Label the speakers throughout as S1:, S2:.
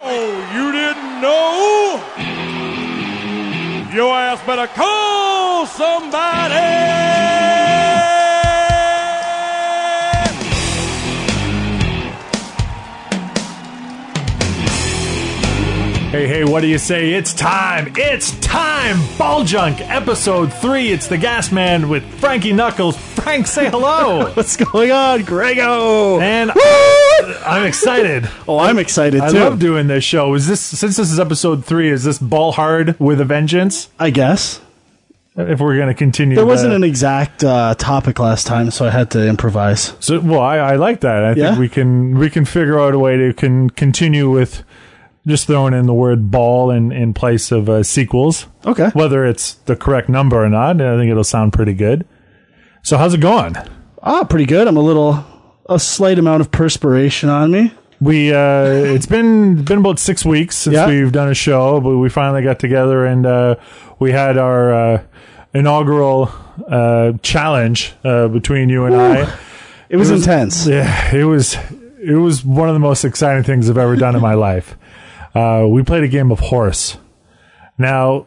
S1: Oh, no, your ass better call somebody.
S2: Hey, hey, what do you say? It's time! It's time! Ball Junk, episode three. It's the Gas Man with Frankie Knuckles. Frank, say hello!
S3: What's going on, Grego?
S2: and I'm excited.
S3: oh, I'm excited
S2: I
S3: too.
S2: love doing this show. Is this since this is episode three? Is this ball hard with a vengeance?
S3: I guess
S2: If we're going to continue,
S3: there wasn't
S2: the-
S3: an exact uh, topic last time, so I had to improvise.
S2: So, well, I, I like that. I think
S3: Yeah?
S2: we can we can figure out a way to can continue with just throwing in the word ball in in place of uh, sequels.
S3: Okay.
S2: whether it's the correct number or not, I think it'll sound pretty good. So how's it going?
S3: Ah, pretty good. I'm a little, a slight amount of perspiration on me.
S2: We uh, it's been been about six weeks since
S3: Yeah.
S2: we've done a show, but we finally got together and uh, we had our uh, inaugural uh, challenge uh, between you and I.
S3: It was, intense.
S2: Yeah, it was it was one of the most exciting things I've ever done in my life. Uh, we played a game of horse. Now,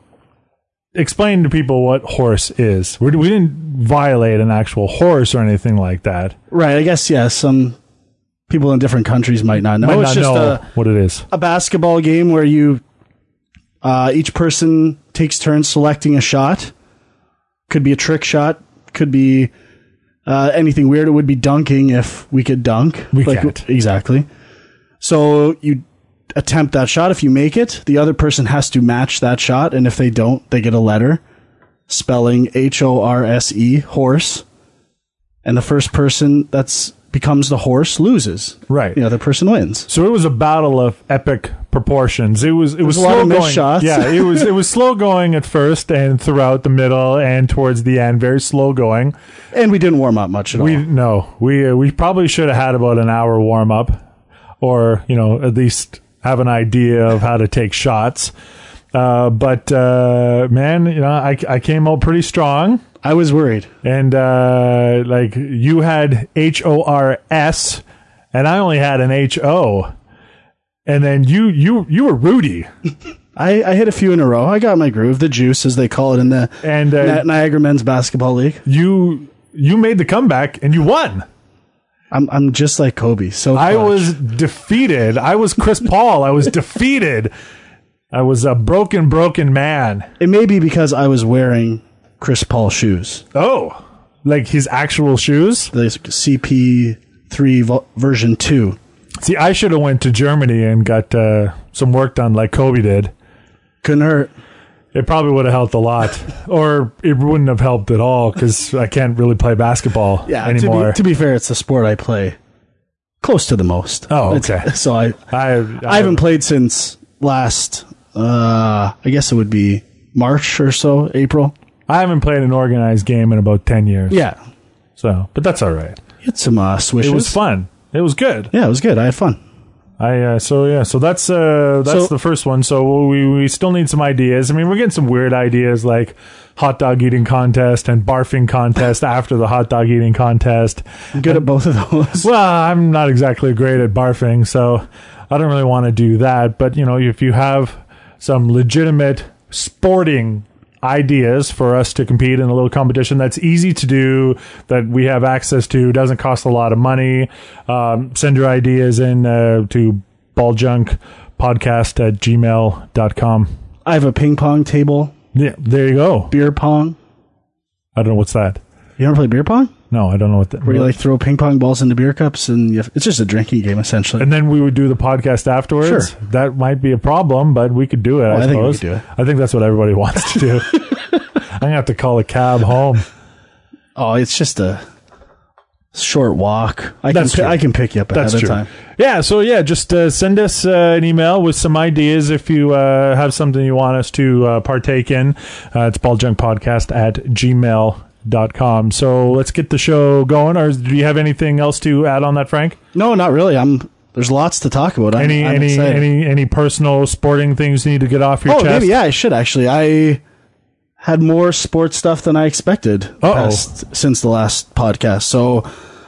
S2: explain to people what horse is. We, we didn't violate an actual horse or anything like that.
S3: Right. I guess yeah. Some people in different countries might not know.
S2: Might not
S3: it's just uh,
S2: know
S3: a
S2: what it is.
S3: a basketball game where you uh, each person takes turns selecting a shot. Could be a trick shot. Could be uh, anything weird. It would be dunking if we could dunk.
S2: We can't.
S3: exactly. So you attempt that shot. If you make it, the other person has to match that shot, and if they don't, they get a letter spelling H O R S E horse. And the first person that's becomes the horse loses.
S2: Right.
S3: The other person wins.
S2: So it was a battle of epic proportions. It was it was
S3: a lot
S2: slow
S3: of missed
S2: going.
S3: shots.
S2: Yeah, it was it was slow going at first and throughout the middle and towards the end, very slow going.
S3: And we didn't warm up much at
S2: We
S3: all.
S2: no, we uh, we probably should have had about an hour warm up, or you know at least have an idea of how to take shots. Uh, but uh, man, you know I I came out pretty strong,
S3: I was worried.
S2: and uh, like you had H O R S, and I only had an H O, and then you you you were Rudy,
S3: I, I hit a few in a row. I got my groove, the juice, as they call it in the
S2: and uh,
S3: Ni- Niagara Men's Basketball League.
S2: you you made the comeback and you won.
S3: I'm, I'm just like Kobe. So
S2: I
S3: clutch.
S2: was defeated. I was Chris Paul. I was defeated. I was a broken, broken man.
S3: It may be because I was wearing Chris Paul shoes,
S2: Oh, like his actual shoes.
S3: the CP3 vo- version two.
S2: See, I should have went to Germany and got uh, some work done like Kobe did.
S3: Couldn't hurt.
S2: It probably would have helped a lot, or it wouldn't have helped at all because I can't really play basketball
S3: Yeah. To
S2: anymore.
S3: be, to be fair, it's the sport I play close to the most.
S2: Oh,
S3: It's-
S2: okay.
S3: so I
S2: I,
S3: I haven't played since last. Uh, I guess it would be March or so, April.
S2: I haven't played an organized game in about ten years.
S3: Yeah.
S2: So, but that's all right.
S3: Hit some uh, swishes.
S2: It was fun. It was good.
S3: Yeah, it was good. I had fun.
S2: I uh, so yeah so that's uh that's
S3: So-
S2: the first one so we we still need some ideas I mean we're getting some weird ideas like hot dog eating contest and barfing contest after the hot dog eating contest
S3: I'm
S2: Uh,
S3: good at both of those.
S2: well I'm not exactly great at barfing so I don't really want to do that but you know if you have some legitimate sporting ideas for us to compete in a little competition that's easy to do that we have access to doesn't cost a lot of money um, send your ideas in uh, to balljunkpodcast at gmail.com
S3: I have a ping pong table,
S2: yeah there you go
S3: beer pong.
S2: i don't know what's that
S3: You ever play beer pong?
S2: no i don't know what that
S3: Where you like throw ping pong balls into beer cups and you it's just a drinking game essentially.
S2: and then we would do the podcast afterwards.
S3: Sure.
S2: That might be a problem, but we could do it. I,
S3: I think we
S2: suppose.
S3: could do it.
S2: I think that's what everybody wants to do. I'm gonna have to call a cab home.
S3: oh, it's just a short walk. I
S2: That's
S3: can
S2: true.
S3: pi- I can pick you up ahead
S2: That's
S3: of
S2: true.
S3: time.
S2: Yeah. So yeah, just uh, send us uh, an email with some ideas if you uh, have something you want us to uh, partake in. Uh, it's balljunkpodcast at gmail dot com. So let's get the show going. Or do you have anything else to add on that, Frank?
S3: No, not really. I'm there's lots to talk about. I'm,
S2: Any
S3: I'm
S2: any
S3: excited.
S2: any any personal sporting things you need to get off your
S3: Oh,
S2: chest?
S3: maybe yeah, I should actually. I had more sports stuff than I expected
S2: Uh-oh.
S3: past, since the last podcast. So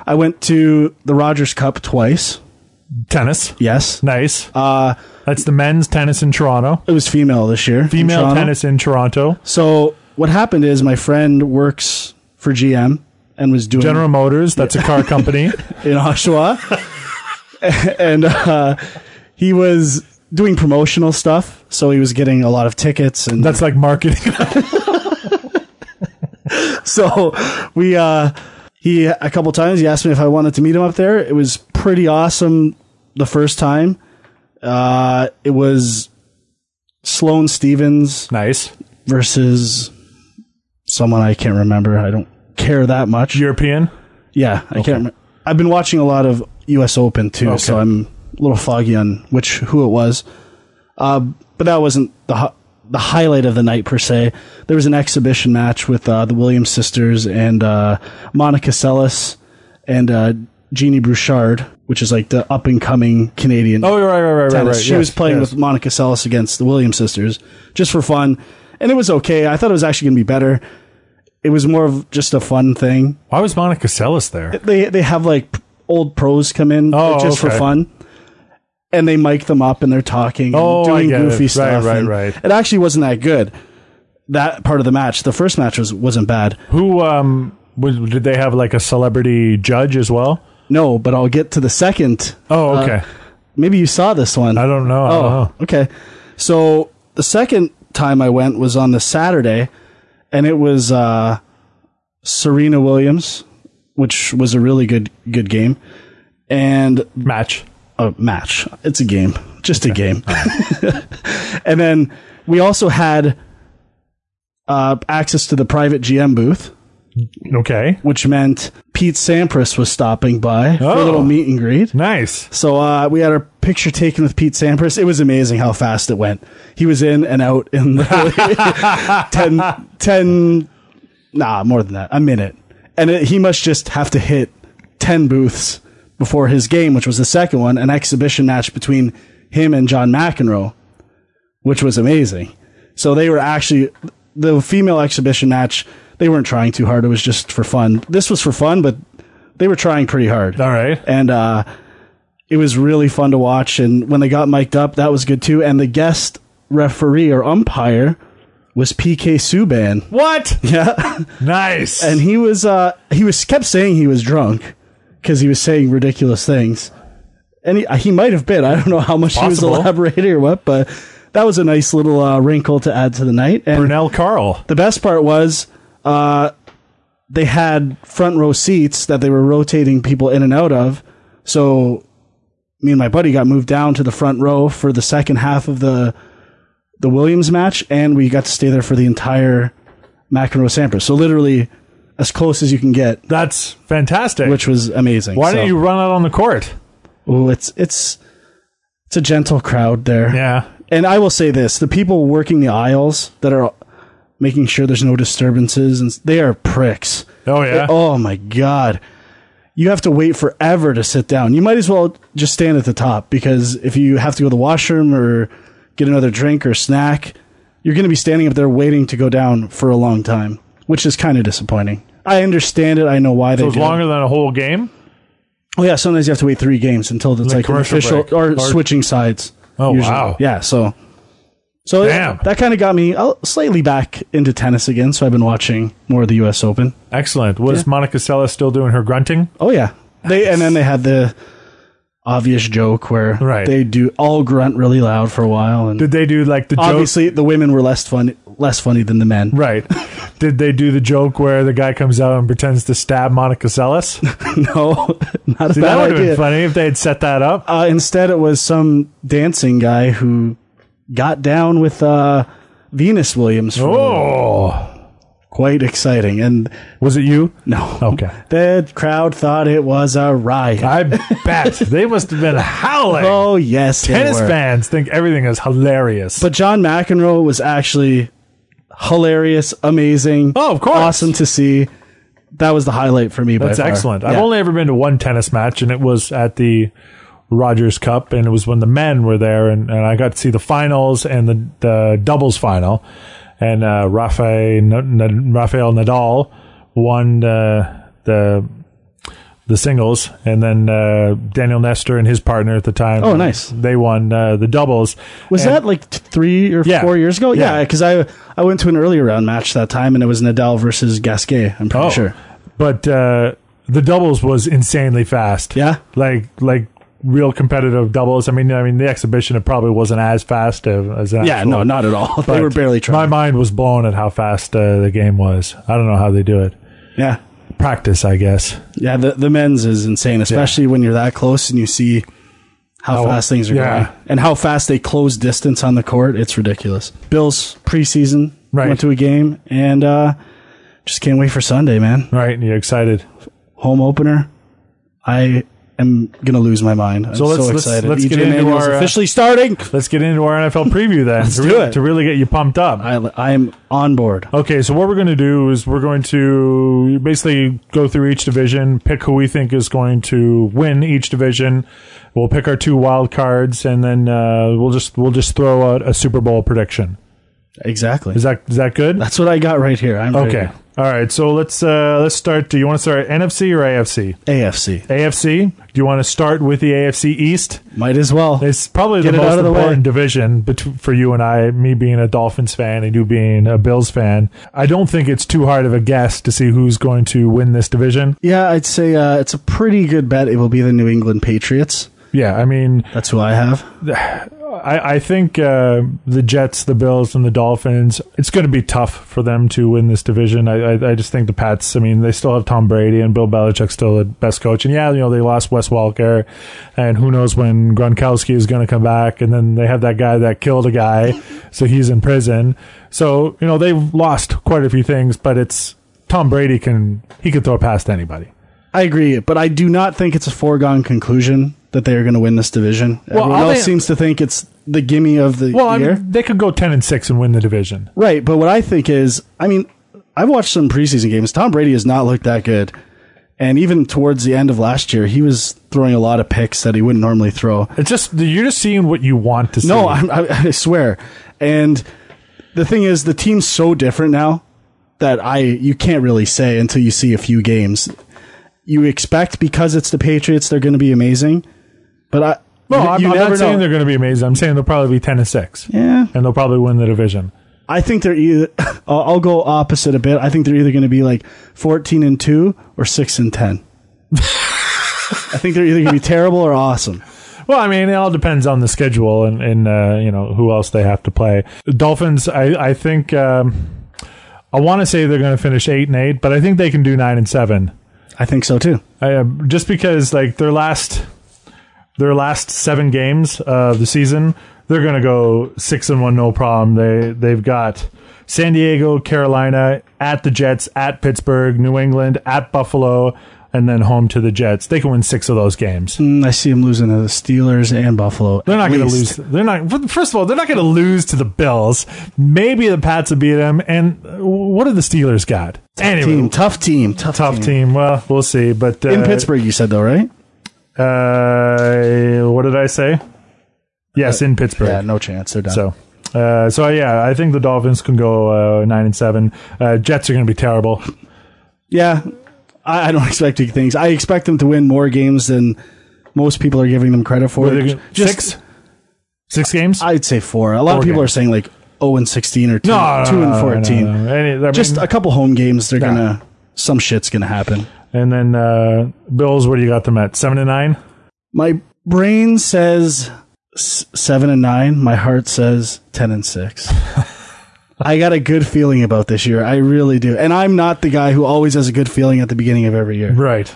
S3: I went to the Rogers Cup twice.
S2: Tennis.
S3: Yes.
S2: Nice.
S3: Uh,
S2: That's the men's tennis in Toronto,
S3: It was female this year. in
S2: female
S3: Toronto.
S2: tennis in Toronto,
S3: So what happened is my friend works for GM and was doing
S2: General Motors. That's a car company.
S3: in Oshawa, and uh, he was doing promotional stuff. So he was getting a lot of tickets, and
S2: That's like marketing.
S3: so we uh, he a couple times he asked me if I wanted to meet him up there. It was pretty awesome the first time. Uh, it was Sloane Stevens
S2: nice.
S3: versus someone I can't remember. I don't care that much.
S2: European.
S3: Yeah, I can't. Remember. I've been watching a lot of U.S. Open too, so
S2: Okay.
S3: I'm a little foggy on which who it was. Uh, but that wasn't the hi- the highlight of the night per se. There was an exhibition match with uh, the Williams sisters and uh, Monica Seles and uh, Jeannie Bouchard, which is like the up and coming Canadian
S2: Oh, right, right, right, right.
S3: tennis.
S2: right.
S3: she was playing with Monica Seles against the Williams sisters just for fun, and it was okay. I thought it was actually going to be better. It was more of just a fun thing
S2: Why was Monica Seles there?
S3: they they have like old pros come in
S2: Oh,
S3: just for
S2: okay.
S3: fun and they mic them up and they're talking and
S2: Oh, I
S3: doing
S2: get it.
S3: goofy
S2: Right,
S3: stuff
S2: right,
S3: and
S2: right.
S3: it actually wasn't that good that part of the match the first match was wasn't bad
S2: Who um was, did they have like a celebrity judge as well?
S3: no but i'll get to the second
S2: Oh, okay.
S3: maybe you saw this one
S2: I don't know. I don't know.
S3: Uh, Oh, okay. So the second time I went was on the Saturday, and it was uh, Serena Williams, which was a really good good game, and
S2: Match.
S3: a match. It's a game, just a game. and then we also had uh, access to the private GM booth,
S2: Okay.
S3: which meant Pete Sampras was stopping by for a
S2: Oh.
S3: little meet and greet.
S2: Nice.
S3: So uh, we had our picture taken with Pete Sampras. It was amazing how fast it went. He was in and out in the 10, 10, nah, more than that, a minute. And it, he must just have to hit 10 booths before his game, which was the second one, an exhibition match between him and John McEnroe, which was amazing. So they were actually, the female exhibition match, they weren't trying too hard. It was just for fun. This was for fun, but they were trying pretty hard
S2: All right.
S3: and uh, it was really fun to watch. And when they got mic'd up, that was good too. And the guest referee or umpire was PK Subban.
S2: What?
S3: Yeah,
S2: Nice.
S3: and he was uh, he was kept saying he was drunk because he was saying ridiculous things, and he, he might have been. I don't know how much he
S2: Possible.
S3: was elaborating or what, but that was a nice little uh, wrinkle to add to the night. And
S2: Brunel Carl.
S3: the best part was uh, they had front row seats that they were rotating people in and out of. So me and my buddy got moved down to the front row for the second half of the the Williams match, and we got to stay there for the entire McEnroe Sampras. So literally as close as you can get,
S2: That's fantastic.
S3: which was amazing.
S2: Why
S3: so,
S2: don't you run out on the court?
S3: Ooh, it's it's it's a gentle crowd there.
S2: Yeah.
S3: And I will say this: the people working the aisles that are making sure there's no disturbances, and s- they are pricks.
S2: Oh yeah.
S3: Oh my god. You have to wait forever to sit down. You might as well just stand at the top because if you have to go to the washroom or get another drink or snack, you're going to be standing up there waiting to go down for a long time, which is kind of disappointing. I understand it. I know why
S2: it
S3: they
S2: was
S3: do. it.
S2: longer than a whole game.
S3: Oh yeah, sometimes you have to wait three games until it's like, an
S2: commercial
S3: official
S2: break.
S3: or,
S2: Or-
S3: switching sides.
S2: Oh, wow.
S3: Yeah, so so
S2: Damn.
S3: that kind of got me uh, slightly back into tennis again. So I've been watching more of the U.S. Open.
S2: Excellent. Was Monica Seles still doing her grunting?
S3: Oh yeah, they and then they had the obvious joke where
S2: Right.
S3: they do all grunt really loud for a while, and
S2: Did they do like the joke?
S3: obviously the women were less fun less funny than the men.
S2: Right. Did they do the joke where the guy comes out and pretends to stab Monica Seles?
S3: No, not a
S2: that
S3: bad
S2: would have
S3: idea.
S2: been funny if they had set that up.
S3: uh, instead it was some dancing guy who got down with uh, Venus Williams. For
S2: Oh,
S3: Quite exciting, and
S2: was it you?
S3: no,
S2: Okay.
S3: the crowd thought it was a riot.
S2: Oh. I bet they must have been howling.
S3: oh yes, they
S2: Tennis
S3: were.
S2: fans think everything is hilarious.
S3: But John McEnroe was actually hilarious, amazing.
S2: Oh, of course.
S3: awesome to see. That was the highlight for me. by
S2: That's
S3: far.
S2: excellent. I've
S3: Yeah.
S2: only ever been to one tennis match, and it was at the Rogers Cup, and it was when the men were there, and, and I got to see the finals and the, the doubles final, and uh, Rafael Rafael Nadal won uh, the the singles, and then uh, Daniel Nestor and his partner at the time.
S3: Oh, nice.
S2: They won uh, the doubles.
S3: Was
S2: And-
S3: that like t- three or
S2: Yeah.
S3: four years ago?
S2: Yeah.
S3: Yeah, because I I went to an earlier round match that time, and it was Nadal versus Gasquet. I'm pretty
S2: Oh,
S3: sure.
S2: But uh, the doubles was insanely fast.
S3: Yeah.
S2: like like real competitive doubles. I mean, I mean the exhibition it probably wasn't as fast as as an
S3: Yeah,
S2: actual-
S3: no, not at all. they
S2: but
S3: were barely
S2: My
S3: trying.
S2: mind was blown at how fast uh, the game was. I don't know how they do it.
S3: yeah,
S2: Practice, I guess.
S3: yeah. The the men's is insane, especially when you're that close and you see how
S2: How-
S3: fast things are
S2: yeah.
S3: going and how fast they close distance on the court. It's ridiculous. Bills preseason
S2: Right.
S3: went to a game and uh, just can't wait for Sunday, man.
S2: Right? And you're excited.
S3: Home opener. I am gonna lose my mind. I'm
S2: So
S3: so,
S2: let's- let's-
S3: excited.
S2: let's
S3: EJ
S2: get into
S3: Manuel's
S2: our, uh,
S3: officially starting.
S2: Let's get into our NFL preview then. Let's to,
S3: do
S2: really,
S3: it.
S2: to really get you pumped up.
S3: I, I am on board.
S2: Okay, so what we're going to do is we're going to basically go through each division, pick who we think is going to win each division. We'll pick our two wild cards, and then uh, we'll just we'll just throw out a Super Bowl prediction.
S3: Exactly.
S2: Is that is that good?
S3: That's what I got right here. I'm
S2: Okay. All right. So let's uh, let's start. Do you want to start at NFC or AFC?
S3: ready. AFC.
S2: AFC. Do you want to start with the AFC East?
S3: Might as well.
S2: It's probably
S3: Get
S2: the
S3: it
S2: most
S3: out of the
S2: important
S3: way.
S2: division betw for you and I, me being a Dolphins fan and you being a Bills fan. I don't think it's too hard of a guess to see who's going to win this division.
S3: yeah, I'd say uh, it's a pretty good bet. It will be the New England Patriots.
S2: Yeah, I mean,
S3: That's who I have.
S2: I, I think uh, the Jets, the Bills, and the Dolphins, it's going to be tough for them to win this division. I, I, I just think the Pats, I mean, they still have Tom Brady and Bill Belichick's still the best coach. And yeah, you know, they lost Wes Walker, and who knows when Gronkowski is going to come back. And then they have that guy that killed a guy, so he's in prison. So, you know, they've lost quite a few things, but it's Tom Brady can, he can throw past anybody.
S3: I agree, but I do not think it's a foregone conclusion that they are going to win this division. Everyone
S2: are
S3: else
S2: they-
S3: seems to think it's the gimme of the
S2: Well, I
S3: year.
S2: mean, they could go 10 and 6 and win the division.
S3: Right, but what I think is, I mean, I've watched some preseason games. Tom Brady has not looked that good. And even towards the end of last year, he was throwing a lot of picks that he wouldn't normally throw.
S2: It's just, you're just seeing what you want to see.
S3: No, I'm, I, I swear. And the thing is, the team's so different now that I you can't really say until you see a few games. You expect because it's the Patriots, they're going to be amazing, but I
S2: No,
S3: you-
S2: I'm,
S3: you
S2: I'm
S3: never
S2: not saying
S3: know.
S2: they're going to be amazing. I'm saying they'll probably be ten and six,
S3: Yeah,
S2: and they'll probably win the division.
S3: I think they're either. I'll, I'll go opposite a bit. I think they're either going to be like fourteen and two or six and ten. I think they're either going to be terrible or awesome.
S2: Well, I mean, it all depends on the schedule and, and uh, you know who else they have to play. The Dolphins, I, I think um, I want to say they're going to finish eight and eight, but I think they can do nine and seven.
S3: I think so too.
S2: I, uh, just because like their last their last seven games of the season, they're going to go six and one, no problem. They they've got San Diego, Carolina, at the Jets, at Pittsburgh, New England, at Buffalo, and then home to the Jets. They can win six of those games.
S3: Mm, I see them losing to the Steelers and Buffalo.
S2: They're not
S3: at
S2: going to
S3: least.
S2: lose. They're not. First of all, they're not going to lose to the Bills. Maybe the Pats will beat them. And uh, what do the Steelers got? Anyway,
S3: Team, tough team, tough,
S2: tough
S3: team.
S2: team. Well, we'll see. But uh,
S3: in Pittsburgh. You said though, right?
S2: Uh, what did I say? Yes, in Pittsburgh.
S3: Yeah, no chance. They're done.
S2: So, uh, so yeah, I think the Dolphins can go uh, nine and seven. Uh, Jets are going to be terrible.
S3: yeah, I, I don't expect big things. I expect them to win more games than most people are giving them credit for. Just-
S2: six, six games.
S3: I'd say four. A lot
S2: Four
S3: of people
S2: games.
S3: are saying like zero and sixteen or two,
S2: no,
S3: two and
S2: no, no,
S3: fourteen.
S2: no, no. Any- I mean,
S3: Just a couple home games. They're
S2: Nah.
S3: gonna some shit's gonna happen.
S2: and then uh, Bills. What do you got them at? Seven and nine.
S3: My brain says s- seven and nine. My heart says ten and six. I got a good feeling about this year. I really do. And I'm not the guy who always has a good feeling at the beginning of every year.
S2: Right.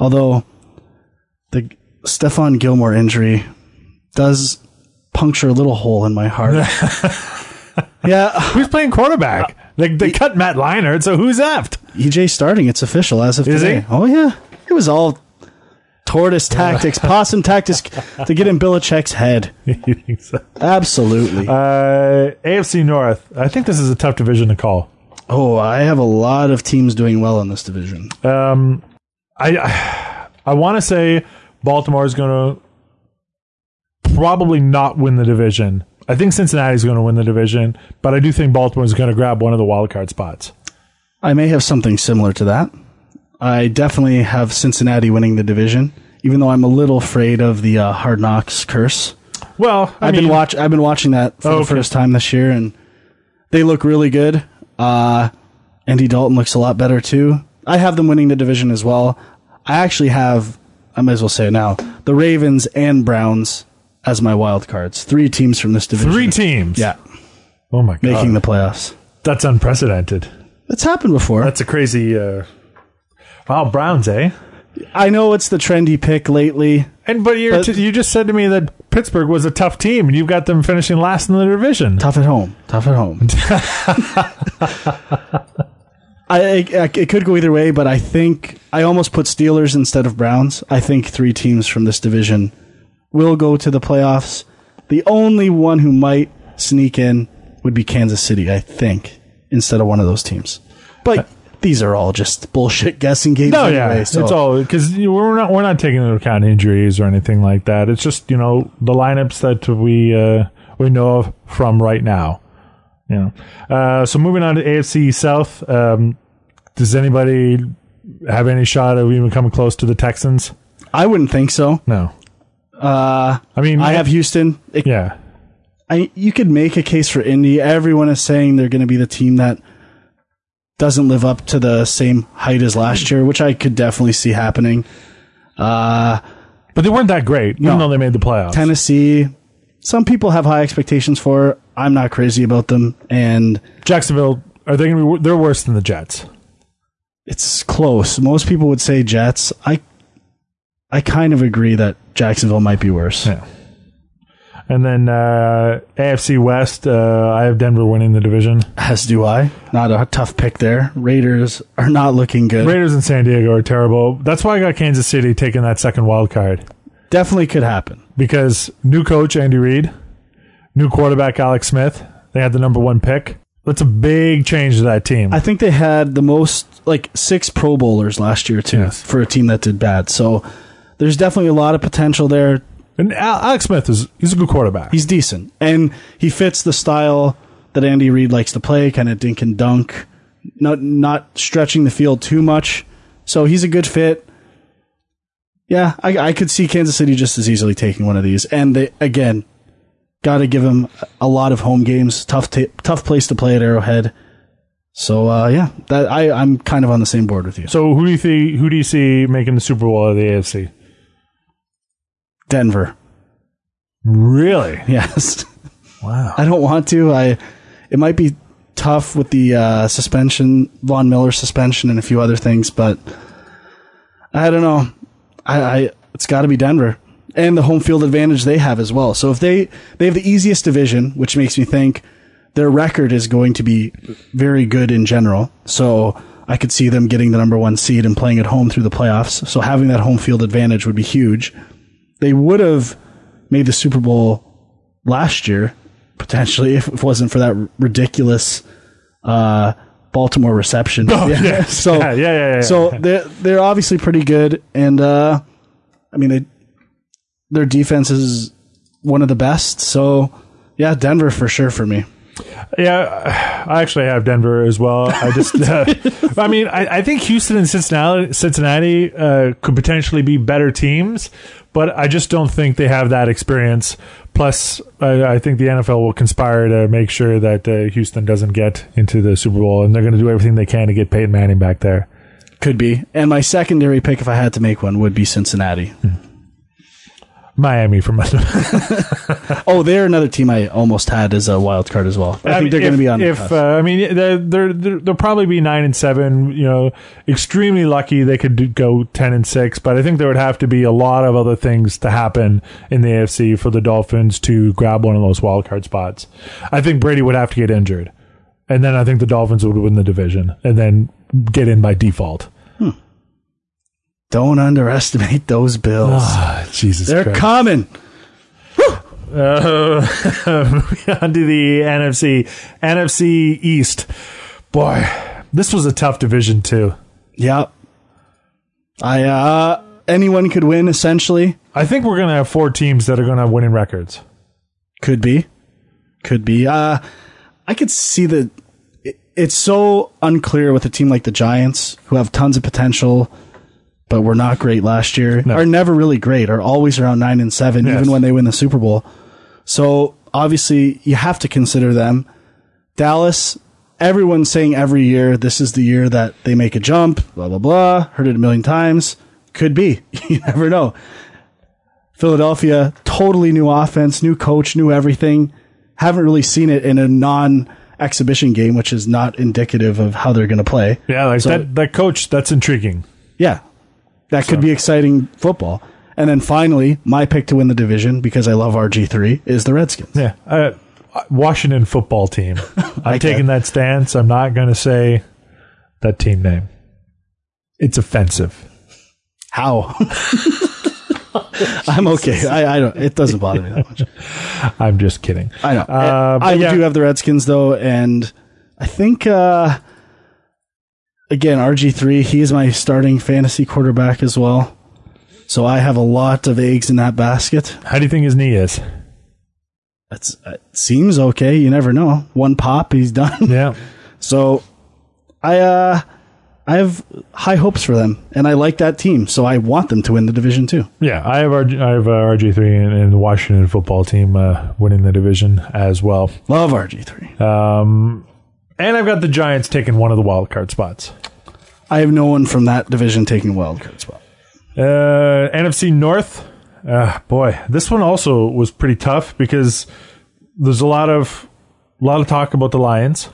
S3: Although the Stefan Gilmore injury does puncture a little hole in my heart. yeah,
S2: Who's playing quarterback? They, they cut Matt Leinart, so who's left?
S3: EJ E starting. It's official as of
S2: Is
S3: today.
S2: he?
S3: Oh yeah, it was all tortoise tactics, possum tactics to get in Belichick's head.
S2: You think so?
S3: Absolutely.
S2: Uh, AFC North. I think this is a tough division to call.
S3: oh, I have a lot of teams doing well in this division.
S2: Um, I I, I want to say Baltimore is going to probably not win the division. I think Cincinnati's going to win the division, but I do think Baltimore's going to grab one of the wild card spots.
S3: I may have something similar to that. I definitely have Cincinnati winning the division, even though I'm a little afraid of the uh, Hard Knocks curse.
S2: Well, I
S3: I've
S2: mean,
S3: been watch. I've been watching that for
S2: Oh,
S3: the
S2: okay.
S3: first time this year, and they look really good. Uh, Andy Dalton looks a lot better too. I have them winning the division as well. I actually have. I might as well say it now: the Ravens and Browns as my wild cards. Three teams from this division.
S2: three teams.
S3: Yeah,
S2: Oh my god,
S3: making the playoffs.
S2: that's unprecedented.
S3: It's happened before.
S2: That's a crazy. Uh, wow, Browns, eh?
S3: I know it's the trendy pick lately.
S2: And but you
S3: But-
S2: you just said to me that Pittsburgh was a tough team, and you've got them finishing last in the division.
S3: Tough at home. Tough at home. I, I it could go either way, but I think I almost put Steelers instead of Browns. I think three teams from this division will go to the playoffs. The only one who might sneak in would be Kansas City, I think, instead of one of those teams. But these are all just bullshit guessing games.
S2: No,
S3: anyway,
S2: yeah,
S3: so
S2: it's all because we're not we're not taking into account injuries or anything like that. It's just you know the lineups that we uh, we know of from right now. You know, uh, so moving on to AFC South. Um, does anybody have any shot of even coming close to the Texans?
S3: I wouldn't think so.
S2: No. Uh, I mean,
S3: I have Houston. It
S2: yeah.
S3: I you could make a case for Indy. Everyone is saying they're going to be the team that doesn't live up to the same height as last year, which I could definitely see happening. Uh,
S2: But they weren't that great, even
S3: No.
S2: though they made the playoffs.
S3: Tennessee, some people have high expectations for. I'm not crazy about them, and
S2: Jacksonville are they going to be? They're worse than the Jets.
S3: it's close. Most people would say Jets. I I kind of agree that Jacksonville might be worse.
S2: Yeah. And then uh, AFC West, uh, I have Denver winning the division.
S3: As do I. Not a tough pick there. Raiders are not looking good.
S2: Raiders in San Diego are terrible. That's why I got Kansas City taking that second wild card
S3: definitely could happen.
S2: because new coach Andy Reid, new quarterback Alex Smith. They had the number one pick. That's a big change to that team.
S3: I think they had the most like six Pro Bowlers last year too
S2: Yes.
S3: for a team that did bad. So there's definitely a lot of potential there.
S2: and Al- Alex Smith is he's a good quarterback.
S3: He's decent and he fits the style that Andy Reid likes to play, kind of dink and dunk, not not stretching the field too much. So he's a good fit. Yeah, I, I could see Kansas City just as easily taking one of these, and they again got to give him a lot of home games. Tough ta tough place to play at Arrowhead. So uh, yeah, that I I'm kind of on the same board with you.
S2: so who do you see? Who do you see making the Super Bowl of the AFC?
S3: Denver.
S2: Really?
S3: Yes.
S2: Wow.
S3: I don't want to. I it might be tough with the uh, suspension, Von Miller suspension and a few other things, but I don't know. I, I it's got to be Denver and the home field advantage they have as well. So if they they have the easiest division, which makes me think their record is going to be very good in general. So I could see them getting the number 1 seed and playing at home through the playoffs. So having that home field advantage would be huge. They would have made the Super Bowl last year, potentially, if it wasn't for that r- ridiculous uh, Baltimore reception. yeah.
S2: yes.
S3: So,
S2: Yeah, yeah, yeah, yeah.
S3: So they're, they're obviously pretty good. And, uh, I mean, they, their defense is one of the best. So, yeah, Denver for sure for me.
S2: Yeah, I actually have Denver as well. I just, uh, I mean, I, I think Houston and Cincinnati, Cincinnati uh, could potentially be better teams, but I just don't think they have that experience. Plus, I, I think the NFL will conspire to make sure that uh, Houston doesn't get into the Super Bowl, and they're going to do everything they can to get Peyton Manning back there.
S3: Could be. And my secondary pick, if I had to make one, would be Cincinnati.
S2: Miami from I
S3: Oh, they're another team I almost had as a wild card as well. I, think they're going to be on the
S2: If
S3: cusp.
S2: uh, I mean, they're, they're, they're, they'll probably be nine and seven. You know, extremely lucky they could do, go ten and six, but I think there would have to be a lot of other things to happen in the AFC for the Dolphins to grab one of those wild card spots. I think Brady would have to get injured, and then I think the Dolphins would win the division, and then get in by default.
S3: Don't underestimate those Bills.
S2: Ah, Jesus,
S3: they're
S2: Christ.
S3: coming.
S2: Uh, moving on to the NFC, NFC East. Boy, this was a tough division too.
S3: Yep. I uh anyone could win essentially.
S2: I think we're going to have four teams that are going to have winning records.
S3: Could be. Could be. Uh I could see the i- it's so unclear with a team like the Giants, who have tons of potential, but were not great last year, are never really great, are always around nine and seven,
S2: Yes.
S3: even when they win the Super Bowl. So obviously, you have to consider them. Dallas, everyone's saying every year this is the year that they make a jump, blah, blah, blah. Heard it a million times. Could be. you never know. Philadelphia, totally new offense, new coach, new everything. Haven't really seen it in a non exhibition game, which is not indicative of how they're going to play.
S2: Yeah, like
S3: So-
S2: that that coach, that's intriguing.
S3: Yeah. That could be exciting football. And then finally, my pick to win the division because I love RG3 is the Redskins.
S2: Yeah. Uh, Washington football team. I'm taking that stance. I'm not going to say that team name. It's offensive.
S3: How? I'm okay. I, I don't. It doesn't bother me that much.
S2: I'm just kidding.
S3: I know.
S2: Uh,
S3: I, I
S2: but yeah.
S3: do have the Redskins though, and I think uh, again RG three. He is my starting fantasy quarterback as well. So I have a lot of eggs in that basket.
S2: How do you think his knee is?
S3: That's it seems okay. You never know. One pop, he's done.
S2: Yeah.
S3: so I uh, I have high hopes for them, and I like that team. So I want them to win the division too.
S2: Yeah, I have RG, I have uh, RG three and, and the Washington football team uh, winning the division as well, Um,
S3: Love RG three.
S2: Uh, and I've got the Giants taking one of the wild card spots.
S3: I have no one from that division taking a wild card spot.
S2: Uh, NFC North, uh, boy, this one also was pretty tough because there's a lot of a lot of talk about the Lions.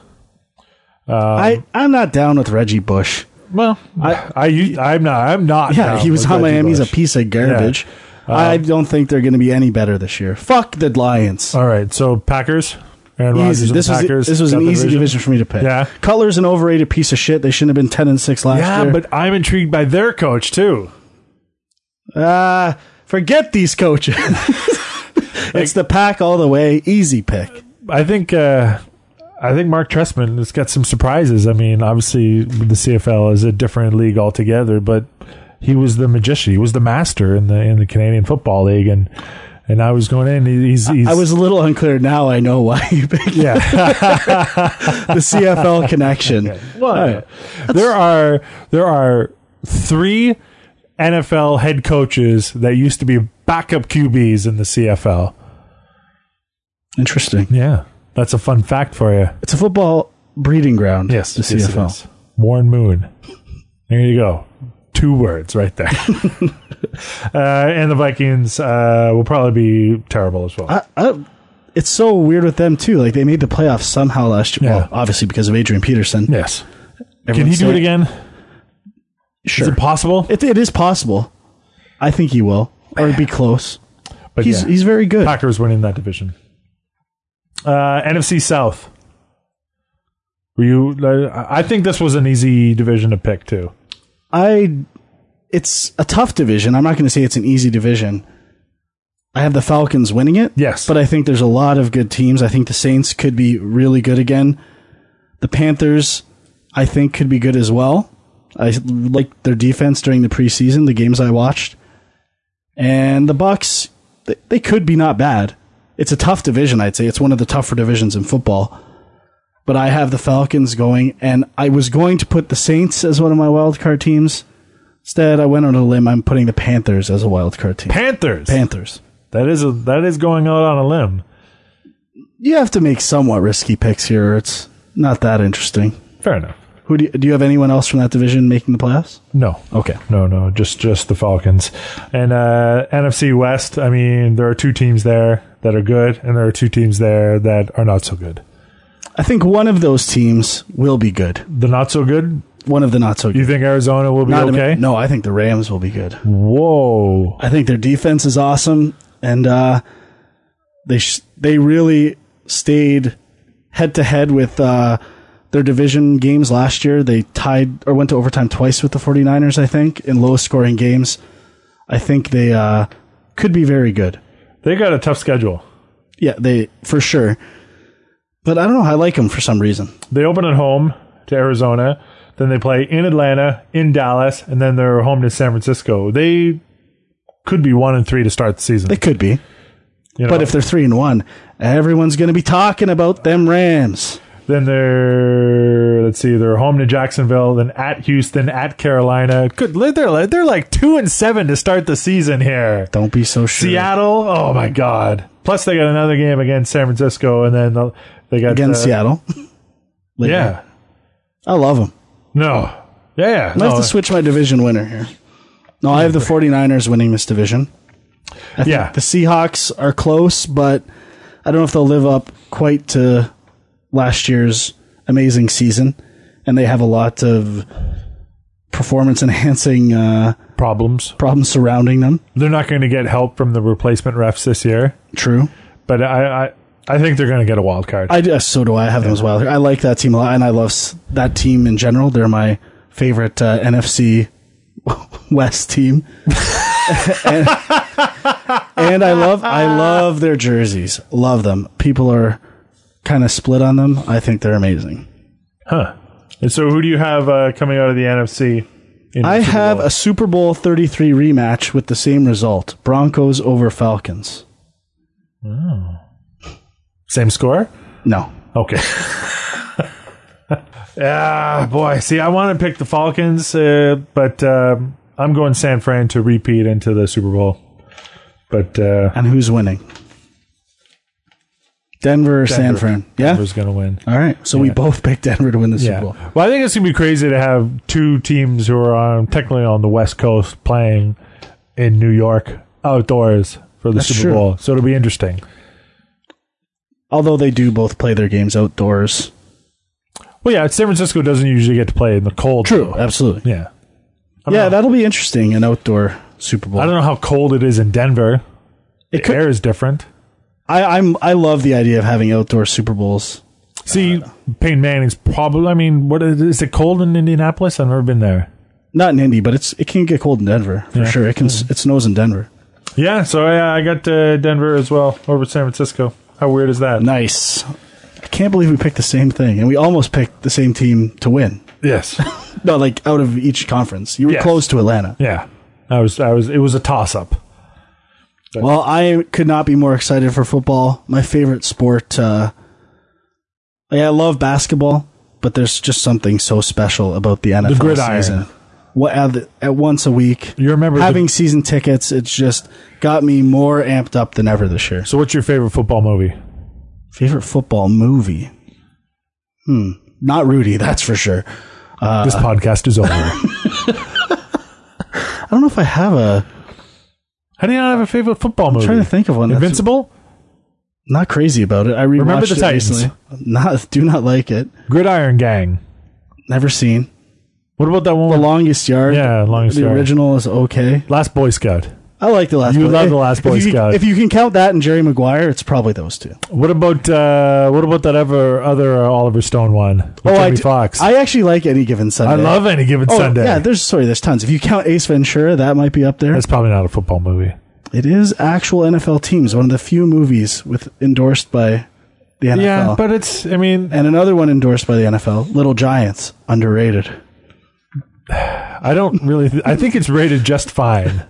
S2: um,
S3: I I'm not down with Reggie Bush.
S2: Well, I, I u- I'm not I'm not.
S3: Yeah,
S2: down
S3: he was
S2: with
S3: on
S2: Reggie
S3: Miami's
S2: Bush.
S3: a piece of garbage.
S2: Uh,
S3: I don't think they're going to be any better this year. Fuck the Lions.
S2: All right, so Packers, Aaron Rodgers,
S3: Easy.
S2: and
S3: This was
S2: Packers.
S3: this was
S2: got
S3: an
S2: the
S3: easy division for me to pick.
S2: Yeah.
S3: Cutler's an overrated piece of shit. They shouldn't have been ten and six last
S2: Yeah,
S3: year.
S2: but I'm intrigued by their coach too.
S3: but uh, forget these coaches. it's the pack all the way. Easy pick.
S2: I think uh, I think Mark Trestman has got some surprises. I mean, obviously the CFL is a different league altogether, but he was the magician. He was the master in the in the Canadian Football League, and and I was going in. He's, he's
S3: I was a little unclear. Now I know why you picked
S2: yeah.
S3: the CFL connection. All right.
S2: there are there are three NFL head coaches that used to be backup QBs in the CFL.
S3: Interesting.
S2: Yeah, that's a fun fact for you.
S3: It's a football breeding ground.
S2: Yes,
S3: the
S2: yes, it
S3: CFL.
S2: is. Warren Moon. There you go. Two words right there. uh, and the Vikings uh, will probably be terrible as well.
S3: I, I, it's so weird with them too. Like they made the playoffs somehow last year.
S2: Yeah.
S3: Well, obviously because of Adrian Peterson.
S2: yes. Can
S3: Everyone's
S2: he do
S3: saying-
S2: it again?
S3: Sure.
S2: Is it possible?
S3: it, it is possible. I think he will, or be close.
S2: But
S3: He's
S2: yeah.
S3: he's very good.
S2: Packers winning that division. Uh, NFC South. Were you? uh, I think this was an easy division to pick too.
S3: I. It's a tough division. I'm not going to say it's an easy division. I have the Falcons winning it.
S2: Yes.
S3: but I think there's a lot of good teams. I think the Saints could be really good again. The Panthers, I think, could be good as well. I like their defense during the preseason, the games I watched. And the Bucks, they, they could be not bad. It's a tough division, I'd say. It's one of the tougher divisions in football. But I have the Falcons going, and I was going to put the Saints as one of my wild card teams. Instead, I went on a limb. I'm putting the Panthers as a wild card team.
S2: Panthers.
S3: Panthers.
S2: that is a, that is going out on a limb.
S3: you have to make somewhat risky picks here. Or it's not that interesting.
S2: Fair enough.
S3: Who do you, do you have anyone else from that division making the playoffs?
S2: No.
S3: Okay.
S2: No, no, just just the Falcons and uh, NFC West. I mean, there are two teams there that are good, and there are two teams there that are not so good.
S3: I think one of those teams will be good.
S2: The not so good.
S3: One of the not so
S2: You
S3: good.
S2: think Arizona will be
S3: Not a mi-
S2: okay?
S3: no, I think the Rams will be good.
S2: Whoa!
S3: I think their defense is awesome, and uh, they sh- they really stayed head to head with uh, their division games last year. They tied or went to overtime twice with the 49ers, I think, in lowest scoring games. I think they uh, could be very good.
S2: They got a tough schedule.
S3: Yeah, they for sure. But I don't know. I like them for some reason.
S2: They open at home to Arizona, then they play in Atlanta, in Dallas, and then they're home to San Francisco. They could be one and three to start the season.
S3: They could be,
S2: you know?
S3: but if they're three and one, everyone's going to be talking about them Rams.
S2: Then they're let's see, they're home to Jacksonville, then at Houston, at Carolina. Good, they're they're like two and seven to start the season here.
S3: Don't be so sure.
S2: Seattle, oh my god! Plus they got another game against San Francisco, and then they'll- they got
S3: Again,
S2: uh,
S3: Seattle. Later.
S2: Yeah,
S3: I love them.
S2: no, yeah, yeah.
S3: I have
S2: no,
S3: to switch my division winner here. No, I have the 49ers winning this division. I think
S2: Yeah.
S3: The Seahawks are close, but I don't know if they'll live up quite to last year's amazing season. And they have a lot of performance enhancing uh,
S2: problems.
S3: problems surrounding them.
S2: They're not going to get help from the replacement refs this year,
S3: True.
S2: but I I, I think they're going to get a wild card.
S3: I uh, so do I. I have them as well. I like that team a lot, and I love s- that team in general. They're my favorite uh, NFC West team, and, and I love I love their jerseys. Love them. People are kind of split on them. I think they're amazing.
S2: and so, who do you have uh, coming out of the NFC? in the
S3: I
S2: Super
S3: have
S2: Bowl?
S3: a Super Bowl 33 rematch with the same result: Broncos over Falcons.
S2: same score.
S3: No,
S2: Okay. ah, boy. See, I want to pick the Falcons, uh, but um I'm going San Fran to repeat into the Super Bowl. But uh,
S3: and who's winning? Denver or San
S2: Denver.
S3: Fran? Yeah.
S2: who's going to win?
S3: All right. So we both picked Denver to win the Super
S2: Yeah.
S3: Bowl.
S2: Well, I think it's going to be crazy to have two teams who are on, technically on the West Coast playing in New York outdoors for the
S3: That's
S2: Super
S3: true.
S2: Bowl. So it'll be interesting.
S3: Although they do both play their games outdoors.
S2: Well, yeah, San Francisco doesn't usually get to play in the cold. though.
S3: Absolutely.
S2: Yeah.
S3: yeah, that'll be interesting. An outdoor Super Bowl.
S2: I don't know how cold it is in Denver.
S3: It
S2: The
S3: could-
S2: air is different.
S3: I, I'm I love the idea of having outdoor Super Bowls.
S2: See, Peyton Manning's probably. I mean, what is, is it cold in Indianapolis? I've never been there.
S3: Not in Indy, but it's it can get cold in Denver for sure. It can
S2: Mm-hmm.
S3: s it snows in Denver.
S2: Yeah, so yeah, I got uh, Denver as well over San Francisco. How weird is that?
S3: Nice. I can't believe we picked the same thing, and we almost picked the same team to win.
S2: Yes.
S3: No, like out of each conference, you were
S2: Yes.
S3: close to Atlanta.
S2: yeah, I was. I was. It was a toss up.
S3: Well, I could not be more excited for football. My favorite sport. Uh, yeah, I love basketball, but there's just something so special about the NFL
S2: gridiron.
S3: season. What at, the- at once a week?
S2: You remember the-
S3: having season tickets? It's just got me more amped up than ever this year.
S2: So, what's your favorite football movie?
S3: Favorite football movie? Hmm, not Rudy, that's for sure. Uh,
S2: this podcast is over.
S3: I don't know if I have a.
S2: How do you not have a favorite football movie?
S3: trying to think of one. that's-
S2: Invincible,
S3: Not crazy about it. I rewatched
S2: Remember the
S3: it
S2: Titans.
S3: recently. Not do not like it.
S2: Gridiron Gang.
S3: Never seen.
S2: What about that one?
S3: The
S2: with-
S3: longest yard.
S2: Yeah, Longest
S3: the
S2: Yard.
S3: original is okay.
S2: Last Boy Scout.
S3: I like the last.
S2: You
S3: Boy-
S2: love the Last Boy
S3: if you,
S2: Scout.
S3: If you can count that and Jerry Maguire, it's probably those two.
S2: What about uh, what about that ever other uh, Oliver Stone one? With
S3: Oh, I
S2: Jamie
S3: d-
S2: Fox.
S3: I actually like any given Sunday.
S2: love any given
S3: Oh,
S2: Sunday.
S3: Yeah, there's sorry, there's tons. If you count Ace Ventura, that might be up there.
S2: That's probably not a football movie.
S3: it is actual NFL teams. One of the few movies with endorsed by the NFL.
S2: Yeah, but it's. I mean,
S3: and another one endorsed by the NFL. Little Giants, underrated.
S2: I don't really. Th- I think it's rated just fine.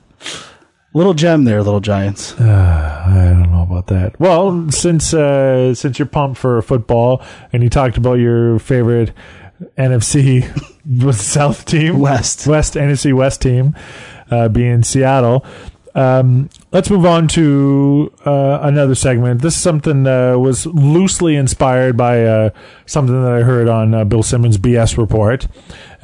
S3: Little gem there, Little Giants.
S2: Uh, I don't know about that. Well, since uh, since you're pumped for football and you talked about your favorite NFC was South team,
S3: West.
S2: West NFC West team, uh, being Seattle. Um, let's move on to uh, another segment. This is something uh, was loosely inspired by uh, something that I heard on uh, Bill Simmons' BS report,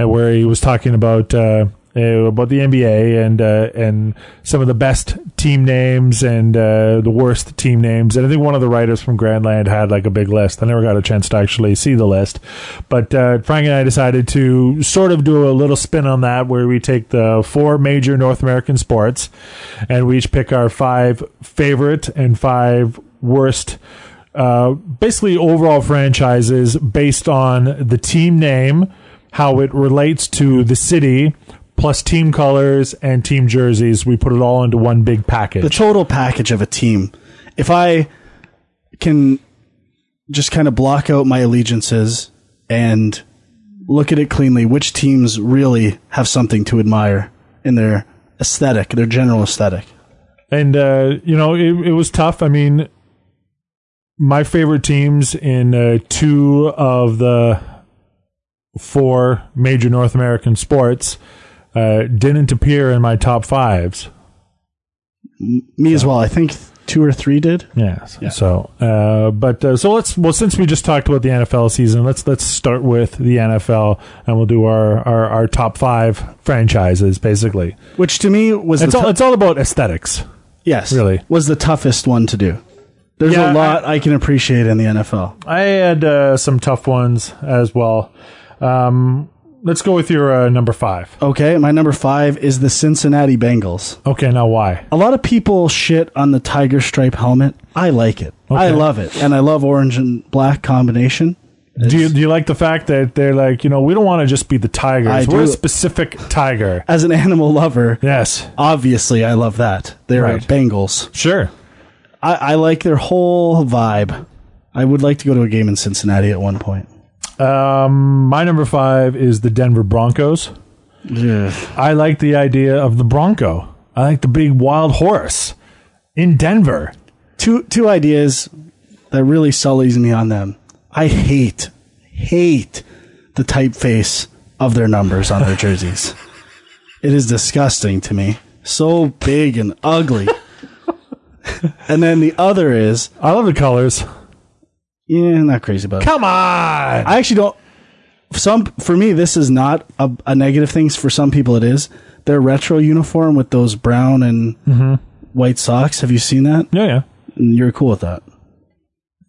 S2: uh, where he was talking about uh, uh, about the NBA and uh, and some of the best team names and uh, the worst team names. And I think one of the writers from Grandland had like a big list. I never got a chance to actually see the list, but uh, Frank and I decided to sort of do a little spin on that, where we take the four major North American sports, and we each pick our five favorite and five worst. Uh, basically, overall franchises based on the team name, how it relates to the city, plus team colors and team jerseys. We put it all into one big
S3: the
S2: package.
S3: total package of a team. If I can just kind of block out my allegiances and look at it cleanly, which teams really have something to admire in their aesthetic, their general aesthetic?
S2: And, uh, you know, it, it was tough. I mean, my favorite teams in uh, two of the four major North American sports uh, didn't appear in my top fives.
S3: Me as well. I think two or three did.
S2: Yes. So, uh, but uh, so let's well since we just talked about the NFL season, let's let's start with the NFL and we'll do our our, our top five franchises basically.
S3: Which to me was
S2: It's
S3: the
S2: all
S3: tou-
S2: it's all about aesthetics.
S3: yes,
S2: really.
S3: was the toughest one to do. There's
S2: Yeah,
S3: a lot I, can appreciate in the NFL.
S2: I had uh, some tough ones as well. Um, let's go with your uh, number five.
S3: Okay, my number five is the Cincinnati Bengals.
S2: Okay, now why?
S3: A lot of people shit on the tiger stripe helmet. I like it. I
S2: Okay.
S3: love it, and I love orange and black combination.
S2: Do you, do you like the fact that they're like you know we don't want to just be the tigers.
S3: I
S2: We're a
S3: do.
S2: specific tiger.
S3: As an animal lover,
S2: Yes.
S3: obviously I love that. They're
S2: Right.
S3: Bengals.
S2: Sure.
S3: I, I like their whole vibe. I would like to go to a game in Cincinnati at one point.
S2: Um, my number five is the Denver Broncos.
S3: Yeah.
S2: I like the idea of the Bronco. I like the big wild horse in Denver.
S3: Two two ideas that really sullies me on them. I hate hate the typeface of their numbers on their jerseys. it is disgusting to me. So big and ugly. and then the other is
S2: I love the colors.
S3: yeah, not crazy about it.
S2: Come on.
S3: I actually don't. Some for me, this is not a, a negative thing. For some people, it is their retro uniform with those brown and white socks. Have you seen that?
S2: yeah, yeah.
S3: And You're cool with that.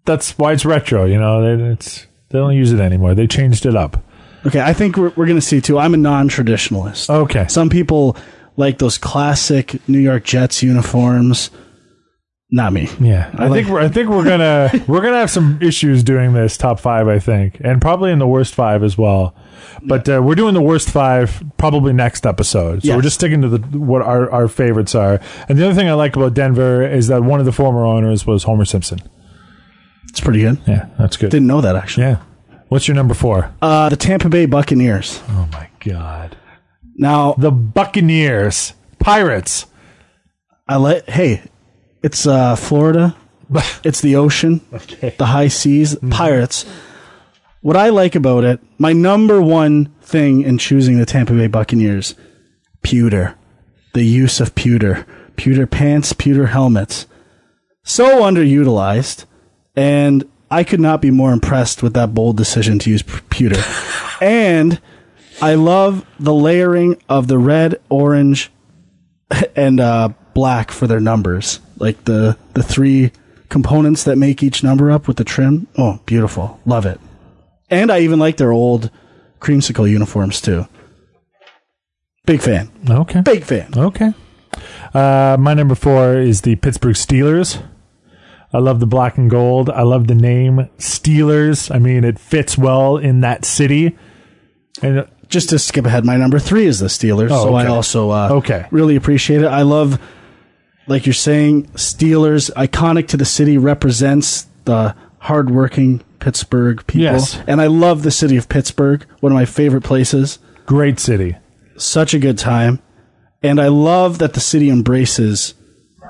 S2: That's why it's retro. You know, they, it's they don't use it anymore. They changed it up.
S3: Okay, I think we're we're gonna see too. I'm a non-traditionalist.
S2: Okay.
S3: Some people like those classic New York Jets uniforms. Not me.
S2: yeah, I,
S3: like-
S2: think we're, I think we're gonna we're gonna have some issues doing this top five. I think, and probably in the worst five as well. But uh, we're doing the worst five probably next episode. So
S3: Yes.
S2: we're just sticking to the what our, our favorites are. And the other thing I like about Denver is that one of the former owners was Homer Simpson.
S3: It's pretty good.
S2: Yeah, that's good.
S3: Didn't know that actually.
S2: Yeah. What's your number four?
S3: Uh, the Tampa Bay Buccaneers.
S2: Oh my god.
S3: Now
S2: The Buccaneers. Pirates.
S3: I let hey, it's uh, Florida. It's the ocean, the high seas, pirates. What I like about it, my number one thing in choosing the Tampa Bay Buccaneers, pewter. The use of pewter. Pewter pants, pewter helmets. So underutilized. And I could not be more impressed with that bold decision to use p- pewter. and I love the layering of the red, orange, and uh, black for their numbers, like the the three components that make each number up with the trim. Oh, beautiful, love it. And I even like their old creamsicle uniforms too. Big fan,
S2: Okay.
S3: big fan.
S2: Okay. Uh, my number four is the Pittsburgh Steelers. I love the black and gold. I love the name Steelers. I mean, it fits well in that city. And
S3: Just to skip ahead, my number three is the Steelers,
S2: Oh,
S3: so I
S2: okay.
S3: also uh,
S2: Okay.
S3: really appreciate it. I love, like you're saying, Steelers iconic to the city represents the hardworking Pittsburgh people,
S2: Yes.
S3: and I love the city of Pittsburgh, one of my favorite places.
S2: great city.
S3: such a good time. And I love that the city embraces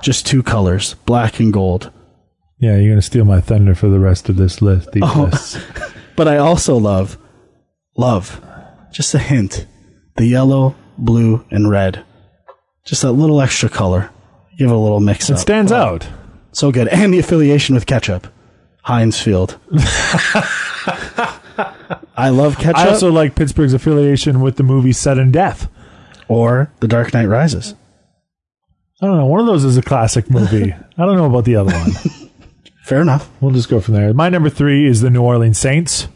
S3: just two colors, black and gold.
S2: Yeah, you're gonna steal my thunder for the rest of this list. These
S3: Oh.
S2: lists.
S3: But I also love, love, just a hint, the yellow, blue, and red. Just that little extra color. Give it a little mix
S2: It
S3: up.
S2: stands out.
S3: so good. And the affiliation with ketchup. Heinz Field. I love ketchup
S2: I also like Pittsburgh's affiliation with the movie Sudden Death.
S3: or The Dark Knight Rises.
S2: I don't know. One of those is a classic movie. I don't know about the other one.
S3: Fair enough.
S2: We'll just go from there. My number three is the New Orleans Saints.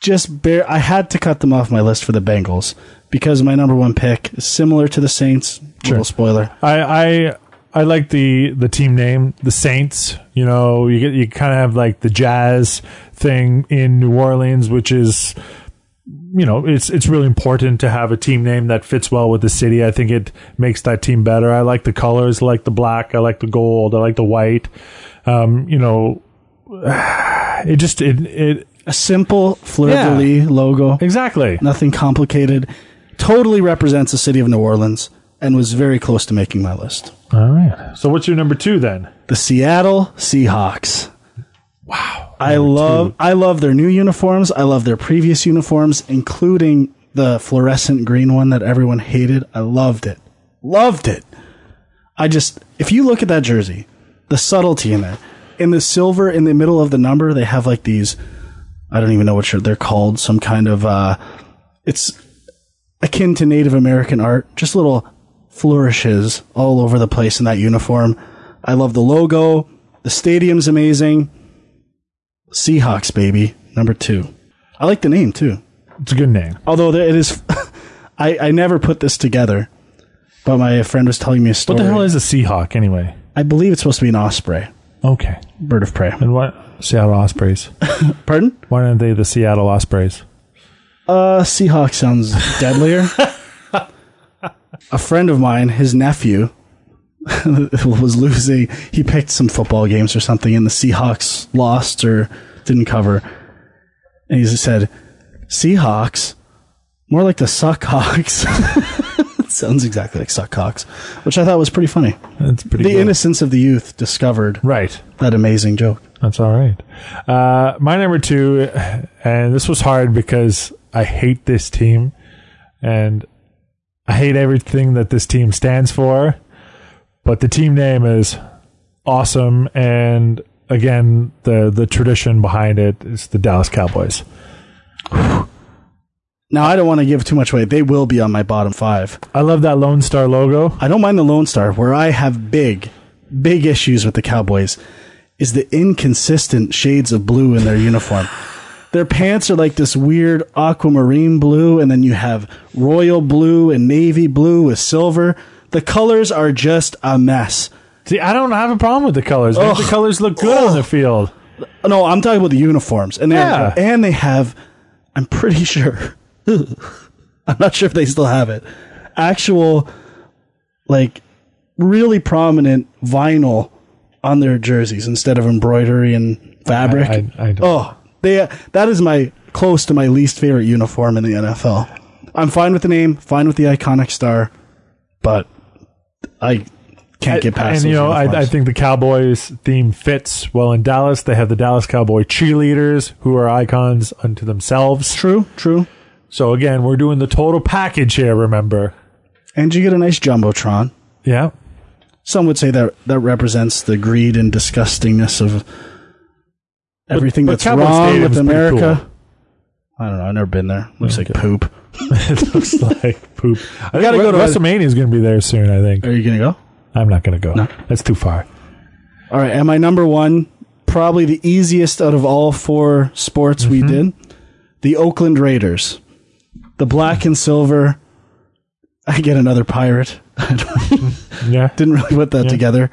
S3: just bare I had to cut them off my list for the Bengals because my number one pick is similar to the Saints. Little spoiler.
S2: I I, I like the the team name, the Saints. You know, you get you kind of have like the jazz thing in New Orleans, which is you know it's it's really important to have a team name that fits well with the city. I think it makes that team better. I like the colors, I like the black, I like the gold, I like the white. Um, you know, it just it it
S3: A simple fleur de lis logo,
S2: exactly.
S3: nothing complicated. Totally represents the city of New Orleans and was very close to making my list.
S2: All right. So what's your number two then?
S3: The Seattle Seahawks. I love I love their new uniforms. I love their previous uniforms, including the fluorescent green one that everyone hated. I loved it. Loved it. I just if you look at that jersey, the subtlety in there. In the silver in the middle of the number, they have like these I don't even know what shirt they're called, some kind of uh it's akin to Native American art, just little flourishes all over the place in that uniform. I love the logo. The stadium's amazing. Seahawks, baby, number two. I like the name too.
S2: It's a good name.
S3: Although there- it is, I, I never put this together, but my friend was telling me a story.
S2: What the hell is a Seahawk anyway?
S3: I believe it's supposed to be an osprey,
S2: Okay.
S3: bird of prey.
S2: And what? Seattle Ospreys.
S3: Pardon?
S2: Why aren't they the Seattle Ospreys?
S3: Uh, Seahawk sounds deadlier. a friend of mine, his nephew, was losing. He picked some football games or something, and the Seahawks lost or didn't cover. And he just said, Seahawks? More like the Suckhawks. sounds exactly like Suckhawks, which I thought was pretty funny.
S2: That's pretty
S3: The
S2: good.
S3: innocence of the youth discovered
S2: Right.
S3: that amazing joke.
S2: That's all right. Uh, my number two, and this was hard because I hate this team and I hate everything that this team stands for, but the team name is awesome. And again, the, the tradition behind it is the Dallas Cowboys.
S3: Now, I don't want to give too much away. They will be on my bottom five.
S2: I love that Lone Star logo.
S3: I don't mind the Lone Star. Where I have big, big issues with the Cowboys is the inconsistent shades of blue in their uniform. Their pants are like this weird aquamarine blue, and then you have royal blue and navy blue with silver. The colors are just a mess.
S2: See, I don't have a problem with the colors. Make the
S3: Ugh.
S2: colors look good on the field.
S3: No, I'm talking about the uniforms, and they
S2: Yeah.
S3: and they have. I'm pretty sure. I'm not sure if they still have it. Actual, like, really prominent vinyl on their jerseys instead of embroidery and fabric.
S2: I- I don't-
S3: oh, they. That is my close to my least favorite uniform in the NFL. I'm fine with the name, fine with the iconic star, but I can't get past.
S2: and
S3: those
S2: you know I, I
S3: uniforms.
S2: think the cowboys theme fits well in dallas they have the dallas cowboy cheerleaders who are icons unto themselves
S3: true, true.
S2: so again we're doing the total package here remember
S3: And you get a nice jumbotron.
S2: yeah
S3: some would say that that represents the greed and disgustingness of everything
S2: but
S3: that's
S2: Cowboy
S3: wrong
S2: Stadium's
S3: with
S2: pretty
S3: America. I don't know. I've never been there. Looks like poop.
S2: it looks like poop i think
S3: gotta
S2: Re-
S3: go to-
S2: wrestlemania is going to be there soon i think
S3: Are you gonna go?
S2: i'm not going to go that's too far
S3: All right. Am I number one? Probably the easiest out of all four sports we
S2: Mm-hmm.
S3: did. The Oakland Raiders, the black and silver. I get another pirate. I don't
S2: yeah
S3: didn't really put that together.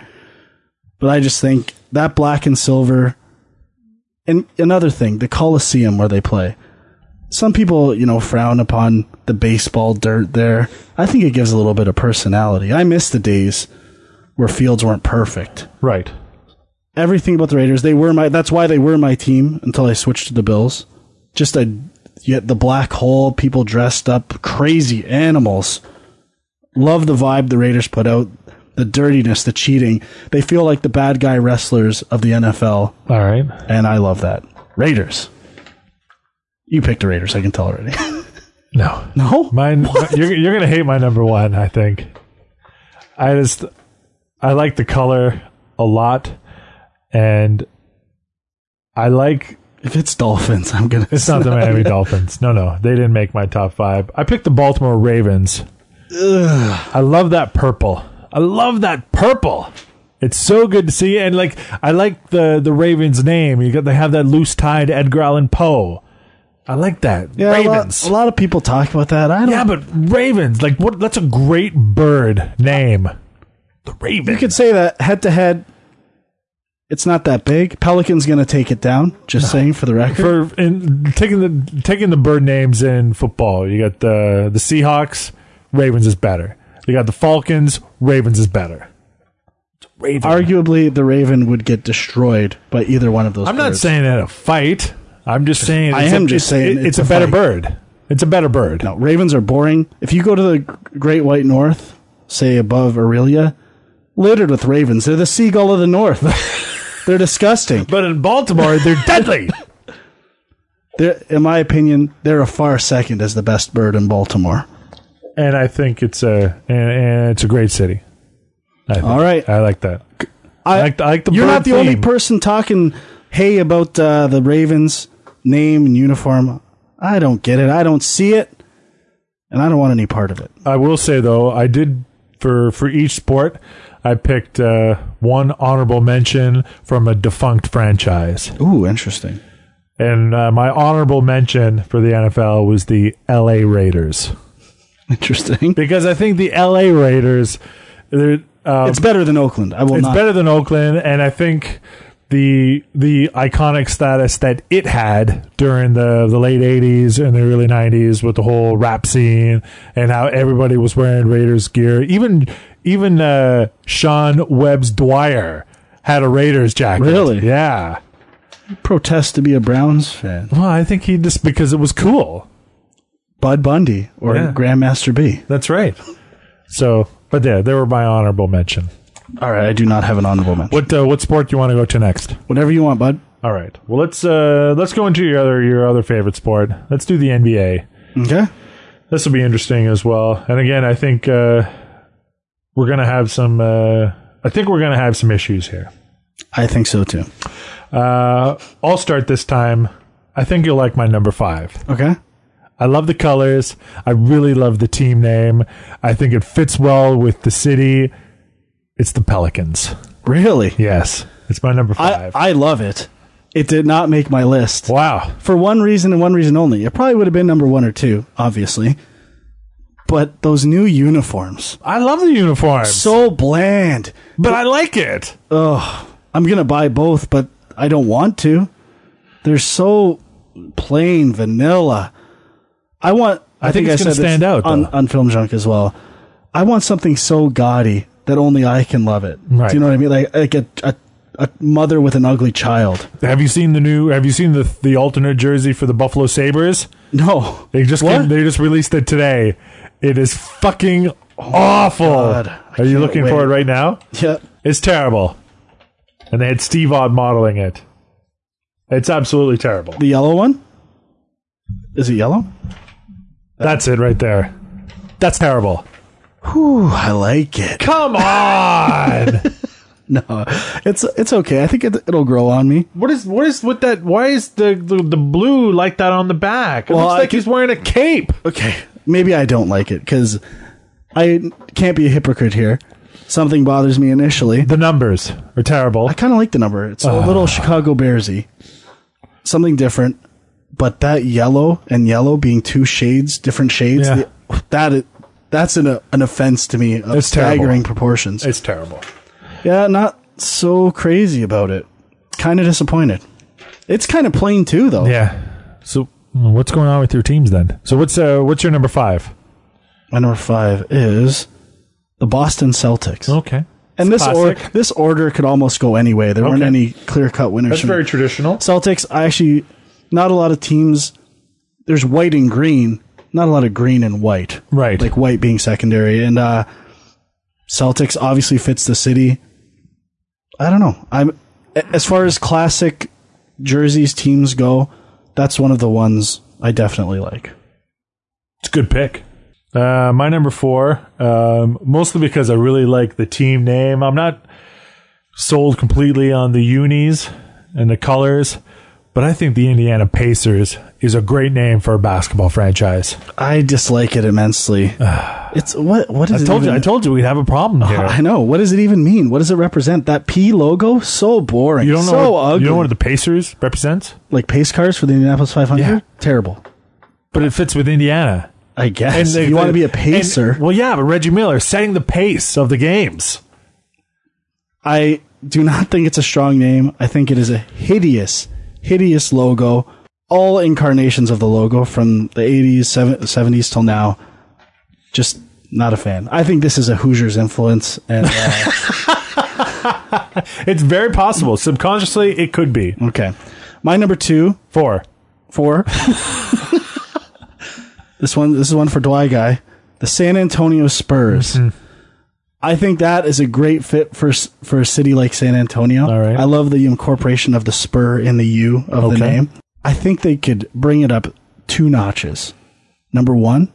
S3: But I just think that black and silver and another thing, the Coliseum where they play. Some people, you know, frown upon the baseball dirt there. I think it gives a little bit of personality. I miss the days where fields weren't perfect.
S2: right
S3: Everything about the Raiders, they were my that's why they were my team until I switched to the Bills. Just a yet the black hole, people dressed up, crazy animals love the vibe the Raiders put out, the dirtiness, the cheating. They feel like the bad guy wrestlers of the NFL,
S2: all right
S3: and I love that. Raiders. You picked the Raiders, I can tell already.
S2: no
S3: no?
S2: Mine, you're you're gonna hate my number one. I think. I just I like the color a lot, and I like
S3: if it's Dolphins, I'm going to.
S2: it's not the Miami Dolphins. No, no, they didn't make my top five. I picked the Baltimore Ravens. I love that purple. I love that purple. It's so good to see, and like I like the the Ravens name. You got they have that loose tie to Edgar Allan Poe. I like that.
S3: Yeah, a lot-
S2: Ravens.
S3: A lot, of people talk about that. I don't
S2: Yeah, but ravens, like what? That's a great bird name. The raven.
S3: You could say that head to head, it's not that big. Pelican's going to take it down, just saying for the record.
S2: for in, taking the taking the bird names in football. You got the the Seahawks. Ravens is better. You got the Falcons. Ravens is better. It's Raven.
S3: Arguably, the Raven would get destroyed by either one of those.
S2: I'm not
S3: birds.
S2: saying that a fight. I'm just saying.
S3: I
S2: it's a-
S3: am just
S2: it's-
S3: saying
S2: it- it's,
S3: it's
S2: a,
S3: a
S2: better
S3: fight.
S2: bird. It's a better bird.
S3: No, ravens are boring. If you go to the Great White North, say above Aurelia, littered with ravens. They're the seagull of the north. They're disgusting.
S2: But in Baltimore, they're deadly.
S3: They're, in my opinion, they're a far second as the best bird in Baltimore.
S2: and I think it's a and, and it's a great city. I think.
S3: All right.
S2: I like that. I like the- I like the
S3: You're
S2: bird
S3: not the only
S2: theme.
S3: person talking hey about uh, the Ravens name and uniform. I don't get it. I don't see it, and I don't want any part of it.
S2: I will say though, I did for for each sport, I picked uh, one honorable mention from a defunct franchise,
S3: Ooh, interesting.
S2: and uh, my honorable mention for the NFL was the L.A. Raiders
S3: Interesting.
S2: because I think the L.A. Raiders, they're. Um,
S3: It's better than Oakland. I will
S2: it's
S3: not.
S2: better than Oakland, and I think the the iconic status that it had during the the late '80s and the early '90s with the whole rap scene and how everybody was wearing Raiders gear. Even even uh, Sean Webb's Dwyer had a Raiders jacket.
S3: Really?
S2: Yeah.
S3: Protest to be a Browns fan.
S2: Well, I think he just because it was cool.
S3: Bud Bundy or
S2: Yeah.
S3: Grandmaster B.
S2: That's right. So, but yeah, they were my honorable mention.
S3: All right, I do not have an honorable mention.
S2: What uh, what sport do you want to go to next?
S3: Whatever you want, bud.
S2: All right. Well, let's uh, let's go into your other your other favorite sport. Let's do the NBA.
S3: Okay.
S2: This will be interesting as well. And again, I think uh, we're gonna have some. Uh, I think we're gonna have some issues here.
S3: I think so too.
S2: Uh, I'll start this time. I think you'll like my number five.
S3: Okay.
S2: I love the colors. I really love the team name. I think it fits well with the city. It's the Pelicans.
S3: Really?
S2: Yes, it's my number
S3: I,
S2: five.
S3: I love it. It did not make my list.
S2: wow.
S3: For one reason and one reason only. It probably would have been number one or two, obviously. But those new uniforms.
S2: I love the uniform,
S3: So bland.
S2: but I like it.
S3: I'm gonna buy both, but I don't want to. They're so plain vanilla. I want. I,
S2: think it's gonna
S3: said this
S2: stand out,
S3: on,
S2: though.
S3: on Film Junk as well. I want something so gaudy that only I can love it.
S2: Right.
S3: Do you know what I mean? Like like a, a a mother with an ugly child.
S2: Have you seen the new? Have you seen the the alternate jersey for the Buffalo Sabers?
S3: No.
S2: They just
S3: What?
S2: came, they just released it today. It is fucking awful.
S3: God. I
S2: Are you
S3: can't
S2: looking for
S3: wait.
S2: it right now?
S3: Yeah.
S2: It's terrible. And they had Steve Odd modeling it. It's absolutely terrible.
S3: The yellow one. Is it yellow?
S2: That's it right there. That's terrible.
S3: Whew, I like it.
S2: Come on.
S3: No, it's it's okay. I think it, it'll grow on me.
S2: what is what is with that? Why is the the, the blue like that on the back? It
S3: Well, I
S2: he's wearing a cape.
S3: okay, maybe I don't like it because I can't be a hypocrite here. Something bothers me initially.
S2: The numbers are terrible.
S3: I kind of like the number. It's
S2: Ah.
S3: a little Chicago Bearsy, something different. But that yellow and yellow being two shades, different shades,
S2: Yeah.
S3: the, that is, that's an an offense to me of
S2: It's terrible.
S3: staggering proportions.
S2: It's terrible.
S3: yeah, not so crazy about it. Kind of disappointed. It's kind of plain too, though.
S2: Yeah. So what's going on with your teams then? So what's uh, what's your number five?
S3: My number five is the Boston Celtics.
S2: Okay.
S3: And this or,
S2: Oh, classic.
S3: this order could almost go any way. There weren't
S2: Okay.
S3: any clear cut winners.
S2: That's
S3: from
S2: very
S3: it.
S2: traditional.
S3: Celtics. I actually not a lot of teams. There's white and green. Not a lot of green and white.
S2: Right.
S3: Like white being secondary, and uh, Celtics obviously fits the city. I don't know. I'm as far as classic jerseys teams go. That's one of the ones I definitely like.
S2: It's a good pick. Uh, my number four, um, mostly because I really like the team name. I'm not sold completely on the unis and the colors, but I think the Indiana Pacers is a great name for a basketball franchise.
S3: I dislike it immensely. it's what? What is
S2: I
S3: it?
S2: told you, I
S3: even-
S2: told you we'd have a problem here.
S3: I know. What does it even mean? What does it represent? That P logo? So boring.
S2: You don't know,
S3: so
S2: what,
S3: ugly.
S2: you know what the Pacers represents,
S3: like pace cars for the Indianapolis 500?
S2: Yeah.
S3: Terrible.
S2: but it fits with Indiana.
S3: I guess.
S2: they-
S3: you want to
S2: they-
S3: be a pacer.
S2: and- well, yeah, but Reggie Miller setting the pace of the games.
S3: I do not think it's a strong name. I think it is a hideous, hideous logo. All incarnations of the logo from the 80s, seven- 70s till now. Just not a fan. I think this is a Hoosiers influence. And uh,
S2: It's very possible. Subconsciously, it could be
S3: Okay. My number two
S2: four.
S3: Four.
S2: Mm-hmm.
S3: this one. This is one for Dwy guy. The San Antonio Spurs. I think that is a great fit for s- for a city like San Antonio.
S2: All right.
S3: I love the incorporation of the spur in the U of the
S2: Okay.
S3: name. I think they could bring it up two notches. Number one,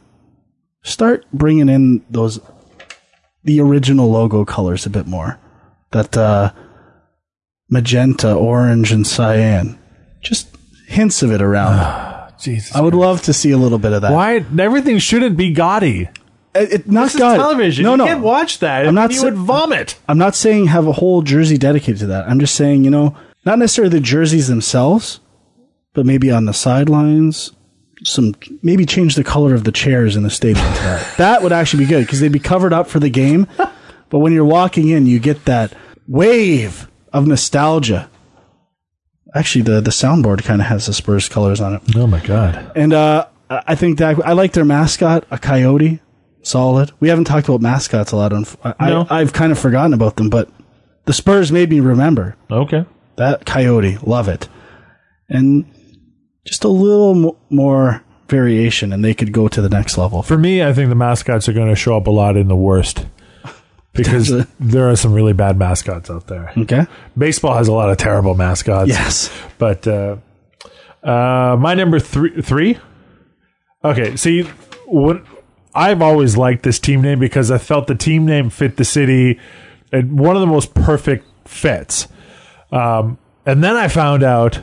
S3: start bringing in those the original logo colors a bit more. That uh, magenta, orange, and cyan. Just hints of it around.
S2: Jesus.
S3: I would love to see a little bit of that.
S2: Ah, Uh, Why everything shouldn't be gaudy?
S3: It, it- not
S2: This is
S3: God.
S2: television.
S3: No,
S2: you
S3: no.
S2: can't watch that.
S3: I'm not
S2: you
S3: sa-
S2: would vomit.
S3: I'm not saying have a whole jersey dedicated to that. I'm just saying, you know, not necessarily the jerseys themselves, but maybe on the sidelines, some maybe change the color of the chairs in the stadium to that. that would actually be good because they'd be covered up for the game. But when you're walking in, you get that wave of nostalgia. Actually, the, the soundboard kind of has the Spurs colors on it.
S2: Oh my god.
S3: And uh, I I think that I like their mascot, a coyote. Solid. We haven't talked about mascots a lot. On I,
S2: No.
S3: I, I've kind of forgotten about them, but the Spurs made me remember
S2: Okay.
S3: that coyote. Love it, and just a little mo- more variation, and they could go to the next level.
S2: For me, I think the mascots are going to show up a lot in the worst because
S3: Potentially.
S2: there are some really bad mascots out there.
S3: Okay.
S2: Baseball has a lot of terrible mascots.
S3: Yes.
S2: But uh, uh, my number three, three. Okay, see, what I've always liked this team name because I felt the team name fit the city, and one of the most perfect fits. Um, and then I found out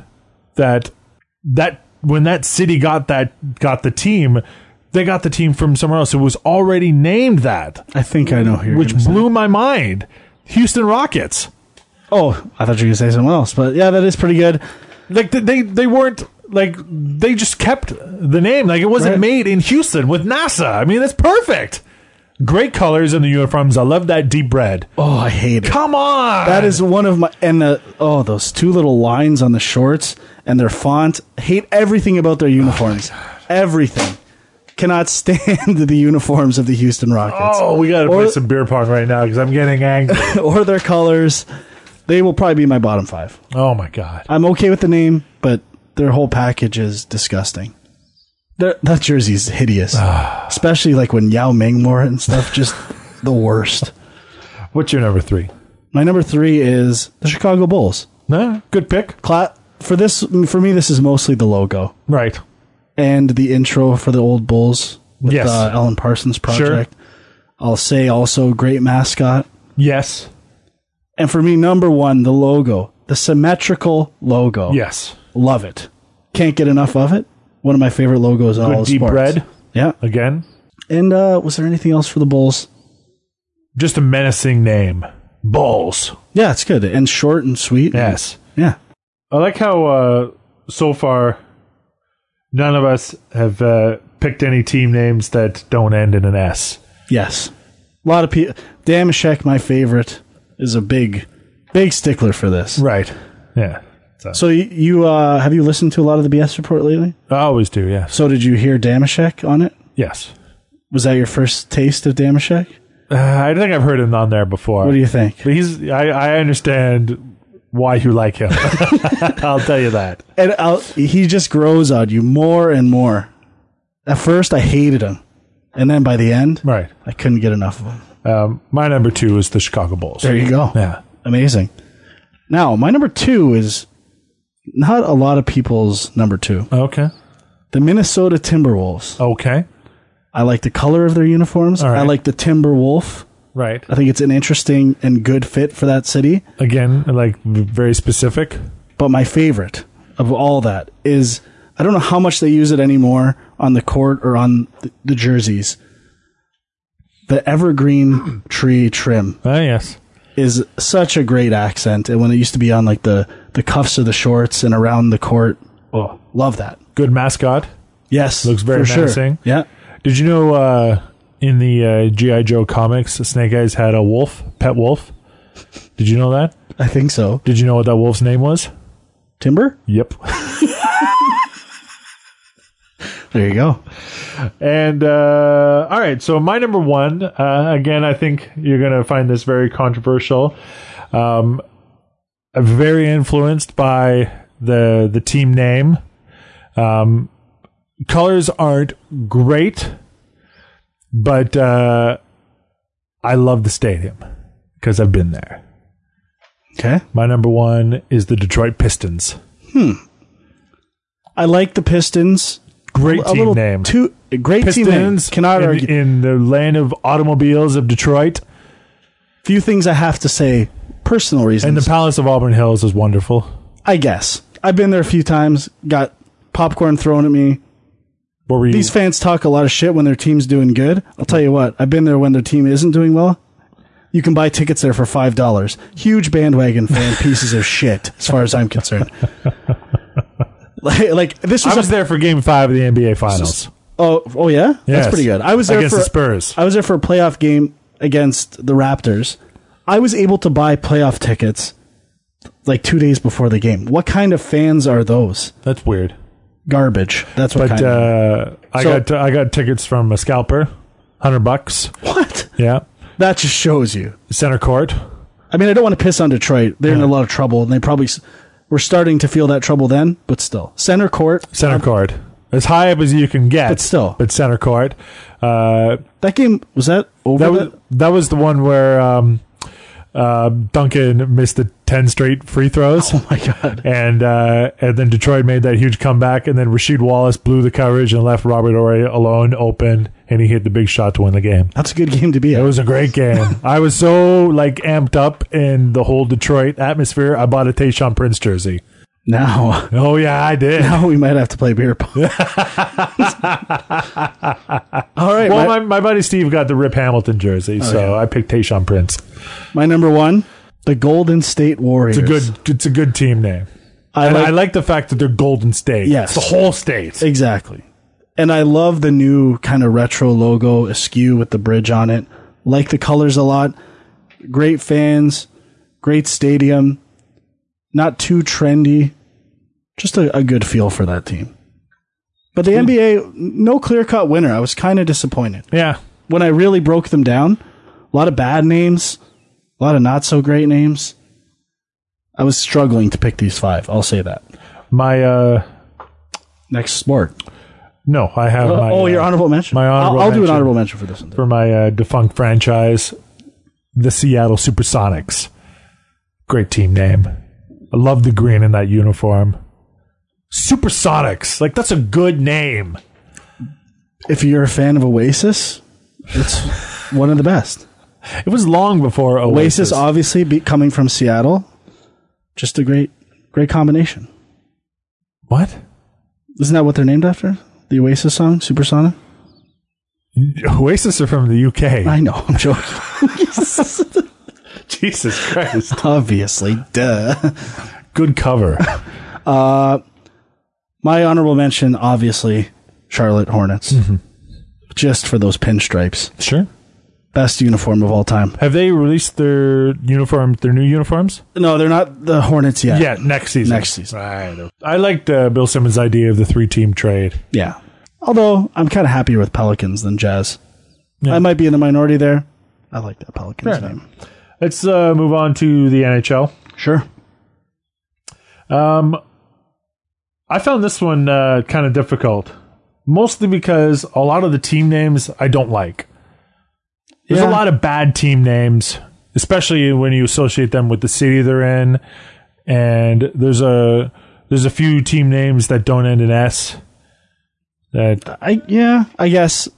S2: that that when that city got that got the team, they got the team from somewhere else. It was already named that,
S3: I think I know who you're
S2: which
S3: gonna say.
S2: blew my mind. Houston Rockets.
S3: Oh, I thought you were going to say something else, but yeah, that is pretty good.
S2: like th- they they weren't like they just kept the name like it wasn't
S3: Right.
S2: made in Houston with NASA. I mean, that's perfect. Great colors in the uniforms. I love that deep red.
S3: Oh, I hate it.
S2: Come on,
S3: That is one of my and the oh those two little lines on the shorts and their font. Hate everything about their uniforms. everything. Cannot stand the uniforms of the Houston Rockets
S2: Oh, we got to
S3: Or-
S2: play some beer pong right now because I'm getting angry.
S3: or their colors. They will probably be my bottom five.
S2: oh my god.
S3: I'm okay with the name, but their whole package is disgusting. Their, that jersey's hideous, especially like when Yao Ming wore it and stuff. Just the worst.
S2: What's your number three?
S3: My number three is the Chicago Bulls.
S2: No, good pick.
S3: Cla- for this, for me, this is mostly the logo.
S2: Right.
S3: and the intro for the old Bulls with
S2: Yes.
S3: uh, Alan Parsons project. I'll say also great mascot.
S2: Yes.
S3: And for me, number one, the logo, the symmetrical logo.
S2: Yes.
S3: love it. Can't get enough of it. One of my favorite logos. in all
S2: Good
S3: of
S2: deep
S3: sports.
S2: red
S3: Yeah.
S2: again.
S3: And uh, was there anything else for the Bulls?
S2: Just a menacing name. Bulls.
S3: Yeah, it's good and short and sweet.
S2: Yes.
S3: Yeah.
S2: I like how uh, so far none of us have uh, picked any team names that don't end in an S.
S3: Yes. A lot of people. Damashek, my favorite, is a big, big stickler for this.
S2: Right. Yeah. So,
S3: So you, you uh, have you listened to a lot of the BS report lately?
S2: I always do. Yes.
S3: So did you hear Damashek on it?
S2: Yes.
S3: Was that your first taste of Damashek?
S2: Uh, I think I've heard him on there before.
S3: What do you think?
S2: but he's. I, I understand why you like him. I'll tell you that.
S3: And I'll, he just grows on you more and more. At first, I hated him, and then by the end,
S2: Right.
S3: I couldn't get enough of him.
S2: Um, my number two is the Chicago Bulls.
S3: There you go.
S2: Yeah.
S3: Amazing. Now, my number two is not a lot of people's number two.
S2: Okay.
S3: The Minnesota Timberwolves.
S2: Okay.
S3: I like the color of their uniforms.
S2: All right.
S3: I like the Timber Wolf.
S2: Right.
S3: I think it's an interesting and good fit for that city.
S2: Again, like very specific.
S3: But my favorite of all that is I don't know how much they use it anymore on the court or on th- the jerseys. The evergreen tree trim
S2: Ah, yes.
S3: is such a great accent, and when it used to be on like the the cuffs of the shorts and around the court, oh, love that.
S2: Good mascot.
S3: Yes,
S2: Looks very
S3: for sure.
S2: menacing.
S3: Yeah,
S2: Did you know uh, in the uh, GI Joe comics, Snake Eyes had a wolf, pet wolf? Did you know that?
S3: I think so.
S2: Did you know what that wolf's name was?
S3: Timber,
S2: Yep.
S3: there you go.
S2: and uh, all right, so my number one uh, again, I think you're going to find this very controversial. Um, I'm very influenced by the the team name. Um, colors aren't great, but uh, I love the stadium because I've been there.
S3: Okay.
S2: My number one is the Detroit Pistons.
S3: I like the Pistons.
S2: Great
S3: A
S2: team
S3: little
S2: name.
S3: Too, great team name.
S2: Pistons
S3: Cannot
S2: in,
S3: argue.
S2: in the land of automobiles of Detroit.
S3: Few things I have to say. Personal reasons.
S2: And the Palace of Auburn Hills is wonderful.
S3: I guess. I've been there a few times, got popcorn thrown at me.
S2: What were you?
S3: These fans talk a lot of shit when their team's doing good. I'll tell you what, I've been there when their team isn't doing well. You can buy tickets there for $5. Huge bandwagon fan pieces of shit, as far as I'm concerned. like, like, this
S2: I
S3: was,
S2: was
S3: a,
S2: there for Game Five of the NBA Finals.
S3: oh, oh yeah?
S2: Yes.
S3: That's pretty good. I was there
S2: against
S3: for
S2: the Spurs.
S3: I was there for a playoff game against the Raptors. I was able to buy playoff tickets like 2 days before the game. What kind of fans are those?
S2: That's weird.
S3: garbage. That's what
S2: But
S3: kind of
S2: uh, I
S3: So-
S2: got I got tickets from a scalper, hundred bucks.
S3: what?
S2: Yeah,
S3: That just shows you.
S2: center court.
S3: I mean, I don't want to piss on Detroit. They're in a lot of trouble, and they probably s- were starting to feel that trouble then. But still, center court.
S2: center court as high up as you can get
S3: Um, But still.
S2: but center court uh,
S3: That game was that over.
S2: that was that was the one where um, uh, Duncan missed the 10 straight free throws
S3: oh my god.
S2: and uh, and then Detroit made that huge comeback and then Rasheed Wallace blew the coverage and left Robert Ory alone open and he hit the big shot to win the game
S3: That's a good game to be
S2: it
S3: at.
S2: was a great game. I was so like amped up in the whole Detroit atmosphere. I bought a Tayshaun Prince jersey.
S3: Now,
S2: Oh yeah, I did.
S3: now we might have to play beer pong. All right,
S2: Well, my,
S3: my,
S2: my buddy Steve got the Rip Hamilton jersey,
S3: Oh,
S2: so I picked Tayshawn Prince.
S3: my number one, the Golden State Warriors.
S2: It's a good it's a good team name.
S3: I
S2: and
S3: like,
S2: I like the fact that they're Golden State.
S3: Yes.
S2: It's the whole state.
S3: exactly, and I love the new kind of retro logo askew with the bridge on it. Like the colors a lot. great fans, great stadium, not too trendy, just a, a good feel for that team. But the NBA, no clear cut winner. I was kind of disappointed
S2: Yeah.
S3: when I really broke them down. A lot of bad names, a lot of not so great names. I was struggling to pick these five. I'll say that.
S2: My uh
S3: Next sport.
S2: no, I have my
S3: oh,
S2: uh,
S3: your honorable mention.
S2: my honorable
S3: I'll, I'll do an
S2: mention.
S3: honorable mention for this one. too.
S2: for my uh, defunct franchise, the Seattle Supersonics. Great team name. I love the green in that uniform. Supersonics. Like that's a good name.
S3: If you're a fan of Oasis, it's one of the best.
S2: It was long before
S3: Oasis, obviously, be, coming from Seattle, just a great, great combination.
S2: What?
S3: Isn't that what they're named after? The Oasis song, Supersonic.
S2: Oasis are from the UK.
S3: I know, I'm joking.
S2: Jesus Christ.
S3: obviously, duh.
S2: Good cover.
S3: My honorable mention, obviously, Charlotte Hornets,
S2: Mm-hmm.
S3: just for those pinstripes.
S2: sure.
S3: Best uniform of all time.
S2: Have they released their uniform, their new uniforms?
S3: No, they're not the Hornets yet.
S2: Yeah, next season.
S3: Next season.
S2: Right. I liked uh, Bill Simmons' idea of the three-team trade.
S3: Yeah. Although I'm kind of happier with Pelicans than Jazz. I might be in the minority there. I like that Pelicans
S2: Fair
S3: name.
S2: Let's uh, move on to the NHL.
S3: Sure.
S2: I found this one uh, kind of difficult, mostly because a lot of the team names I don't like. There's
S3: Yeah.
S2: a lot of bad team names, especially when you associate them with the city they're in. And there's a there's a few team names that don't end in S. That
S3: I yeah, I guess.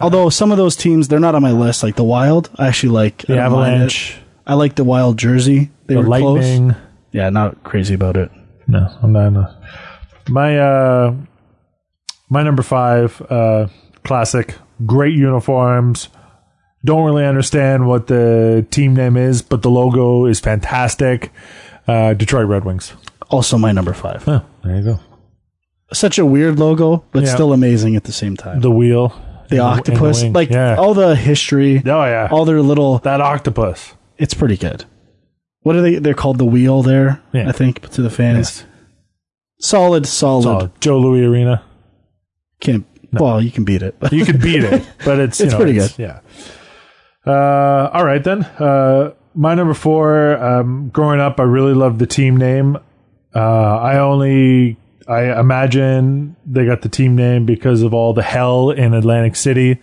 S3: Although some of those teams, they're not on my list. Like the Wild, I actually like
S2: the Avalanche,
S3: I like the Wild jersey. They
S2: the
S3: were close.
S2: Lightning.
S3: Yeah, not crazy about it.
S2: No, I'm not. No. My uh, my number five uh, classic. Great uniforms. Don't really understand what the team name is, but the logo is fantastic. Uh, Detroit Red Wings.
S3: Also, my number five.
S2: Oh, there you go.
S3: Such a weird logo, but
S2: Yeah.
S3: still amazing at the same time.
S2: The wheel.
S3: The
S2: and and
S3: octopus,
S2: wing.
S3: like
S2: yeah.
S3: all the history,
S2: oh yeah,
S3: all their little.
S2: that octopus.
S3: It's pretty good. What are they? They're called the Wheel. There,
S2: Yeah.
S3: I think, to the fans. Solid, solid.
S2: Oh, Joe Louis Arena.
S3: Can't. Well, you can beat it. But
S2: You could beat it, but it's you
S3: It's
S2: know,
S3: pretty
S2: Yeah. Uh, all right then. Uh, my number four. Um, growing up, I really loved the team name. Uh, I only I imagine they got the team name because of all the hell in Atlantic City,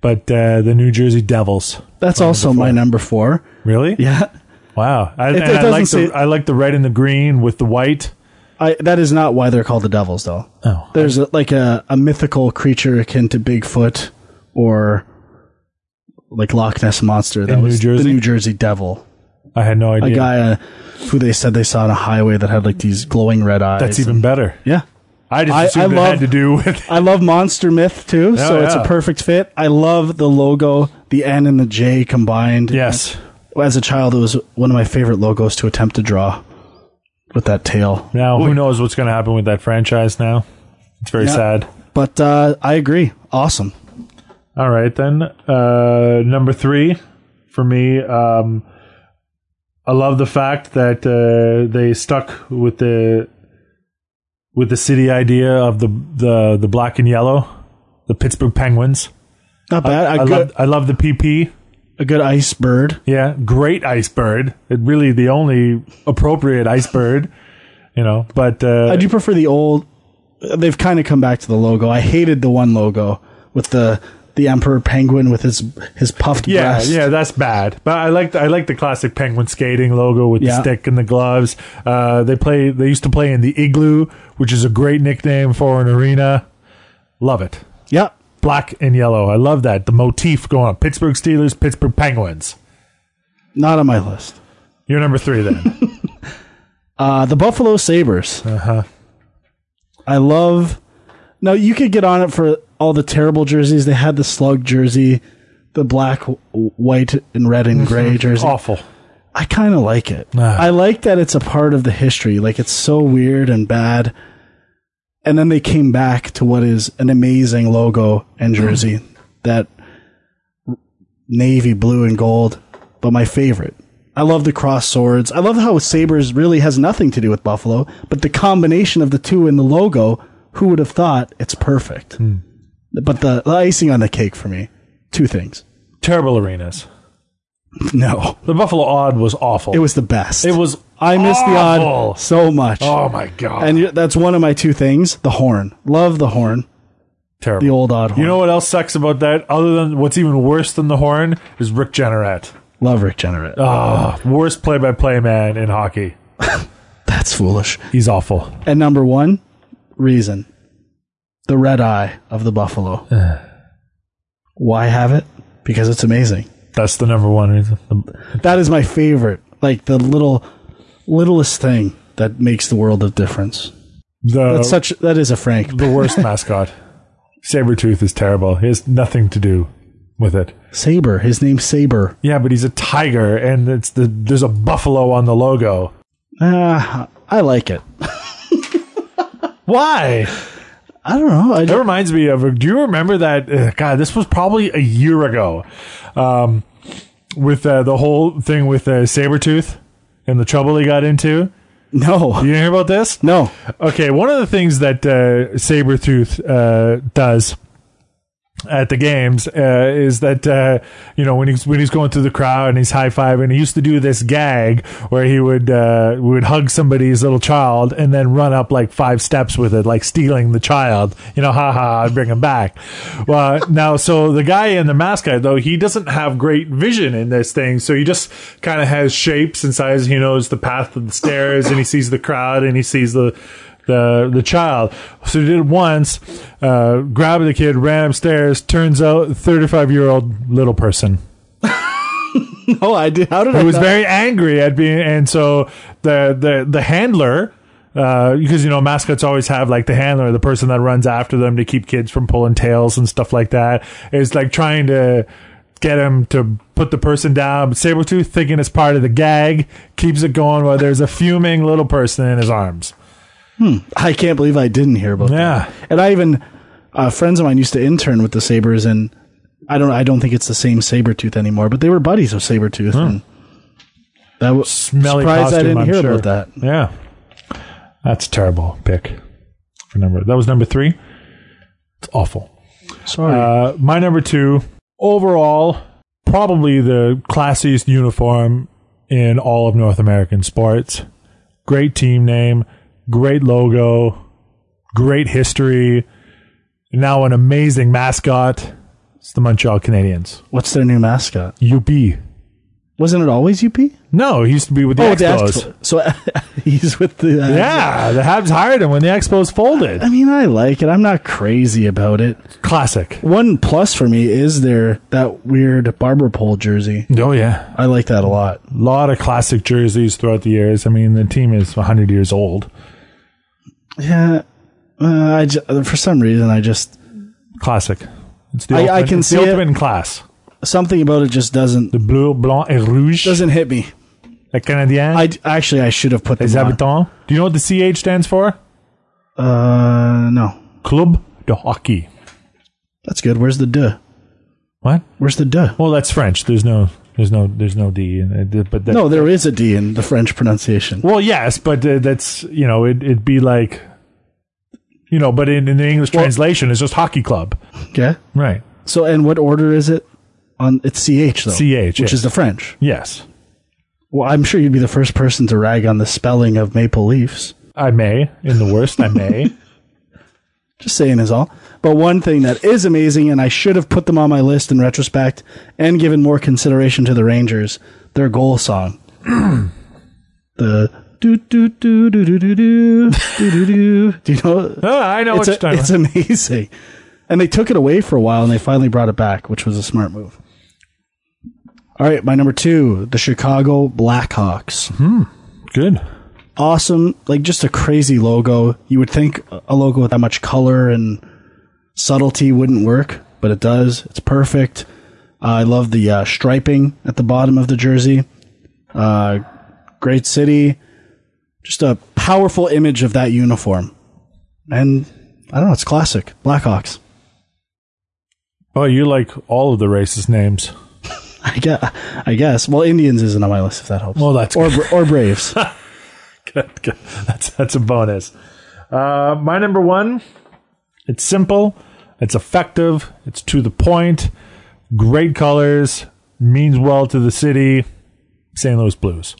S2: but uh, the New Jersey Devils.
S3: That's also my number four.
S2: Really?
S3: Yeah.
S2: Wow. I,
S3: it
S2: and I
S3: doesn't
S2: like
S3: say-
S2: the I like the red and the green with the white.
S3: I, that is not why they're called the devils, though.
S2: Oh.
S3: There's a, like a, a mythical creature akin to Bigfoot or like Loch Ness monster. That
S2: In
S3: was
S2: New Jersey?
S3: the New Jersey Devil.
S2: I had no
S3: A
S2: idea.
S3: guy uh, who they said they saw on a highway that had like these glowing red eyes.
S2: That's even better.
S3: yeah.
S2: I just
S3: I-
S2: assumed
S3: I
S2: it
S3: love-
S2: had to do with
S3: I love monster myth too,
S2: Yeah,
S3: so it's a
S2: yeah.
S3: perfect fit. I love the logo, the N and the J combined.
S2: yes.
S3: As a child, it was one of my favorite logos to attempt to draw with that tail.
S2: Now who knows what's going to happen with that franchise now? It's very
S3: Yeah.
S2: sad.
S3: But uh, I agree. Awesome.
S2: All right then. Uh, number three for me. Um, I love the fact that uh, they stuck with the with the city idea of the the the black and yellow, the Pittsburgh Penguins.
S3: Not bad. A
S2: I
S3: good,
S2: love I love the PP.
S3: a good ice bird.
S2: Yeah, great ice bird. It really the only appropriate ice bird, you know. But uh,
S3: I do prefer the old. They've kind of come back to the logo. I hated the one logo with the the emperor penguin with his his puffed
S2: yeah,
S3: breast.
S2: yeah, that's bad. But I like the, I like the classic penguin skating logo with
S3: Yeah.
S2: the stick and the gloves. Uh, they play they used to play in the igloo, which is a great nickname for an arena. Love it.
S3: yeah.
S2: Black and yellow. I love that. The motif going on. Pittsburgh Steelers, Pittsburgh Penguins.
S3: Not on my list.
S2: You're number three then.
S3: Uh, the Buffalo Sabers. Uh huh. I love. Now you could get on it for all the terrible jerseys. They had the slug jersey, the black, w- white, and red and gray jersey.
S2: Awful.
S3: I kind of like it.
S2: Ah.
S3: I like that it's a part of the history. Like it's so weird and bad. And then they came back to what is an amazing logo and
S2: Hmm.
S3: jersey that navy blue and gold, but my favorite. I love the cross swords. I love how sabers really has nothing to do with buffalo, but the combination of the two in the logo, who would have thought it's perfect?
S2: Hmm.
S3: But the, the icing on the cake for me, two things.
S2: Terrible arenas.
S3: No,
S2: The Buffalo Odd was awful.
S3: it was the best.
S2: It was.
S3: I miss the
S2: awful.
S3: odd so much.
S2: Oh my god.
S3: And you- that's one of my two things. The horn. Love the horn.
S2: Terrible.
S3: The old odd horn.
S2: You know what else sucks about that? Other than what's even worse than the horn is Rick Jenneret.
S3: Love Rick Jenneret.
S2: Ah, worst play-by-play man in hockey.
S3: That's foolish.
S2: He's awful.
S3: And number one, reason. The red eye of the buffalo. Why have it? Because it's amazing.
S2: That's the number one reason.
S3: That is my favorite. Like the little littlest thing that makes the world of difference.
S2: The,
S3: That's such that is a Frank.
S2: Uh, the worst mascot. Sabretooth is terrible. He has nothing to do with it.
S3: Saber. His name's Saber.
S2: Yeah, but he's a tiger, and it's the there's a buffalo on the logo.
S3: Ah, I like it.
S2: Why?
S3: I don't know. I
S2: That reminds me of. Do you remember that? Uh, God, this was probably a year ago, um, with uh, the whole thing with uh, Sabretooth and the trouble he got into.
S3: no.
S2: You hear about this?
S3: No.
S2: Okay, one of the things that uh, Sabretooth uh, does at the games uh, is that uh, you know when he's when he's going through the crowd and he's high fiving, he used to do this gag where he would uh, would hug somebody's little child and then run up like five steps with it, like stealing the child. You know, ha ha, I'd bring him back. Well, now so the guy in the mascot though he doesn't have great vision in this thing, so he just kind of has shapes and sizes. He knows the path of the stairs and he sees the crowd and he sees the the the child. So he did it once, uh, grabbed the kid, ran upstairs. Turns out, thirty five year old little person
S3: No, I did. How did I
S2: who was
S3: not-
S2: very angry at being, and so the the the handler. Uh, because you know mascots always have like the handler, the person that runs after them to keep kids from pulling tails and stuff like that. Is like trying to get him to put the person down. But Sabretooth, thinking it's part of the gag, keeps it going while there's a fuming little person in his arms.
S3: I can't believe I didn't hear about
S2: Yeah.
S3: that. And I even uh, friends of mine used to intern with the Sabers, and I don't I don't think it's the same saber tooth anymore, but they were buddies of saber tooth. And that was
S2: Hmm. smelly
S3: surprised
S2: costume,
S3: I didn't
S2: I'm
S3: hear
S2: sure.
S3: about that.
S2: Yeah, that's a terrible pick for number. That was number three. It's awful.
S3: Sorry,
S2: Uh, my number two overall, probably the classiest uniform in all of North American sports. Great team name, great logo, great history. Now an amazing mascot. It's the Montreal Canadiens.
S3: What's their new mascot?
S2: UB.
S3: Wasn't it always UP?
S2: No, he used to be with the
S3: oh, the
S2: Expos.
S3: Expos. So he's with the. Uh,
S2: yeah, the Habs hired him when the Expos folded.
S3: I mean, I like it. I'm not crazy about it.
S2: Classic.
S3: One plus for me is there that weird barber pole jersey.
S2: Oh yeah,
S3: I like that a lot.
S2: a lot of classic jerseys throughout the years. I mean, the team is 100 years old.
S3: Yeah. Uh, I ju- for some reason I just
S2: Classic. It's the
S3: I- I
S2: ultimate-
S3: can
S2: it's
S3: see
S2: the
S3: it.
S2: ultimate in class.
S3: something about it just doesn't
S2: The bleu, blanc, et rouge.
S3: doesn't hit me.
S2: Les Canadiens.
S3: I d- actually I should have put
S2: les
S3: this on.
S2: habitants. Do you know what the CH stands for?
S3: Uh, no,
S2: Club de hockey.
S3: that's good. Where's the duh?
S2: What?
S3: Where's the duh?
S2: Well, that's French. There's no, there's no, there's no D. In it, but that,
S3: No, there is a D in the French pronunciation.
S2: Well, yes, but uh, that's you know, it, it'd be like, you know, but in, in the English translation, it's just hockey club,
S3: Okay.
S2: right?
S3: So, and what order is it? On it's ch though.
S2: CH,
S3: which
S2: yeah.
S3: is the French.
S2: Yes,
S3: Well, I'm sure you'd be the first person to rag on the spelling of Maple Leafs.
S2: I may. In the worst, I may.
S3: Just saying is all. But one thing that is amazing, and I should have put them on my list in retrospect and given more consideration to the Rangers, their goal song. the do do do do do do do do do do. Do you know?
S2: Oh, I know
S3: it's,
S2: what you're
S3: a,
S2: talking
S3: it's
S2: about.
S3: amazing. And they took it away for a while and they finally brought it back, which was a smart move. All right, my number two, the Chicago Blackhawks.
S2: Good.
S3: Awesome, like just a crazy logo. You would think a logo with that much color and subtlety wouldn't work, but it does. It's perfect. I love the uh, striping at the bottom of the jersey. Uh, great city. Just a powerful image of that uniform. And I don't know, it's classic. Blackhawks.
S2: Oh, you like all of the racist names.
S3: I guess, I guess. Well, Indians isn't on my list if that helps.
S2: Well, that's
S3: or or Braves.
S2: Good, good. That's that's a bonus. Uh, my number one. It's simple. It's effective. It's to the point. Great colors. Means well to the city. St. Louis Blues.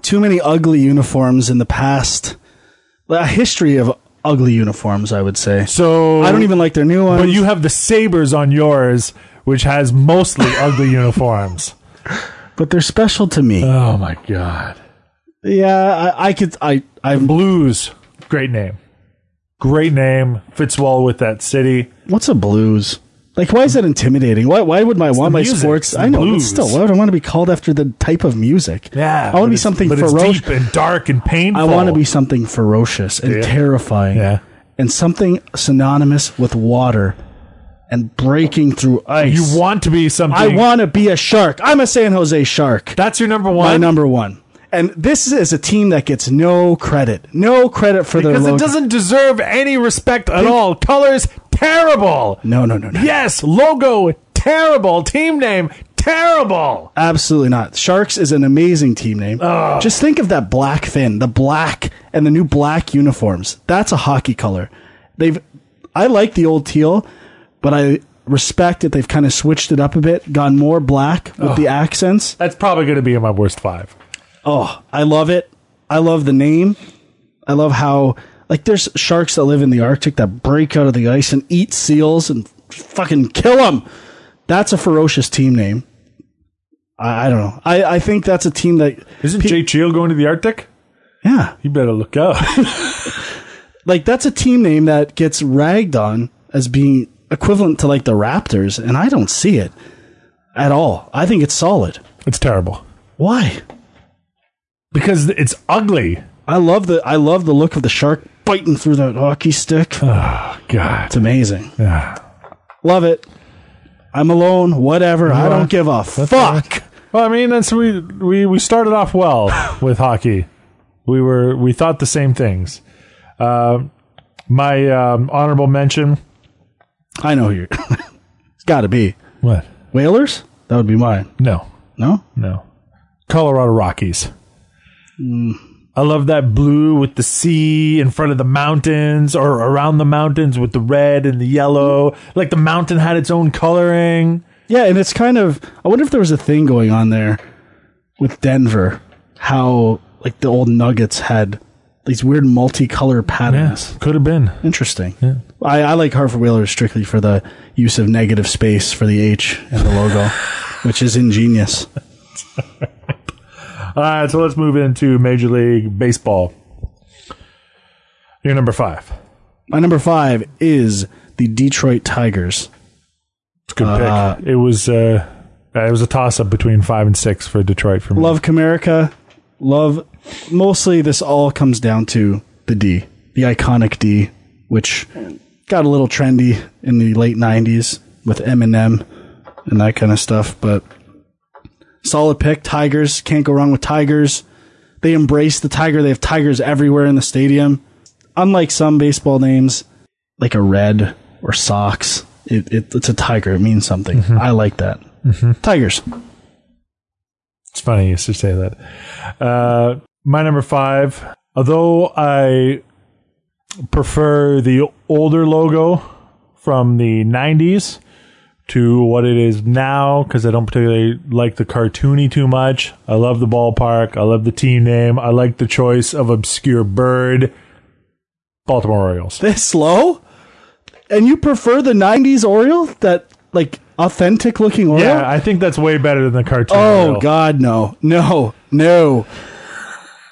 S3: Too many ugly uniforms in the past. A history of ugly uniforms, I would say.
S2: So
S3: I don't even like their new ones.
S2: But you have the sabers on yours, which has mostly ugly uniforms.
S3: but they're special to me.
S2: Oh my god.
S3: yeah, I, I could. I I'm.
S2: Blues. Great name. Great name. Fits well with that city.
S3: What's a blues? Like, why is that intimidating? Why why would I want my
S2: music. It's
S3: sports?
S2: the
S3: I know,
S2: blues.
S3: but still, why would I want to be called after the type of music?
S2: Yeah.
S3: I want
S2: but
S3: to be
S2: it's-
S3: something
S2: but It's
S3: ferocious.
S2: deep and dark and painful.
S3: I want to be something ferocious and terrifying.
S2: Yeah.
S3: and something synonymous with water and breaking through ice.
S2: You want to be something.
S3: I want to be a shark. I'm a San Jose shark.
S2: That's your number
S3: my
S2: one.
S3: number one. And this is a team that gets no credit. No credit for their
S2: because
S3: logo.
S2: it doesn't deserve any respect at all. Colors terrible.
S3: no, no, no, no.
S2: Yes, logo terrible. Team name terrible.
S3: Absolutely not. Sharks is an amazing team name. Just think of that black fin, the black, and the new black uniforms. That's a hockey color. They've, I like the old teal, but I respect that they've kind of switched it up a bit, gone more black with the accents.
S2: That's probably going to be in my worst five.
S3: Oh, I love it. I love the name. I love how like there's sharks that live in the Arctic that break out of the ice and eat seals and fucking kill them. That's a ferocious team name. I, I don't know. I, I think that's a team that
S2: Isn't Jay Cheel going to the Arctic?
S3: yeah,
S2: You better look out.
S3: like that's a team name that gets ragged on as being equivalent to like the Raptors, and I don't see it at all. I think it's solid.
S2: it's terrible
S3: Why?
S2: because it's ugly.
S3: I love the I love the look of the shark biting through the hockey stick.
S2: God.
S3: It's amazing. Love it. I'm alone. Whatever. I don't give a fuck.
S2: Well, I mean, that's we we we started off well with hockey. We were we thought the same things. Uh, my um, honorable mention.
S3: I know who you're. it's got to be
S2: What?
S3: Whalers. That would be mine.
S2: No,
S3: No.
S2: no. Colorado Rockies. Mm. I love that blue with the sea in front of the mountains or around the mountains with the red and the yellow. Like the mountain had its own coloring.
S3: Yeah, and it's kind of. I wonder if there was a thing going on there with Denver. How like the old Nuggets had these weird multicolor patterns.
S2: Could have been.
S3: Interesting. I, I like Harvard Wheeler strictly for the use of negative space for the H in the logo, which is ingenious.
S2: All right, so let's move into Major League Baseball. Your number five.
S3: My number five is the Detroit Tigers.
S2: It's a good pick. It was uh, it was a toss up between five and six for Detroit for me.
S3: Love Comerica. Love. Mostly, this all comes down to the D, the iconic D, which got a little trendy in the late '90s with Eminem and that kind of stuff. But solid pick. Tigers can't go wrong with Tigers. They embrace the tiger. They have tigers everywhere in the stadium. Unlike some baseball names, like a red or socks, it, it, it's a tiger. It means something. I like that. Tigers.
S2: It's funny you should say that. Uh, my number five, although I prefer the older logo from the 90s to what it is now because I don't particularly like the cartoony too much. I love the ballpark. I love the team name. I like the choice of obscure bird. Baltimore Orioles.
S3: this slow? And you prefer the '90s Oriole, that like authentic looking Oriole?
S2: Yeah, I think that's way better than the cartoon.
S3: oh
S2: Oriole.
S3: God, no, no, no.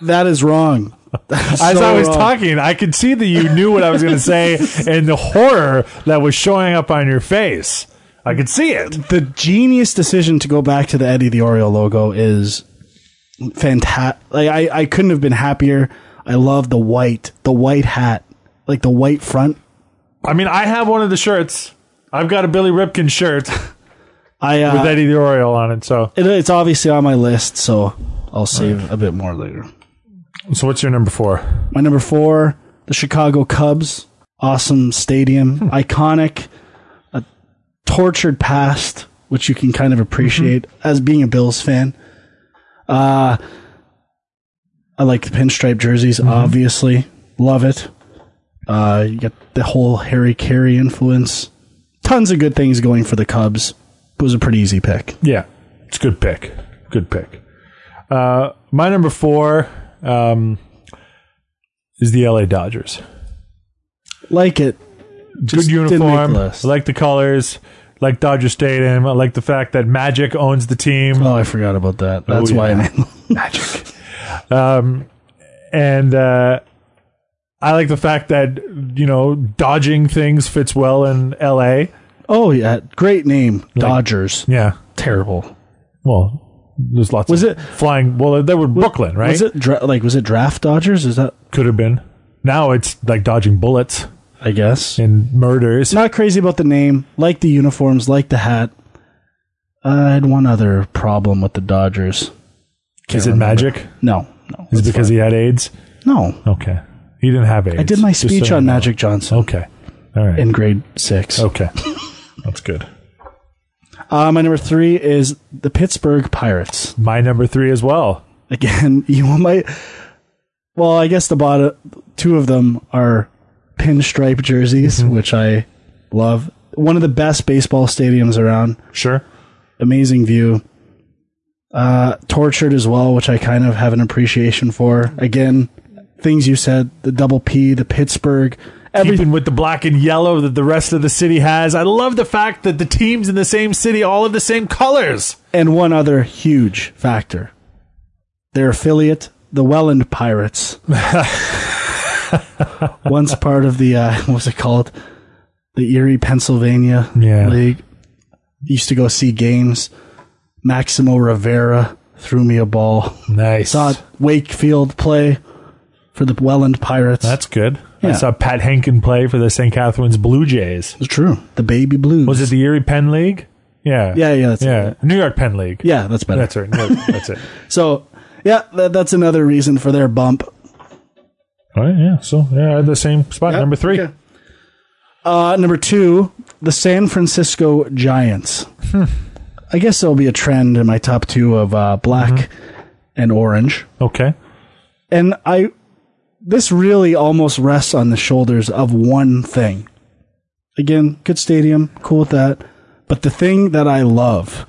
S3: That is wrong. That's
S2: As
S3: so
S2: I was
S3: wrong.
S2: talking, I could see that you knew what I was going to say and the horror that was showing up on your face. I could see it.
S3: the genius decision to go back to the Eddie the Oriole logo is fantastic. Like I, I couldn't have been happier. I love the white, the white hat, like the white front.
S2: I mean, I have one of the shirts. I've got a Billy Ripkin shirt with
S3: I uh,
S2: Eddie the Oriole on it. So,
S3: it, it's obviously on my list, so I'll save a bit more later.
S2: so what's your number four?
S3: My number four, the Chicago Cubs. Awesome stadium,
S2: Hmm.
S3: iconic, a tortured past, which you can
S2: Mm-hmm.
S3: kind of appreciate as being a Bills fan. Uh, I like the pinstripe jerseys,
S2: Mm-hmm.
S3: obviously. Love it. Uh, you got the whole Harry Carey influence. Tons of good things going for the Cubs. It was a pretty easy pick.
S2: Yeah, it's a good pick. Good pick. Uh, my number four um, is the LA Dodgers.
S3: Like it. Just
S2: good
S3: didn't make the
S2: uniform. I
S3: list.
S2: like the colors. Like Dodger Stadium. I like the fact that Magic owns the team.
S3: Oh, I forgot about that. That's
S2: Oh,
S3: why
S2: yeah.
S3: I'm
S2: magic. Um, and uh, I like the fact that you know dodging things fits well in L.A.
S3: Oh yeah, great name, Dodgers.
S2: Yeah.
S3: Terrible.
S2: Well, there's lots.
S3: Was
S2: of
S3: it-
S2: flying? Well, they were Brooklyn, right?
S3: Was it dra- like was it draft Dodgers? Is that
S2: Could have been. Now it's like dodging bullets
S3: I guess.
S2: and murders.
S3: Not crazy about the name, like the uniforms, like the hat. I had one other problem with the Dodgers.
S2: Is it magic?
S3: No, no,
S2: Is it because he had AIDS?
S3: no.
S2: Okay, he didn't have AIDS.
S3: I did my
S2: just so Oh.
S3: speech
S2: you
S3: on
S2: know.
S3: Magic Johnson
S2: Okay, all right.
S3: in grade six.
S2: okay, that's good.
S3: Uh, my number three is the Pittsburgh Pirates.
S2: My number three as well.
S3: Again, you might. Well, I guess the bottom two of them are pinstripe jerseys, which I love. One of the best baseball stadiums around.
S2: Sure.
S3: amazing view. Uh, tortured as well, which I kind of have an appreciation for. Again, things you said, the double P, the Pittsburgh, everything.
S2: keeping with the black and yellow that the rest of the city has. I love the fact that the teams in the same city all have the same colors.
S3: And one other huge factor. Their affiliate, the Welland Pirates. Once part of the, uh, what was it called? The Erie, Pennsylvania
S2: Yeah.
S3: League. Used to go see games. Maximo Rivera threw me a ball.
S2: Nice.
S3: saw Wakefield play for the Welland Pirates.
S2: That's good. I
S3: Yeah.
S2: saw Pat Henkin play for the St. Catharines Blue Jays.
S3: It's true. The Baby Blues.
S2: Was it the Erie Penn League? Yeah.
S3: Yeah, yeah, that's
S2: yeah. New York Penn League.
S3: yeah, that's better.
S2: That's right. No, that's it.
S3: So, yeah, that, that's another reason for their bump.
S2: All right. Yeah. So, yeah, I had the same spot. Number three.
S3: Okay. Uh, number two, the San Francisco Giants. I guess there'll be a trend in my top two of uh, black and orange.
S2: Okay.
S3: And I, this really almost rests on the shoulders of one thing. Again, good stadium, cool with that. But the thing that I love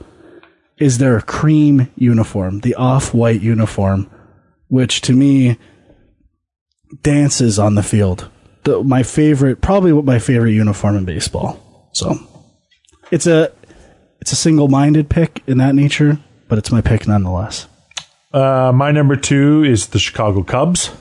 S3: is their cream uniform, the off white uniform, which to me dances on the field. the, my favorite, probably what my favorite uniform in baseball. So it's a it's a single minded pick in that nature, but it's my pick nonetheless.
S2: Uh, my number two is the Chicago Cubs.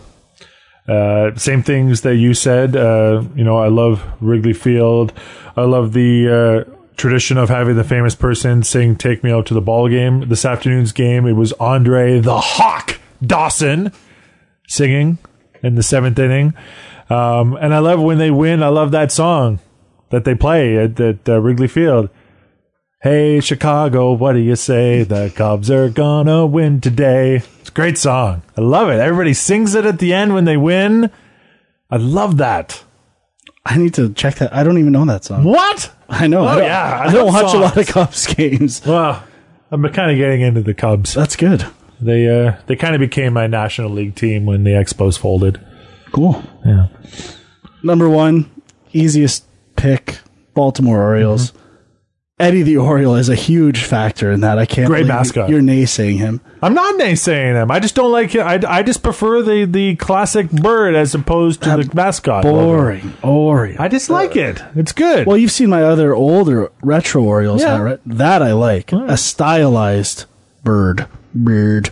S2: Uh, same things that you said. Uh, you know, I love Wrigley Field. I love the uh, tradition of having the famous person sing "Take Me Out to the Ball Game." This afternoon's game, it was Andre the Hawk Dawson singing in the seventh inning, um, and I love when they win. I love that song that they play at, at uh, Wrigley Field. Hey Chicago, what do you say? The Cubs are gonna win today. It's a great song. I love it. Everybody sings it at the end when they win. I love that.
S3: I need to check that. I don't even know that song.
S2: What?
S3: I know. I don't,
S2: Oh, yeah, I
S3: I don't
S2: love
S3: watch a lot of
S2: songs.
S3: Cubs games.
S2: Well, I'm kind of getting into the Cubs.
S3: That's good.
S2: They uh, they kind of became my National League team when the Expos folded.
S3: Cool.
S2: Yeah.
S3: Number one, easiest pick, Baltimore Orioles. Eddie the Oriole is a huge factor in that. I can't
S2: Great
S3: believe
S2: mascot.
S3: You're naysaying him.
S2: I'm not naysaying them. I just don't like it. I, I just prefer the, the classic bird as opposed to the mascot.
S3: Boring Oriole.
S2: I just like it. It's good.
S3: Well, you've seen my other older retro Orioles,
S2: Yeah.
S3: now, right? That I like. A stylized bird. Bird.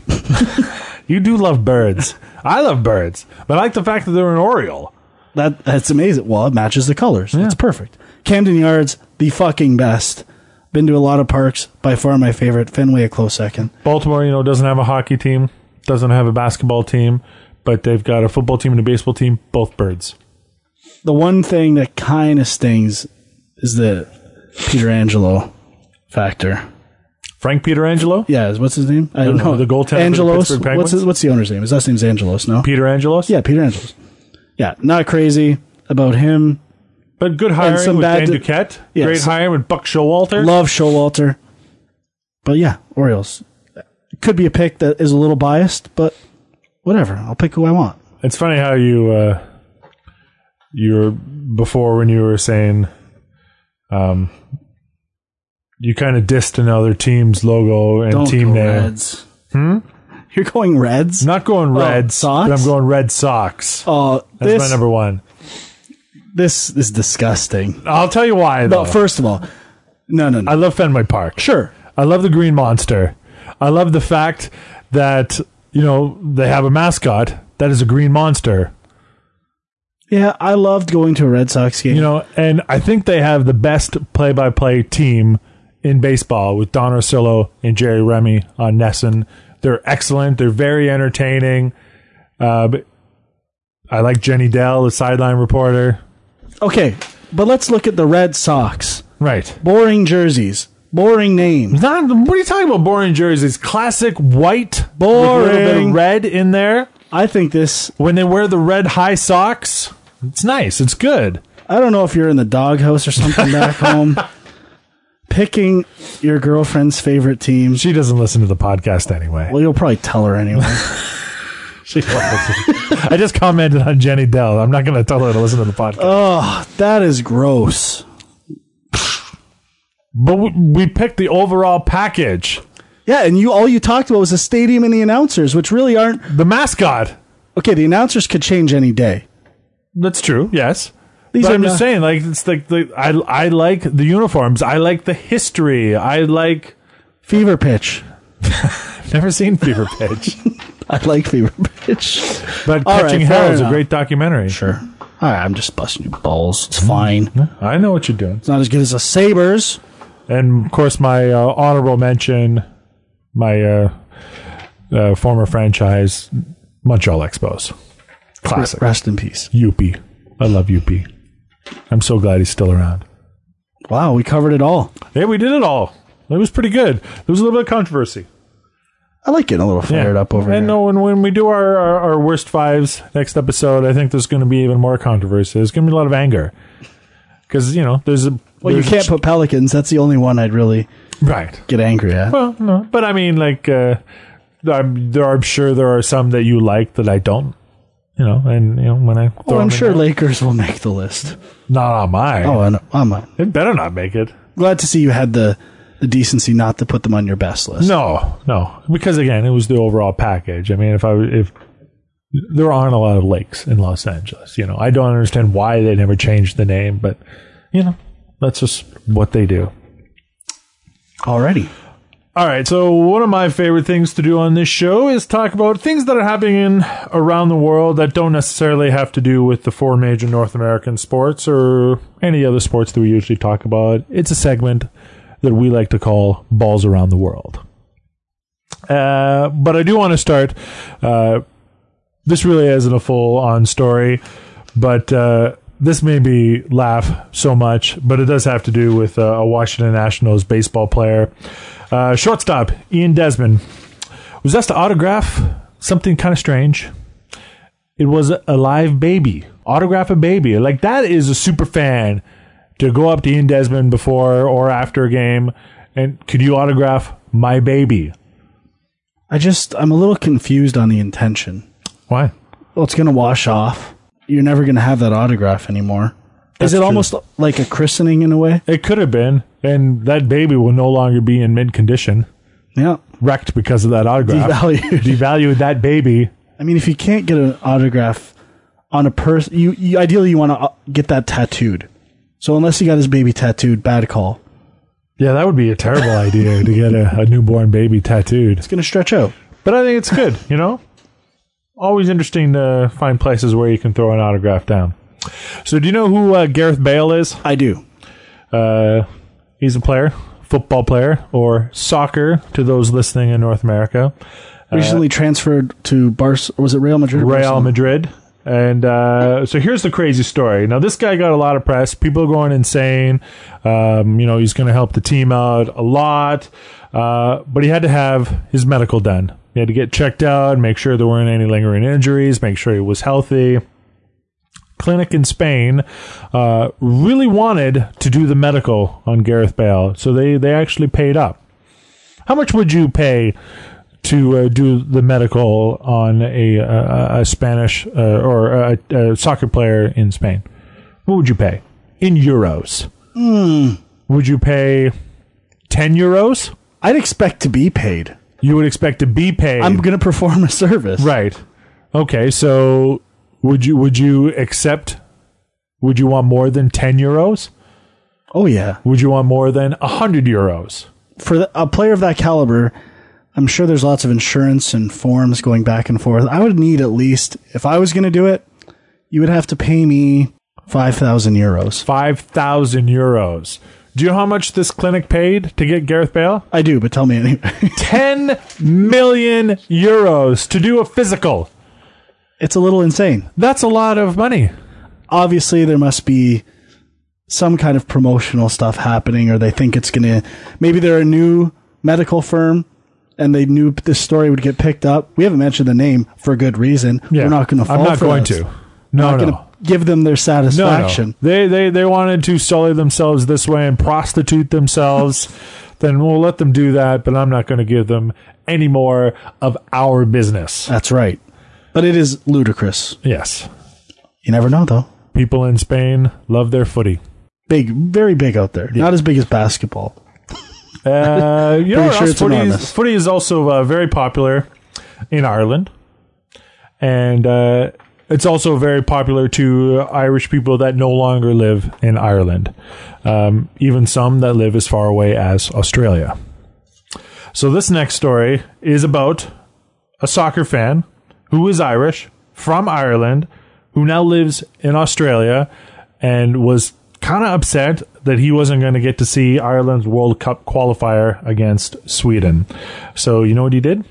S2: You do love birds. I love birds, but I like the fact that they're an oriole.
S3: That that's amazing. Well, it matches the colors. It's perfect. Camden Yards, the fucking best. Been to a lot of parks. By far my favorite. Fenway a close second.
S2: Baltimore, you know, doesn't have a hockey team, doesn't have a basketball team, but they've got a football team and a baseball team, both birds.
S3: The one thing that kind of stings is the Peter Angelo factor.
S2: Frank Pietrangelo?
S3: Yeah, is- what's his name? I don't
S2: know.
S3: know.
S2: The goaltender for the
S3: Angelos.
S2: Pittsburgh
S3: what's his,
S2: Penguins?
S3: what's the owner's name? His last name's Angelos. No.
S2: Peter Angelos?
S3: yeah, Peter Angelos. Yeah, not crazy about him.
S2: But good hiring
S3: some
S2: with
S3: bad
S2: Dan
S3: d-
S2: Duquette.
S3: Yeah,
S2: Great
S3: some-
S2: hiring with Buck Showalter.
S3: Love Showalter. But yeah, Orioles. Could be a pick that is a little biased, but whatever. I'll pick who I want.
S2: It's funny how you uh, you were before when you were saying um, you kind of dissed another team's logo and team name.
S3: Reds. Hmm? You're going Reds?
S2: Not going Reds,
S3: Sox?
S2: but I'm going Red Sox.
S3: Oh,
S2: That's my
S3: this,
S2: number one.
S3: this is disgusting.
S2: I'll tell you why. Though.
S3: No, first of all, no, no, no.
S2: I love Fenway Park.
S3: sure.
S2: I love the Green Monster. I love the fact that you know they have a mascot that is a green monster.
S3: Yeah, I loved going to a Red Sox game.
S2: You know, and I think they have the best play-by-play team in baseball with Don Orsillo and Jerry Remy on Nesson. They're excellent. They're very entertaining. Uh, but I like Jenny Dell, the sideline reporter.
S3: okay, but let's look at the Red Sox.
S2: Right.
S3: Boring jerseys, boring name.
S2: Not, what are you talking about? Boring jerseys, classic white, boring. With a little bit
S3: Boring.
S2: of red in there.
S3: I think this,
S2: When they wear the red high socks, it's nice. It's good.
S3: I don't know if you're in the doghouse or something back home. Picking your girlfriend's favorite team.
S2: She doesn't listen to the podcast anyway.
S3: Well, you'll probably tell her anyway.
S2: She won't listen. I just commented on Jenny Dell. I'm not going to tell her to listen to the podcast.
S3: Uh, that is gross.
S2: but we, we picked the overall package,
S3: Yeah, and you all you talked about was the stadium and the announcers, which really aren't
S2: the mascot.
S3: okay. The announcers could change any day.
S2: That's true. Yes.
S3: These
S2: But
S3: are
S2: I'm just
S3: not-
S2: saying, like it's like the I I like the uniforms. I like the history. I like.
S3: Fever pitch.
S2: Never seen Fever Pitch.
S3: I like fever pitch.
S2: But
S3: All
S2: Catching
S3: right, fair
S2: Hell is a
S3: enough.
S2: great documentary.
S3: Sure. All right, I'm just busting your balls. It's
S2: Mm-hmm.
S3: fine.
S2: I know what you're doing.
S3: It's not as good as the Sabers.
S2: And of course, my uh, honorable mention, my uh, uh, former franchise, Montreal Expos. Classic.
S3: Rest in peace.
S2: Yuppie. I love Yuppie. I'm so glad he's still around.
S3: Wow, we covered it all.
S2: Yeah, we did it all. It was pretty good. There was a little bit of controversy.
S3: I like getting a little fired up over
S2: and
S3: here.
S2: no, and when we do our, our, our worst fives next episode, I think there's going to be even more controversy. There's going to be a lot of anger. Because, you know, there's a.
S3: well, you
S2: there's a
S3: can't put Pelicans. That's the only one I'd really
S2: ch- Right.
S3: get angry at.
S2: Well, no, but I mean, like, uh, I'm, there, I'm sure there are some that you like that I don't. You know, and you know when I.
S3: Oh,
S2: throw
S3: I'm
S2: them in
S3: sure
S2: there-
S3: Lakers will make the list.
S2: Not on mine.
S3: Oh, and I'm uh,
S2: It better not make it.
S3: glad to see you had the, the decency not to put them on your best list.
S2: No, no, because again, it was the overall package. I mean, if I if there aren't a lot of lakes in Los Angeles. You know, I don't understand why they never changed the name, but you know, that's just what they do.
S3: Already.
S2: All right, so one of my favorite things to do on this show is talk about things that are happening in, around the world that don't necessarily have to do with the four major North American sports or any other sports that we usually talk about. It's a segment that we like to call Balls Around the World. Uh, but I do want to start. Uh, this really isn't a full on story, but uh, this made me laugh so much. But it does have to do with uh, a Washington Nationals baseball player, uh, shortstop Ian Desmond, was asked to autograph something kind of strange. It was a live baby. Autograph a baby. Like that is a super fan to go up to Ian Desmond before or after a game and could you autograph my baby?
S3: I just, I'm a little confused on the intention.
S2: Why?
S3: Well, it's going to wash off. You're never going to have that autograph anymore.
S2: That's
S3: Is it
S2: true.
S3: almost like a christening in a way?
S2: It could have been, and that baby will no longer be in mint condition,
S3: Yeah.
S2: wrecked because of that autograph.
S3: Devalued.
S2: Devalued that baby.
S3: I mean, if you can't get an autograph on a person, you, you ideally you want to get that tattooed. So unless you got his baby tattooed, bad call.
S2: Yeah, that would be a terrible idea to get a, a newborn baby tattooed.
S3: It's going to stretch out.
S2: But I think it's good, you know? Always interesting to find places where you can throw an autograph down. So, do you know who uh, Gareth Bale is?
S3: I do.
S2: Uh, he's a player, football player, or soccer to those listening in North America.
S3: Recently transferred to Bar. Was it Uh, Real Madrid? or
S2: Real
S3: Barcelona?
S2: Madrid. And uh, so here's the crazy story. Now this guy got a lot of press. People are going insane. Um, you know he's going to help the team out a lot, uh, but he had to have his medical done. He had to get checked out, make sure there weren't any lingering injuries, make sure he was healthy. Clinic in Spain uh, really wanted to do the medical on Gareth Bale, so they they actually paid up. How much would you pay to uh, do the medical on a uh, a Spanish uh, or a, a soccer player in Spain. What would you pay in euros? Would you pay ten euros?
S3: I'd expect to be paid.
S2: You would expect to be paid,
S3: I'm going to perform a service.
S2: right? Okay, so would you would you accept? Would you want more than ten euros?
S3: Oh yeah.
S2: Would you want more than hundred euros?
S3: For th- a player of that caliber, I'm sure there's lots of insurance and forms going back and forth. I would need at least if I was going to do it, you would have to pay me 5,000 euros.
S2: Five thousand euros. Do you know how much this clinic paid to get Gareth Bale?
S3: I do, but tell me anyway.
S2: 10 million euros to do a physical.
S3: it's a little insane.
S2: That's a lot of money.
S3: Obviously, there must be some kind of promotional stuff happening, or they think it's going to. Maybe they're a new medical firm and they knew this story would get picked up. We haven't mentioned the name for good reason. We're not going to fall
S2: I'm not
S3: for
S2: going
S3: this.
S2: to. No,
S3: Not
S2: no.
S3: going to give them their
S2: no,
S3: satisfaction.
S2: no. They, they, they wanted to sully themselves this way and prostitute themselves. then we'll let them do that, but I'm not going to give them any more of our business.
S3: That's right. But it is ludicrous.
S2: Yes.
S3: You never know, though.
S2: People in Spain love their footy.
S3: Big, very big out there. Not as big as basketball.
S2: Uh, you know what
S3: sure
S2: else?
S3: it's
S2: Footy is,
S3: anonymous.
S2: footy is also uh, very popular in Ireland, and uh, it's also very popular to Irish people that no longer live in Ireland, um, even some that live as far away as Australia. So this next story is about a soccer fan who is Irish from Ireland, who now lives in Australia, and was kind of upset that he wasn't going to get to see Ireland's World Cup qualifier against Sweden. So, you know what he did?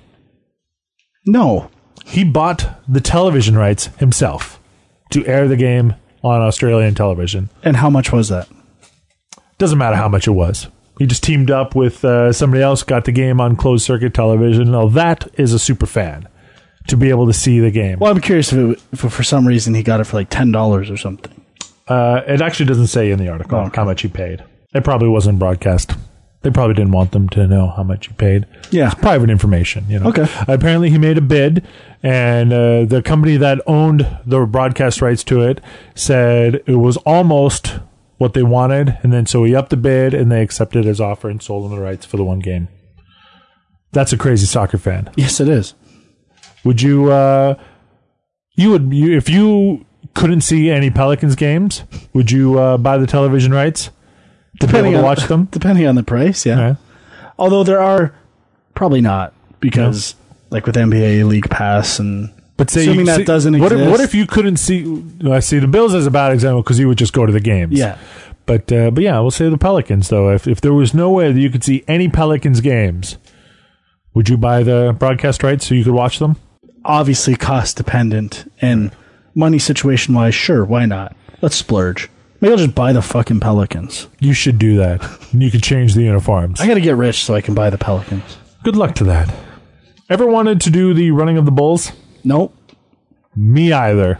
S3: No.
S2: He bought the television rights himself to air the game on Australian television.
S3: And how much was that?
S2: Doesn't matter how much it was. He just teamed up with uh, somebody else, got the game on closed circuit television. Now, that is a super fan to be able to see the game.
S3: Well, I'm curious if, it, if for some reason he got it for like ten dollars or something.
S2: Uh, it actually doesn't say in the article how much he paid. It probably wasn't broadcast. They probably didn't want them to know how much he paid.
S3: Yeah.
S2: It's private information, you know.
S3: Okay.
S2: Apparently, he made a bid, and uh, the company that owned the broadcast rights to it said it was almost what they wanted, and then so he upped the bid, and they accepted his offer and sold him the rights for the one game. That's a crazy soccer fan.
S3: Yes, it is.
S2: Would you uh, you would you, if you couldn't see any Pelicans games, would you uh, buy the television rights to be able to
S3: on,
S2: watch them?
S3: Depending on the price, yeah.
S2: Yeah.
S3: Although there are probably not because like with NBA League Pass and
S2: But say
S3: Assuming
S2: you,
S3: that
S2: say-
S3: doesn't
S2: what If, what
S3: exist.
S2: if you couldn't see? I see the Bills as a bad example because you would just go to the games.
S3: yeah,
S2: But uh, but yeah, we'll say the Pelicans though. If if there was no way that you could see any Pelicans games, would you buy the broadcast rights so you could watch them?
S3: obviously cost dependent and money situation wise, sure, why not? Let's splurge. Maybe I'll just buy the fucking Pelicans.
S2: You should do that. And you could change the uniforms.
S3: I gotta get rich so I can buy the Pelicans.
S2: Good luck to that. Ever wanted to do the running of the bulls?
S3: Nope.
S2: Me either.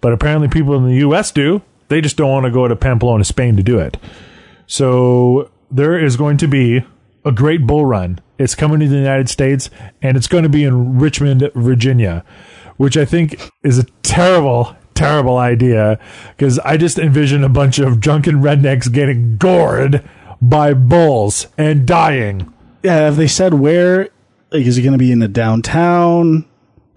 S2: But apparently people in the US do. They just don't want to go to Pamplona, Spain to do it. So there is going to be a great bull run. It's coming to the United States and it's going to be in Richmond, Virginia, which I think is a terrible, terrible idea because I just envision a bunch of drunken rednecks getting gored by bulls and dying.
S3: Yeah, have they said where? Like, is it going to be in the downtown?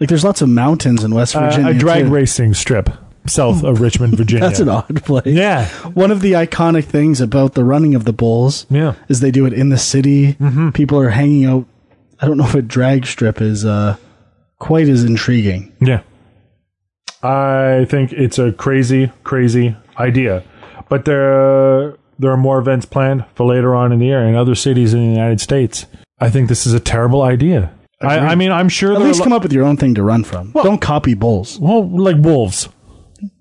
S3: Like, there's lots of mountains in West
S2: Uh,
S3: Virginia.
S2: a drag
S3: too.
S2: racing strip south of Richmond, Virginia.
S3: That's an odd place.
S2: Yeah.
S3: One of the iconic things about the running of the bulls
S2: Yeah. Mm-hmm.
S3: is they do it in the city. People are hanging out. I don't know if a drag strip is uh, quite as intriguing.
S2: Yeah. I think it's a crazy, crazy idea. But there, there are more events planned for later on in the year in other cities in the United States. I think this is a terrible idea. I, I mean, I'm sure
S3: At
S2: there
S3: least
S2: are,
S3: come up with your own thing to run from. don't copy bulls.
S2: well, like wolves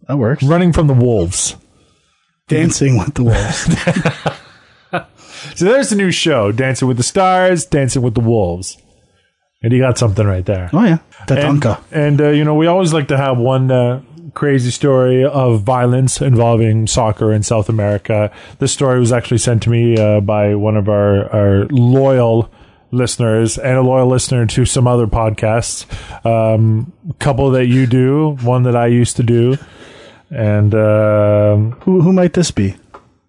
S3: That works.
S2: running from the wolves.
S3: Dancing with the wolves.
S2: So there's the new show, Dancing with the Stars, Dancing with the Wolves, and you got something right there.
S3: oh yeah,
S2: And,
S3: Tatanka.
S2: and, uh, you know, we always like to have one uh, crazy story of violence involving soccer in South America. This story was actually sent to me uh, by one of our, our loyal listeners and a loyal listener to some other podcasts. Um, couple that you do, one that I used to do, and um
S3: Who who might this be?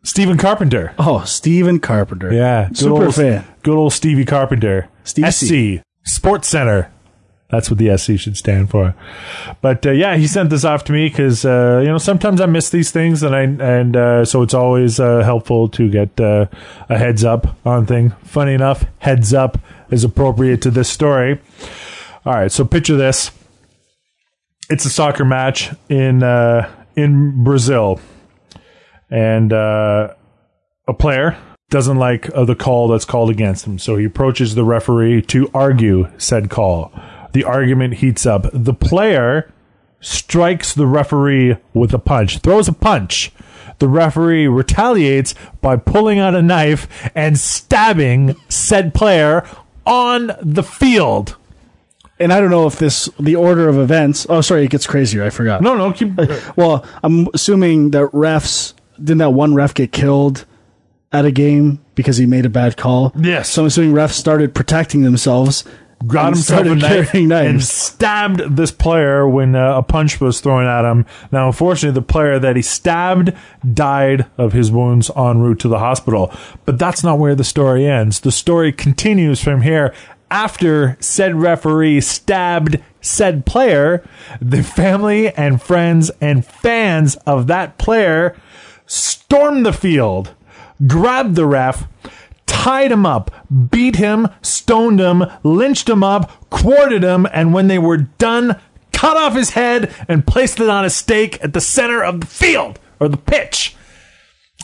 S2: Stephen Carpenter.
S3: Oh, Steven Carpenter.
S2: Yeah, good
S3: super
S2: old,
S3: fan.
S2: Good old Stevie Carpenter.
S3: Stevie
S2: SC Sports Center. That's what the SC should stand for. But uh, yeah, he sent this off to me because uh, you know sometimes I miss these things, and I and uh, so it's always uh, helpful to get uh, a heads up on thing. Funny enough, heads up is appropriate to this story. All right, so picture this: it's a soccer match in uh, in Brazil, and. Uh, a player doesn't like uh, the call that's called against him, so he approaches the referee to argue said call. The argument heats up. The player strikes the referee with a punch, throws a punch. The referee retaliates by pulling out a knife and stabbing said player on the field.
S3: And I don't know if this the order of events. Oh, sorry, it gets crazier. I forgot.
S2: No, no, keep.
S3: Well, I'm assuming that refs didn't that one ref get killed at a game because he made a bad call.
S2: Yes.
S3: So I'm assuming refs started protecting themselves.
S2: got
S3: and
S2: himself a
S3: started
S2: knife
S3: carrying knives.
S2: and stabbed this player when uh, a punch was thrown at him. Now, unfortunately, the player that he stabbed died of his wounds en route to the hospital. But that's not where the story ends. The story continues from here. After said referee stabbed said player, the family and friends and fans of that player stormed the field, grabbed the ref, tied him up, beat him, stoned him, lynched him up, quartered him, and when they were done, cut off his head and placed it on a stake at the center of the field or the pitch.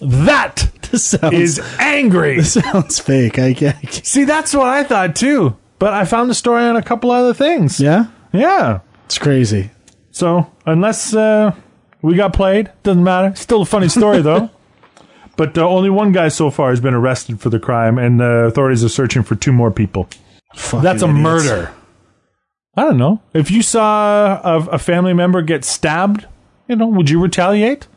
S2: That
S3: This sounds
S2: is angry.
S3: sounds fake. I guess.
S2: See, that's what I thought too, but I found the story on a couple other things.
S3: Yeah,
S2: Yeah.
S3: it's crazy.
S2: So unless uh, we got played, doesn't matter. Still a funny story though. But uh, only one guy so far has been arrested for the crime, and the authorities are searching for two more people.
S3: Fucking
S2: That's a
S3: idiots.
S2: murder. I don't know. If you saw a, a family member get stabbed, you know, would you retaliate?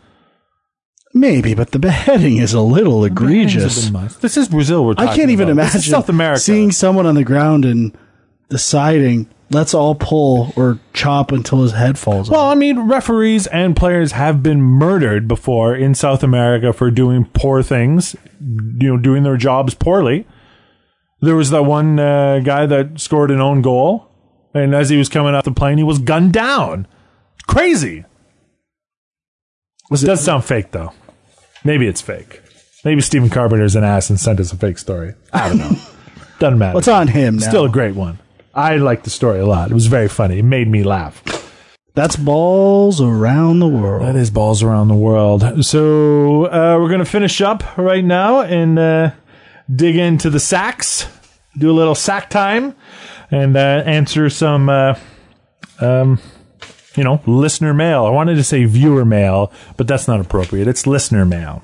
S3: Maybe, but the beheading is a little egregious.
S2: This is Brazil. We're talking
S3: I can't even
S2: about. This is
S3: imagine
S2: South America.
S3: seeing someone on the ground and deciding let's all pull or chop until his head falls
S2: Well,
S3: off.
S2: I mean, referees and players have been murdered before in South America for doing poor things, you know, doing their jobs poorly. There was that one uh, guy that scored an own goal, and as he was coming off the plane, he was gunned down. crazy.
S3: Was
S2: It does sound fake though. Maybe it's fake. Maybe Stephen Carpenter's an ass and sent us a fake story.
S3: I don't know.
S2: Doesn't matter.
S3: What's on him now?
S2: Still a great one. I liked the story a lot. It was very funny. It made me laugh.
S3: That's balls around the world.
S2: That is balls around the world. So uh, we're gonna finish up right now and uh, dig into the sacks, do a little sack time, and uh, answer some, uh, um, you know, listener mail. I wanted to say viewer mail, but that's not appropriate. It's listener mail.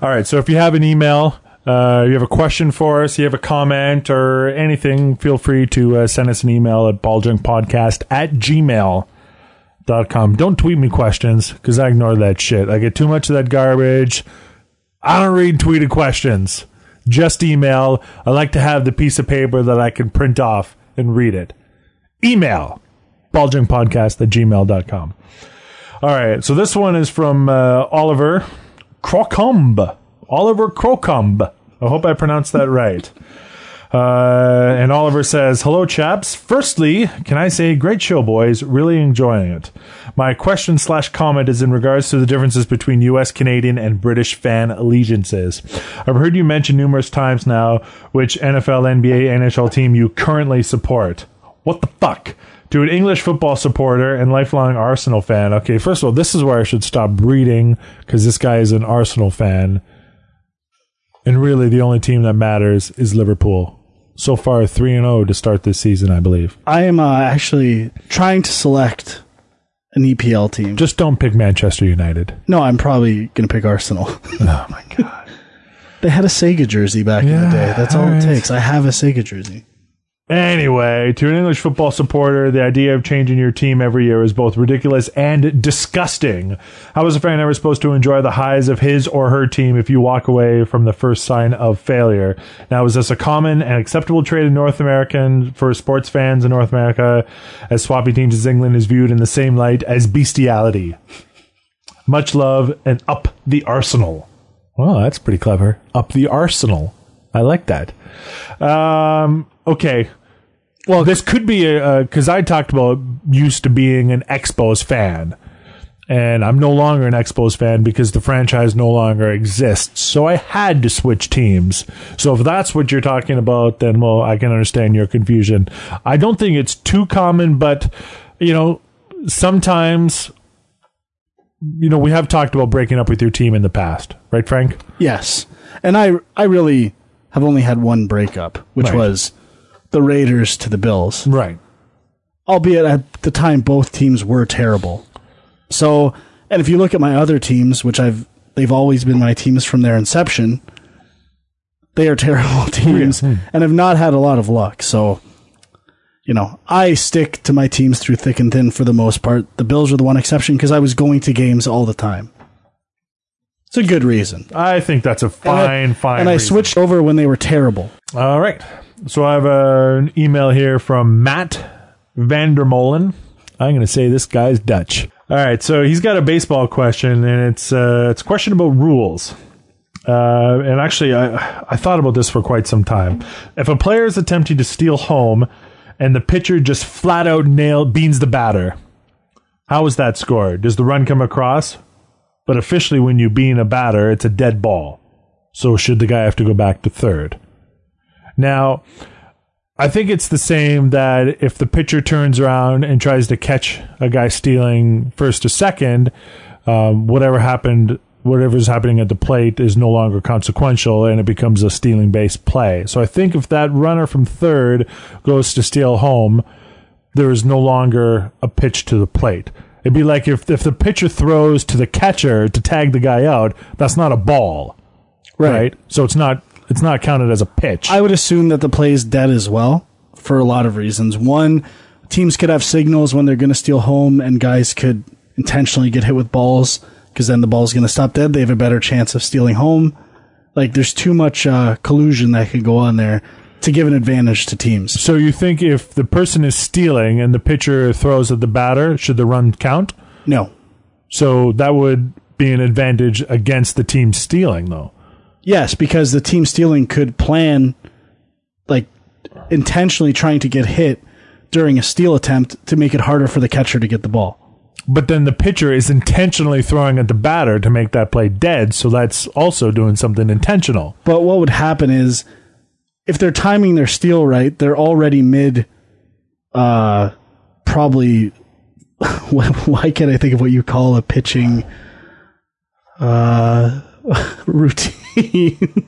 S2: All right. So if you have an email. Uh, you have a question for us, you have a comment or anything, feel free to uh, send us an email at balljunkpodcast at gmail dot com. Don't tweet me questions because I ignore that shit. I get too much of that garbage. I don't read tweeted questions. Just email. I like to have the piece of paper that I can print off and read it. Email balljunkpodcast at gmail.com. All right. So this one is from uh, Oliver Crocombe. Oliver Crocombe. I hope I pronounced that right. Uh, and Oliver says, Hello, chaps. Firstly, can I say, great show, boys. Really enjoying it. My question slash comment is in regards to the differences between U.S., Canadian, and British fan allegiances. I've heard you mention numerous times now which NFL, NBA, NHL team you currently support. What the fuck? To an English football supporter and lifelong Arsenal fan. Okay, first of all, this is where I should stop reading because this guy is an Arsenal fan. And really, the only team that matters is Liverpool. So far, 3 and 0 to start this season, I believe.
S3: I am uh, actually trying to select an EPL team.
S2: Just don't pick Manchester United.
S3: No, I'm probably going to pick Arsenal.
S2: Oh, my God.
S3: they had a Sega jersey back in the
S2: Yeah,
S3: day. That's all
S2: alright.
S3: it takes. I have a Sega jersey.
S2: Anyway, to an English football supporter, the idea of changing your team every year is both ridiculous and disgusting. How is a fan ever supposed to enjoy the highs of his or her team if you walk away from the first sign of failure? Now, is this a common and acceptable trait in North American for sports fans in North America, as swapping teams as England is viewed in the same light as bestiality? Much love and up the arsenal. Well, that's pretty clever. Up the arsenal. I like that. Um, okay. Well, this could be a because I talked about used to being an Expos fan, and I'm no longer an Expos fan because the franchise no longer exists. So I had to switch teams. So if that's what you're talking about, then well, I can understand your confusion. I don't think it's too common, but you know, sometimes. You know, we have talked about breaking up with your team in the past, right, Frank?
S3: Yes. And I I really have only had one breakup, which
S2: Right.
S3: was the Raiders to the Bills.
S2: Right.
S3: Albeit at the time both teams were terrible. So, and if you look at my other teams, which I've they've always been my teams from their inception, they are
S2: Oh,
S3: terrible teams and have not had a lot of luck. So, you know, I stick to my teams through thick and thin for the most part. The Bills are the one exception because I was going to games all the time. It's a good reason.
S2: I think that's a fine,
S3: And I-
S2: fine.
S3: And I
S2: reason.
S3: switched over when they were terrible.
S2: All right. So I have uh, an email here from Matt Vandermolen. I'm going to say this guy's Dutch. All right. So he's got a baseball question, and it's uh, it's a question about rules. Uh, and actually, I I thought about this for quite some time. If a player is attempting to steal home, and the pitcher just flat out nail beans the batter, how is that scored? Does the run come across? But officially, when you bean a batter, it's a dead ball. So should the guy have to go back to third? Now, I think it's the same that if the pitcher turns around and tries to catch a guy stealing first or second, um, whatever happened, whatever's happening at the plate is no longer consequential and it becomes a stealing based play. So I think if that runner from third goes to steal home, there is no longer a pitch to the plate. It'd be like if, if the pitcher throws to the catcher to tag the guy out, that's not a ball, right? So it's not it's not counted as a pitch.
S3: I would assume that the play is dead as well for a lot of reasons. One, teams could have signals when they're going to steal home, and guys could intentionally get hit with balls because then the ball's going to stop dead. They have a better chance of stealing home. Like, there's too much uh, collusion that could go on there to give an advantage to teams.
S2: So you think if the person is stealing and the pitcher throws at the batter, should the run count?
S3: No.
S2: So that would be an advantage against the team stealing, though.
S3: Yes, because the team stealing could plan, like, intentionally trying to get hit during a steal attempt to make it harder for the catcher to get the ball.
S2: but then the pitcher is intentionally throwing at the batter to make that play dead. So that's also doing something intentional.
S3: But what would happen is if they're timing their steal right, they're already mid uh probably why why can't I think of what you call a pitching uh routine?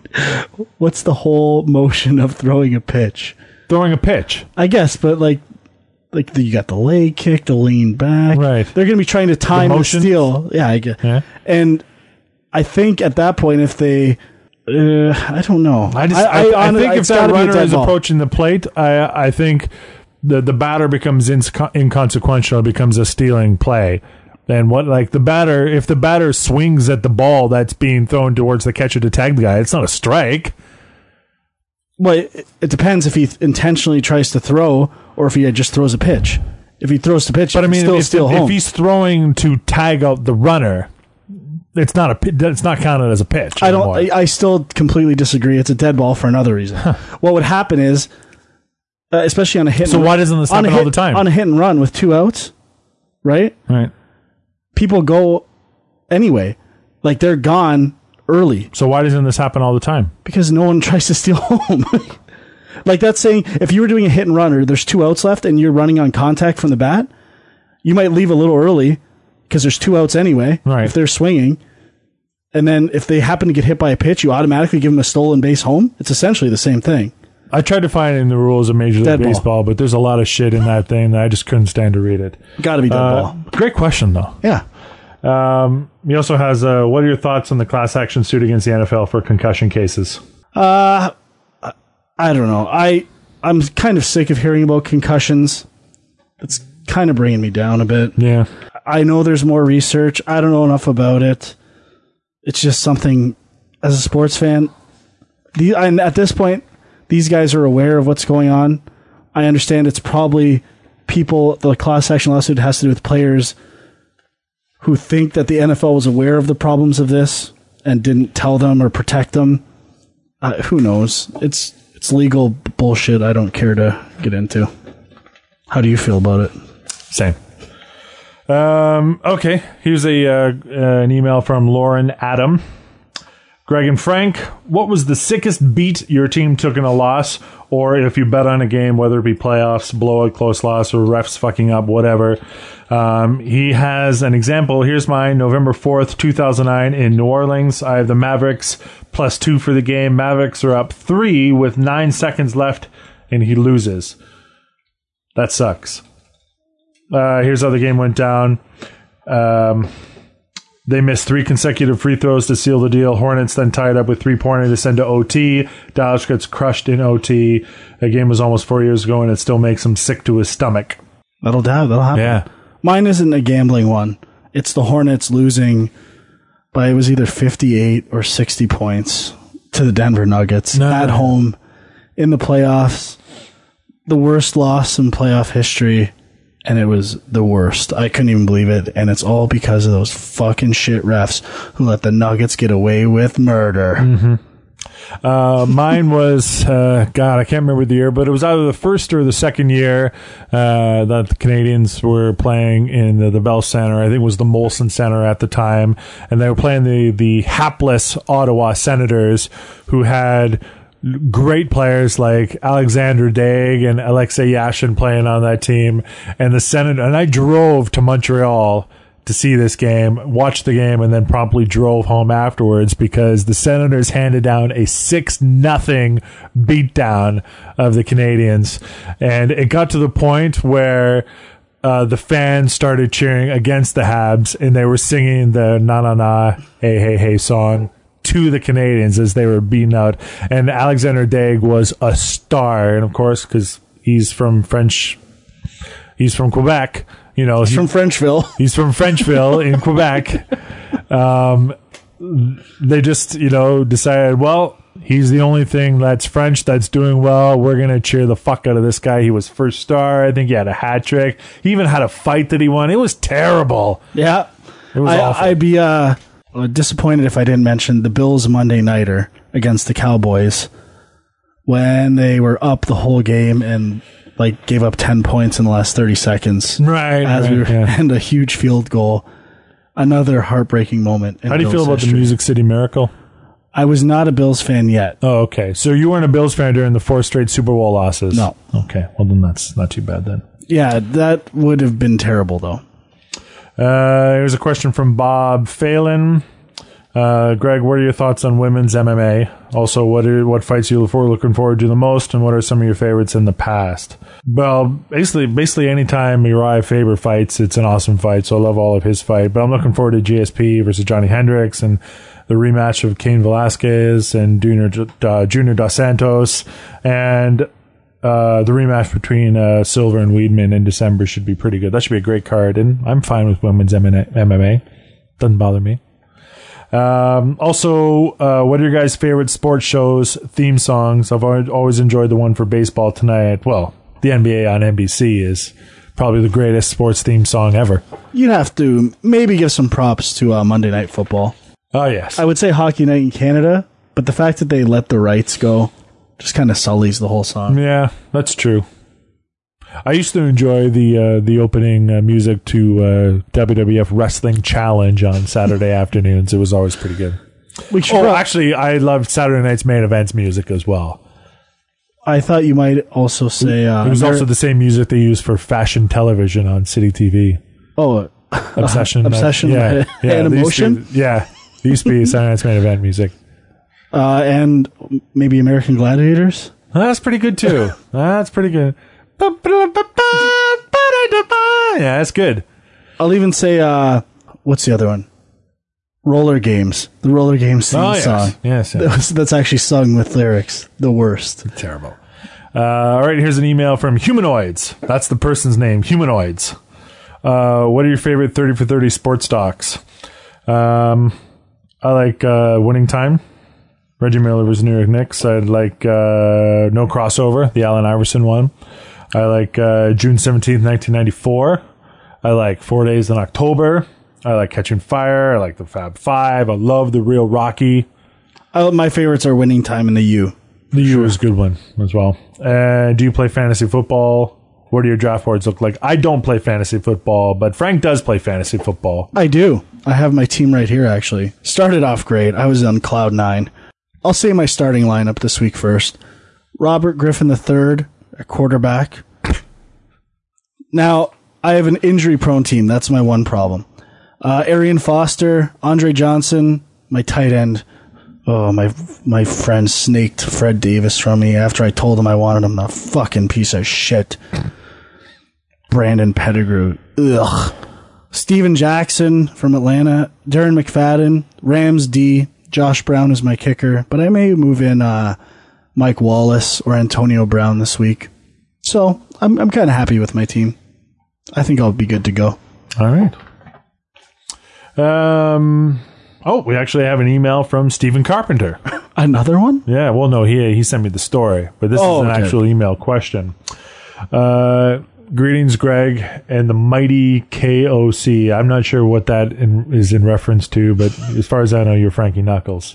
S3: What's the whole motion of throwing a pitch?
S2: Throwing a pitch.
S3: I guess, but like like the, you got the leg kick, the lean back.
S2: Right.
S3: They're going to be trying to time
S2: The
S3: the,
S2: motion.
S3: steal. Yeah, I guess.
S2: Yeah.
S3: And I think at that point, if they, uh, I don't know.
S2: I just I, I
S3: honest-
S2: think if
S3: it's
S2: that
S3: gotta be a
S2: runner
S3: dead
S2: is
S3: ball.
S2: approaching the plate, I I think the the batter becomes inco- inconsequential. It becomes a stealing play. And what like the batter if the batter swings at the ball that's being thrown towards the catcher to tag the guy, it's not a strike.
S3: well, it, it depends if he th- intentionally tries to throw or if he just throws a pitch. If he throws the pitch,
S2: But I mean,
S3: still
S2: if,
S3: steal home.
S2: if he's throwing to tag out the runner, it's not a pi- it's not counted as a pitch.
S3: I don't.
S2: anymore.
S3: I, I still completely disagree. It's a dead ball for another reason. What would happen is, uh, especially on a hit.
S2: So
S3: and
S2: why doesn't this
S3: on a
S2: happen all
S3: hit-
S2: the time?
S3: On a hit and run with two outs, right?
S2: right.
S3: people go anyway. Like they're gone early
S2: So why doesn't this happen all the time?
S3: because no one tries to steal home. like that's saying if you were doing a hit and run or there's two outs left and you're running on contact from the bat, you might leave a little early because there's two outs anyway.
S2: Right.
S3: If they're swinging. And then if they happen to get hit by a pitch, you automatically give them a stolen base home. It's essentially the same thing.
S2: I tried to find it in the rules of Major League
S3: Dead ball.
S2: Baseball, but there's a lot of shit in that thing that I just couldn't stand to read it.
S3: Got to be dead
S2: Uh,
S3: ball.
S2: great question, though.
S3: Yeah.
S2: He also has, uh, what are your thoughts on the class action suit against the NFL for concussion cases?
S3: I don't know. I I'm kind of sick of hearing about concussions. That's kind of bringing me down a bit.
S2: Yeah.
S3: I know there's more research. I don't know enough about it. It's just something as a sports fan. The and at this point, these guys are aware of what's going on. I understand it's probably people the class action lawsuit has to do with players who think that the NFL was aware of the problems of this and didn't tell them or protect them. Uh, who knows? It's it's legal b- bullshit. I don't care to get into. How do you feel about it?
S2: Same. Um, okay. Here's a uh, uh, an email from Lauren Adam. Greg and Frank, what was the sickest beat your team took in a loss, or if you bet on a game, whether it be playoffs, blowout, close loss, or refs fucking up, whatever? Um, he has an example. Here's mine November 4th, 2009, in New Orleans. I have the Mavericks plus two for the game. Mavericks are up three with nine seconds left, and he loses. That sucks. Uh, here's how the game went down. Um, they missed three consecutive free throws to seal the deal. Hornets then tied up with three pointer to send to OT. Dallas gets crushed in OT. That game was almost four years ago, and it still makes him sick to his stomach.
S3: That'll die. That'll happen. Mine isn't a gambling one. It's the Hornets losing by it was either 58 or 60 points to the Denver Nuggets
S2: No.
S3: at home in the playoffs. The worst loss in playoff history and it was the worst. I couldn't even believe it and it's all because of those fucking shit refs who let the Nuggets get away with murder.
S2: Uh, mine was uh, God, I can't remember the year, but it was either the first or the second year uh, that the Canadians were playing in the, the Bell Center. I think it was the Molson Center at the time, and they were playing the the hapless Ottawa Senators, who had great players like Alexander Daig and Alexei Yashin playing on that team, and the Senate. And I drove to Montreal to see this game, watched the game, and then promptly drove home afterwards because the Senators handed down a six nothing beatdown of the Canadians, and it got to the point where. Uh, the fans started cheering against the Habs, and they were singing the "Na Na Na Hey Hey Hey" song to the Canadians as they were beaten out. And Alexander Daig was a star, and of course, because he's from French, he's from Quebec. You know, he-
S3: From Frenchville.
S2: He's from Frenchville in Quebec. Um, they just, you know, decided, well, he's the only thing that's French that's doing well. We're going to cheer the fuck out of this guy. He was first star. I think he had a hat trick. He even had a fight that he won. It was terrible.
S3: Yeah.
S2: It was
S3: I,
S2: awful.
S3: I'd be uh, disappointed if I didn't mention the Bills Monday Nighter against the Cowboys when they were up the whole game and like gave up 10 points in the last 30 seconds
S2: Right.
S3: as
S2: right,
S3: we were,
S2: yeah.
S3: and a huge field goal. Another heartbreaking moment. in
S2: How do you feel
S3: Bills
S2: about the
S3: history.
S2: Music City Miracle?
S3: I was not a Bills fan yet.
S2: Oh, okay. So you weren't a Bills fan during the four straight Super Bowl losses?
S3: No.
S2: Okay. Well, then that's not too bad then.
S3: Yeah, that would have been terrible though.
S2: Uh, here's a question from Bob Phelan. Uh, Greg, what are your thoughts on women's MMA? Also, what are, what fights you look for, looking forward to the most, and what are some of your favorites in the past? Well, basically, basically anytime Uriah Faber fights, it's an awesome fight. So I love all of his fight, but I'm looking forward to GSP versus Johnny Hendricks and the rematch of Cain Velasquez and Junior uh, Junior Dos Santos, and uh, the rematch between uh, Silver and Weedman in December should be pretty good. That should be a great card, and I'm fine with women's MMA. Doesn't bother me. Um, also, uh, what are your guys' favorite sports shows theme songs? I've al- always enjoyed the one for baseball tonight. Well, the NBA on NBC is probably the greatest sports theme song ever.
S3: You'd have to maybe give some props to uh, Monday Night Football.
S2: Oh yes,
S3: I would say Hockey Night in Canada, but the fact that they let the rights go just kind of sullies the whole song.
S2: yeah, that's true. I used to enjoy the uh, the opening uh, music to uh, WWF Wrestling Challenge on Saturday afternoons. It was always pretty good.
S3: We should
S2: Oh,
S3: prob-
S2: actually, I loved Saturday night's main events music as well.
S3: I thought you might also say uh,
S2: It was
S3: Ameri-
S2: also the same music they used for fashion television on City TV.
S3: oh
S2: Uh-huh. Obsession,
S3: Obsession
S2: yeah,
S3: and
S2: yeah, they used to-
S3: Emotion?
S2: yeah, they used to be Saturday night's main event music.
S3: uh, and maybe American Gladiators.
S2: That's pretty good too. That's pretty good. Yeah, that's good.
S3: I'll even say uh, what's the other one? Roller Games. The Roller Games theme
S2: Oh
S3: song.
S2: yes, yes, yes.
S3: That's, that's actually sung with lyrics. The worst.
S2: terrible. Uh, all right, here's an email from Humanoids. That's the person's name, Humanoids. Uh, what are your favorite 30 for 30 sports stocks? Um, I like uh, Winning Time, Reggie Miller versus New York Knicks. I like uh, No Crossover, the Allen Iverson one. I like uh, June 17th, 1994. I like Four Days in October. I like Catching Fire. I like the Fab Five. I love the real Rocky.
S3: Uh, my favorites are Winning Time and the U.
S2: The U is a good one as well. Uh, do you play fantasy football? What do your draft boards look like? I don't play fantasy football, but Frank does play fantasy football.
S3: I do. I have my team right here, actually. Started off great. I was on cloud nine. I'll say my starting lineup this week first. Robert Griffin III, a quarterback. Now, I have an injury prone team. That's my one problem. Uh, Arian Foster, Andre Johnson, my tight end. Oh, my my friend snaked Fred Davis from me after I told him I wanted him. The fucking piece of shit. Brandon Pettigrew. Ugh. Steven Jackson from Atlanta, Darren McFadden, Rams D, Josh Brown is my kicker, but I may move in uh, Mike Wallace or Antonio Brown this week. So I'm, I'm kind of happy with my team. I think I'll be good to go.
S2: All right. Um. Oh, we actually have an email from Stephen Carpenter.
S3: Another one?
S2: Yeah, well, no, he he sent me the story, but this
S3: Oh,
S2: is an
S3: okay.
S2: actual email question. Uh, greetings, Greg, and the mighty KOC. I'm not sure what that in, is in reference to, but as far as I know, you're Frankie Knuckles.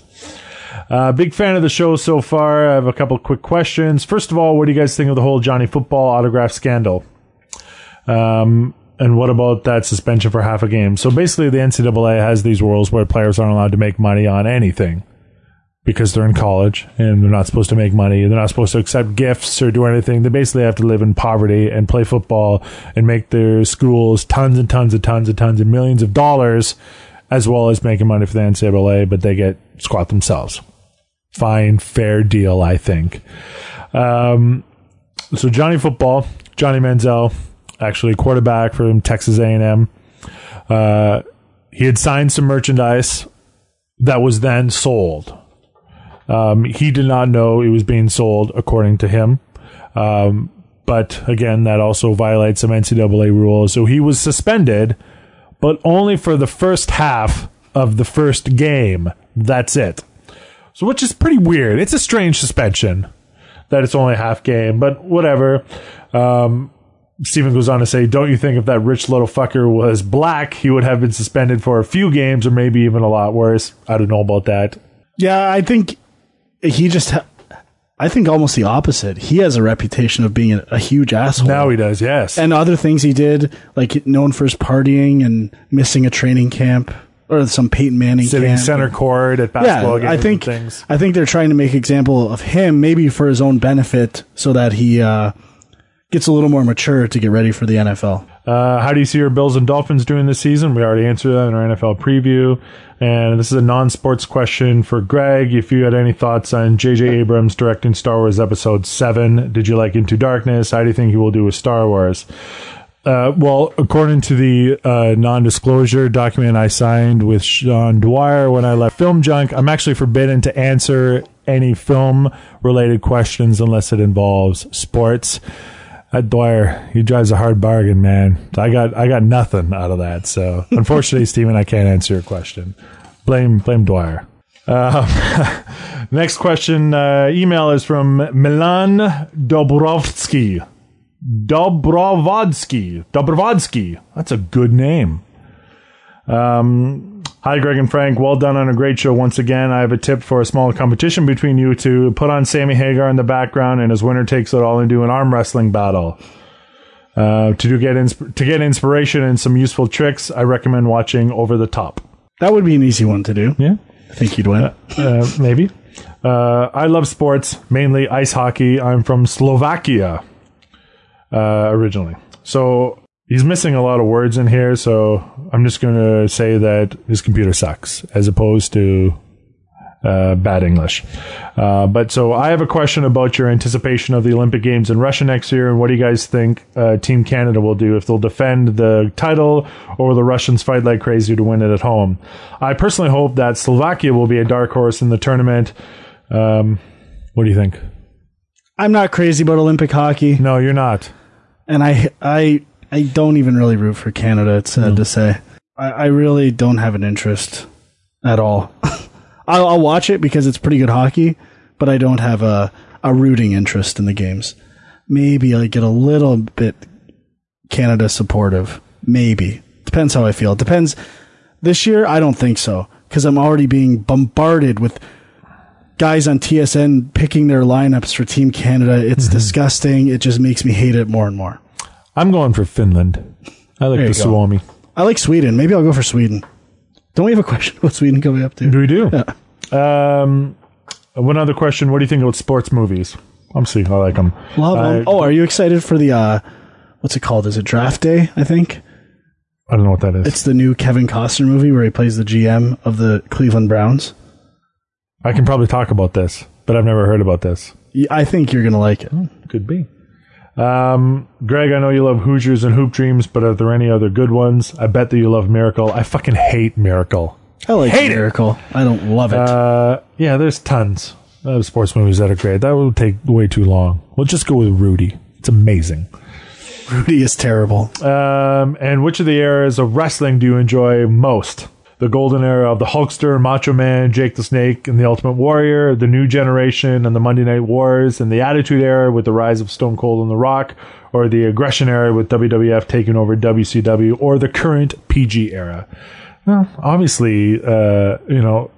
S2: Uh, big fan of the show so far. I have a couple quick questions. First of all, what do you guys think of the whole Johnny Football autograph scandal? Um, and what about that suspension for half a game? So basically, the NCAA has these rules where players aren't allowed to make money on anything because they're in college and they're not supposed to make money and they're not supposed to accept gifts or do anything. They basically have to live in poverty and play football and make their schools tons and tons and tons and tons and millions of dollars as well as making money for the NCAA, but they get squat themselves. Fine, fair deal, I think. Um, so Johnny Football, Johnny Manziel, actually quarterback from Texas A&M. Uh, he had signed some merchandise that was then sold. Um, he did not know it was being sold, according to him. Um, but again, that also violates some NCAA rules. So he was suspended, but only for the first half of the first game. That's it. So, which is pretty weird. It's a strange suspension that it's only half game, but whatever. Um, Stephen goes on to say, Don't you think if that rich little fucker was black, he would have been suspended for a few games or maybe even a lot worse? I don't know about that.
S3: Yeah, I think he just ha- I think almost the opposite. He has a reputation of being a, a huge asshole.
S2: Now he does, yes.
S3: and other things he did, like known for his partying and missing a training camp or some Peyton Manning
S2: Sitting
S3: camp.
S2: center court at
S3: yeah,
S2: basketball games
S3: I think
S2: and things.
S3: I think they're trying to make example of him, maybe for his own benefit, so that he uh, gets a little more mature to get ready for the NFL.
S2: Uh, how do you see your Bills and Dolphins doing this season? We already answered that in our NFL preview. And this is a non sports question for Greg. If you had any thoughts on J.J. Abrams directing Star Wars Episode 7, did you like Into Darkness? How do you think he will do with Star Wars? Uh, well, according to the uh, non-disclosure document I signed with Sean Dwyer when I left Film Junk, I'm actually forbidden to answer any film-related questions unless it involves sports. That Dwyer, he drives a hard bargain, man. I got I got nothing out of that. So unfortunately, Steven, I can't answer your question. Blame blame Dwyer. Uh, next question uh, email is from Milan Dobrovsky. Dobrovodsky. Dobrovodsky. That's a good name. Um, hi, Greg and Frank. Well done on a great show once again. I have a tip for a small competition between you two. Put on Sammy Hagar in the background, and as winner takes it all, and do an arm wrestling battle. Uh, to do get insp- to get inspiration and some useful tricks, I recommend watching Over the Top.
S3: That would be an easy one to do.
S2: Yeah,
S3: I think you'd win.
S2: uh, maybe. Uh, I love sports, mainly ice hockey. I'm from Slovakia uh, originally. So he's missing a lot of words in here. So I'm just going to say that his computer sucks as opposed to uh, bad English. Uh, but so I have a question about your anticipation of the Olympic Games in Russia next year, and what do you guys think uh, Team Canada will do if they'll defend the title or will the Russians fight like crazy to win it at home? I personally hope that Slovakia will be a dark horse in the tournament. Um, what do you think?
S3: I'm not crazy about Olympic hockey,
S2: No, you're not.
S3: and I I I don't even really root for Canada. It's sad to say. I, I really don't have an interest at all. I'll, I'll watch it because it's pretty good hockey, but I don't have a a rooting interest in the games. Maybe I get a little bit Canada supportive. Maybe depends how I feel. It depends. This year, I don't think so because I'm already being bombarded with guys on TSN picking their lineups for Team Canada. It's disgusting. It just makes me hate it more and more.
S2: I'm going for Finland. I like
S3: There
S2: the
S3: you go.
S2: Suomi.
S3: I like Sweden. Maybe I'll go for Sweden. Don't we have a question about Sweden coming up
S2: Do
S3: too?
S2: we do? Um, one other question. What do you think about sports movies? I'm seeing I like them.
S3: Love 'em.
S2: I,
S3: oh, are you excited for the uh, what's it called? Is it Draft Day? I think
S2: I don't know what that is.
S3: it's the new Kevin Costner movie where he plays the GM of the Cleveland Browns.
S2: I can probably talk about this, but I've never heard about this.
S3: Y- I think you're gonna like it.
S2: Could be. Um, Greg, I know you love Hoosiers and Hoop Dreams, but are there any other good ones? I bet that you love Miracle. I fucking hate Miracle.
S3: I like
S2: Hate it.
S3: Miracle. I don't love it.
S2: Uh, yeah, there's tons of sports movies that are great. That would take way too long. We'll just go with Rudy. It's amazing.
S3: Rudy is terrible.
S2: Um, and which of the eras of wrestling do you enjoy most? The golden era of the Hulkster, Macho Man, Jake the Snake, and the Ultimate Warrior, the New Generation, and the Monday Night Wars, and the Attitude Era with the rise of Stone Cold and The Rock, or the Aggression Era with WWF taking over WCW, or the current PG era. Well, obviously, uh, you know,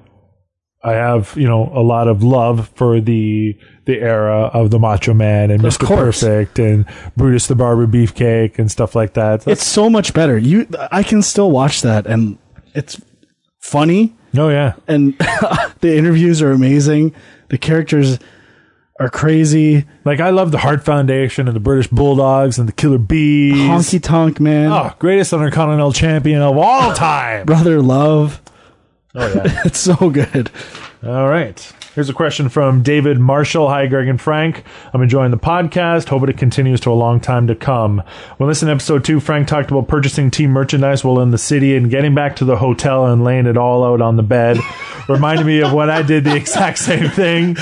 S2: I have you know a lot of love for the the era of the Macho Man and Mr.
S3: course.
S2: Perfect and Brutus the Barber Beefcake and stuff like that. That's-
S3: It's so much better. You, I can still watch that, and it's funny.
S2: oh yeah,
S3: and the interviews are amazing. The characters are crazy.
S2: like I love the Heart Foundation and the British Bulldogs and the Killer Bees.
S3: Honky Tonk Man,
S2: Oh, greatest intercontinental champion of all time.
S3: Brother Love.
S2: oh yeah.
S3: It's so good.
S2: All right. Here's a question from David Marshall. Hi, Greg and Frank. I'm enjoying the podcast. Hope it continues to a long time to come. When listening to episode two, Frank talked about purchasing team merchandise while in the city and getting back to the hotel and laying it all out on the bed. Reminded me of when I did the exact same thing.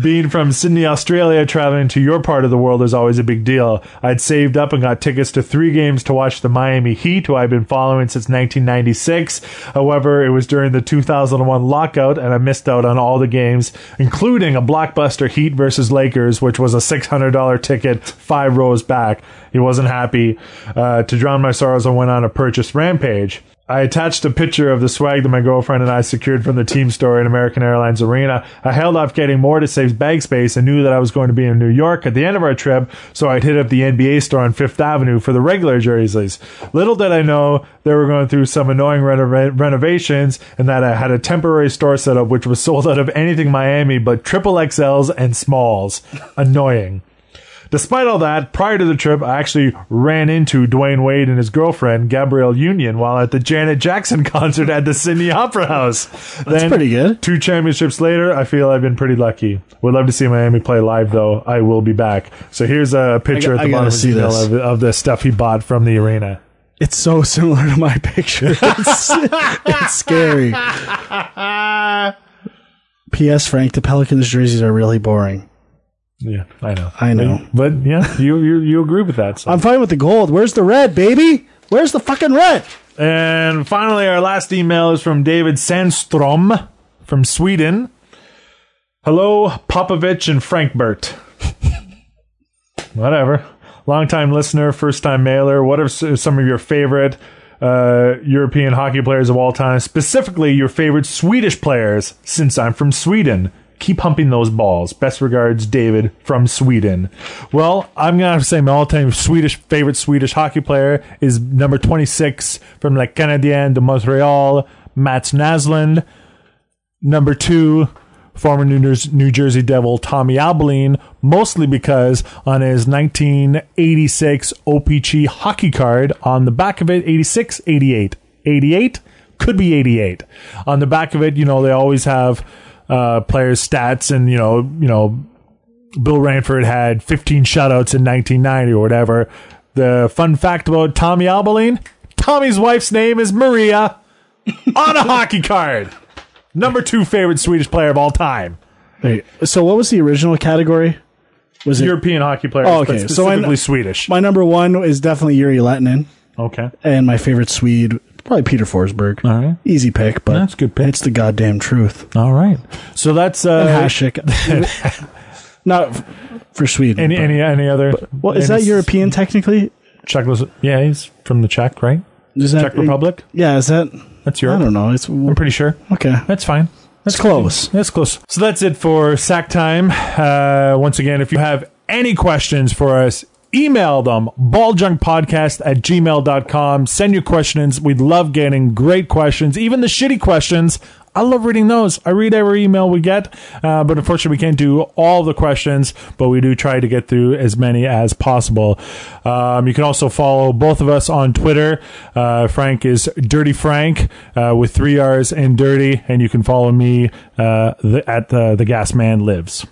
S2: Being from Sydney, Australia, traveling to your part of the world is always a big deal. I'd saved up and got tickets to three games to watch the Miami Heat, who I've been following since 1996. However, it was during the 2001 lockout, and I missed out on all the games, including a blockbuster Heat versus Lakers, which was a $600 ticket five rows back. He wasn't happy. Uh, to drown my sorrows, I went on a purchase rampage. I attached a picture of the swag that my girlfriend and I secured from the team store in American Airlines Arena. I held off getting more to save bag space and knew that I was going to be in New York at the end of our trip, so I'd hit up the NBA store on Fifth Avenue for the regular jerseys. Little did I know they were going through some annoying reno- renovations and that I had a temporary store set up which was sold out of anything Miami but triple XLs and smalls. Annoying. Despite all that, prior to the trip, I actually ran into Dwayne Wade and his girlfriend, Gabrielle Union, while at the Janet Jackson concert at the Sydney Opera House. That's
S3: pretty good.
S2: Two championships later, I feel I've been pretty lucky. Would love to see Miami play live, though. I will be back. So here's a picture
S3: I
S2: at the
S3: gotta
S2: bottom of,
S3: see
S2: the email
S3: this.
S2: of, of the stuff he bought from the arena.
S3: It's so similar to my picture. It's, it's scary. P.S. Frank, the Pelicans jerseys are really boring.
S2: Yeah, I know.
S3: I know.
S2: But yeah, you you, you agree with that. So.
S3: I'm fine with the gold. Where's the red, baby? Where's the fucking red?
S2: And finally, our last email is from David Sandstrom from Sweden. Hello, Popovich and Frankbert. Whatever. Longtime listener, first time mailer. What are s- some of your favorite uh, European hockey players of all time? Specifically, your favorite Swedish players, since I'm from Sweden. Keep humping those balls. Best regards, David from Sweden. Well, I'm going to have to say my all time Swedish favorite Swedish hockey player is number 26 from La Canadienne de Montreal, Mats Naslund. Number two, former New, Jer- New Jersey Devil Tommy Abilene, mostly because on his 1986 OPG hockey card, on the back of it, 86, 88, 88, could be 88. On the back of it, you know, they always have uh, players' stats and, you know, you know, Bill Ranford had 15 shutouts in 1990 or whatever. The fun fact about Tommy Abilene, Tommy's wife's name is Maria on a hockey card number two favorite Swedish player of all time.
S3: Wait, so what was the original category? Was it
S2: European hockey player.
S3: Oh, okay.
S2: But
S3: So I
S2: specifically
S3: kn-
S2: Swedish.
S3: my number one is definitely Yuri Latinen,
S2: Okay.
S3: and my favorite Swede probably Peter Forsberg.
S2: All right.
S3: Easy pick, but
S2: That's a good pick.
S3: It's the goddamn truth.
S2: All right. So that's
S3: And
S2: uh,
S3: Hasek, not f- for Sweden.
S2: any
S3: but-
S2: any any other?
S3: well, is
S2: any
S3: that
S2: s-
S3: European technically?
S2: Czechos- yeah, he's from the Czech, right?
S3: Is that
S2: Czech Republic.
S3: Yeah, is that?
S2: That's
S3: I
S2: Europe.
S3: don't know. It's
S2: I'm pretty sure.
S3: okay.
S2: That's fine.
S3: It's close.
S2: That's close. So that's it for sack time. Uh, once again, if you have any questions for us, email them balljunkpodcast at gmail.com. Send your questions. We'd love getting great questions, even the shitty questions. I love reading those. I read every email we get, uh, but unfortunately, we can't do all the questions, but we do try to get through as many as possible. Um, you can also follow both of us on Twitter. Uh, Frank is Dirty Frank uh, with three R's and Dirty, and you can follow me uh, the, at the, the Gas Man Lives.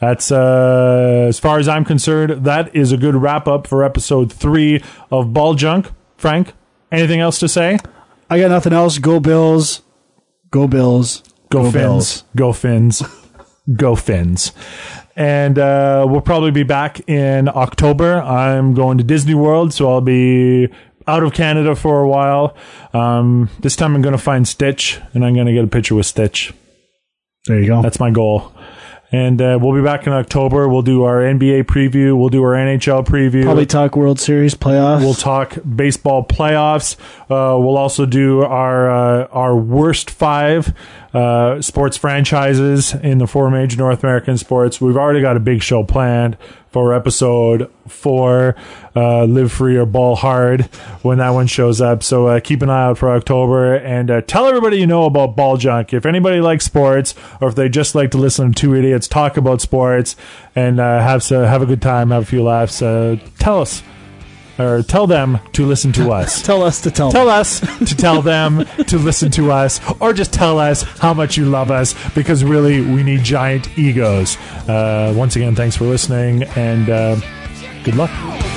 S2: That's uh, as far as I'm concerned. That is a good wrap up for episode three of Ball Junk. Frank, anything else to say?
S3: I got nothing else. Go Bills. Go Bills.
S2: Go fins. Go fins. Go fins. And uh, we'll probably be back in October. I'm going to Disney World, so I'll be out of Canada for a while. Um, this time I'm going to find Stitch, and I'm going to get a picture with Stitch.
S3: There you go.
S2: That's my goal. And uh, we'll be back in October. We'll do our NBA preview. We'll do our NHL preview.
S3: Probably talk World Series playoffs.
S2: We'll talk baseball playoffs. Uh, we'll also do our uh, our worst five uh, sports franchises in the four major North American sports. We've already got a big show planned for episode four, uh, "Live Free or Ball Hard," when that one shows up. So uh, keep an eye out for October and uh, tell everybody you know about Ball Junk. If anybody likes sports, or if they just like to listen to two idiots talk about sports and uh, have so, have a good time, have a few laughs, uh, tell us or tell them to listen to us.
S3: tell us to tell.
S2: tell us to tell them to listen to us, or just tell us how much you love us because really we need giant egos. Uh, once again, thanks for listening and uh, good luck.
S4: Good luck.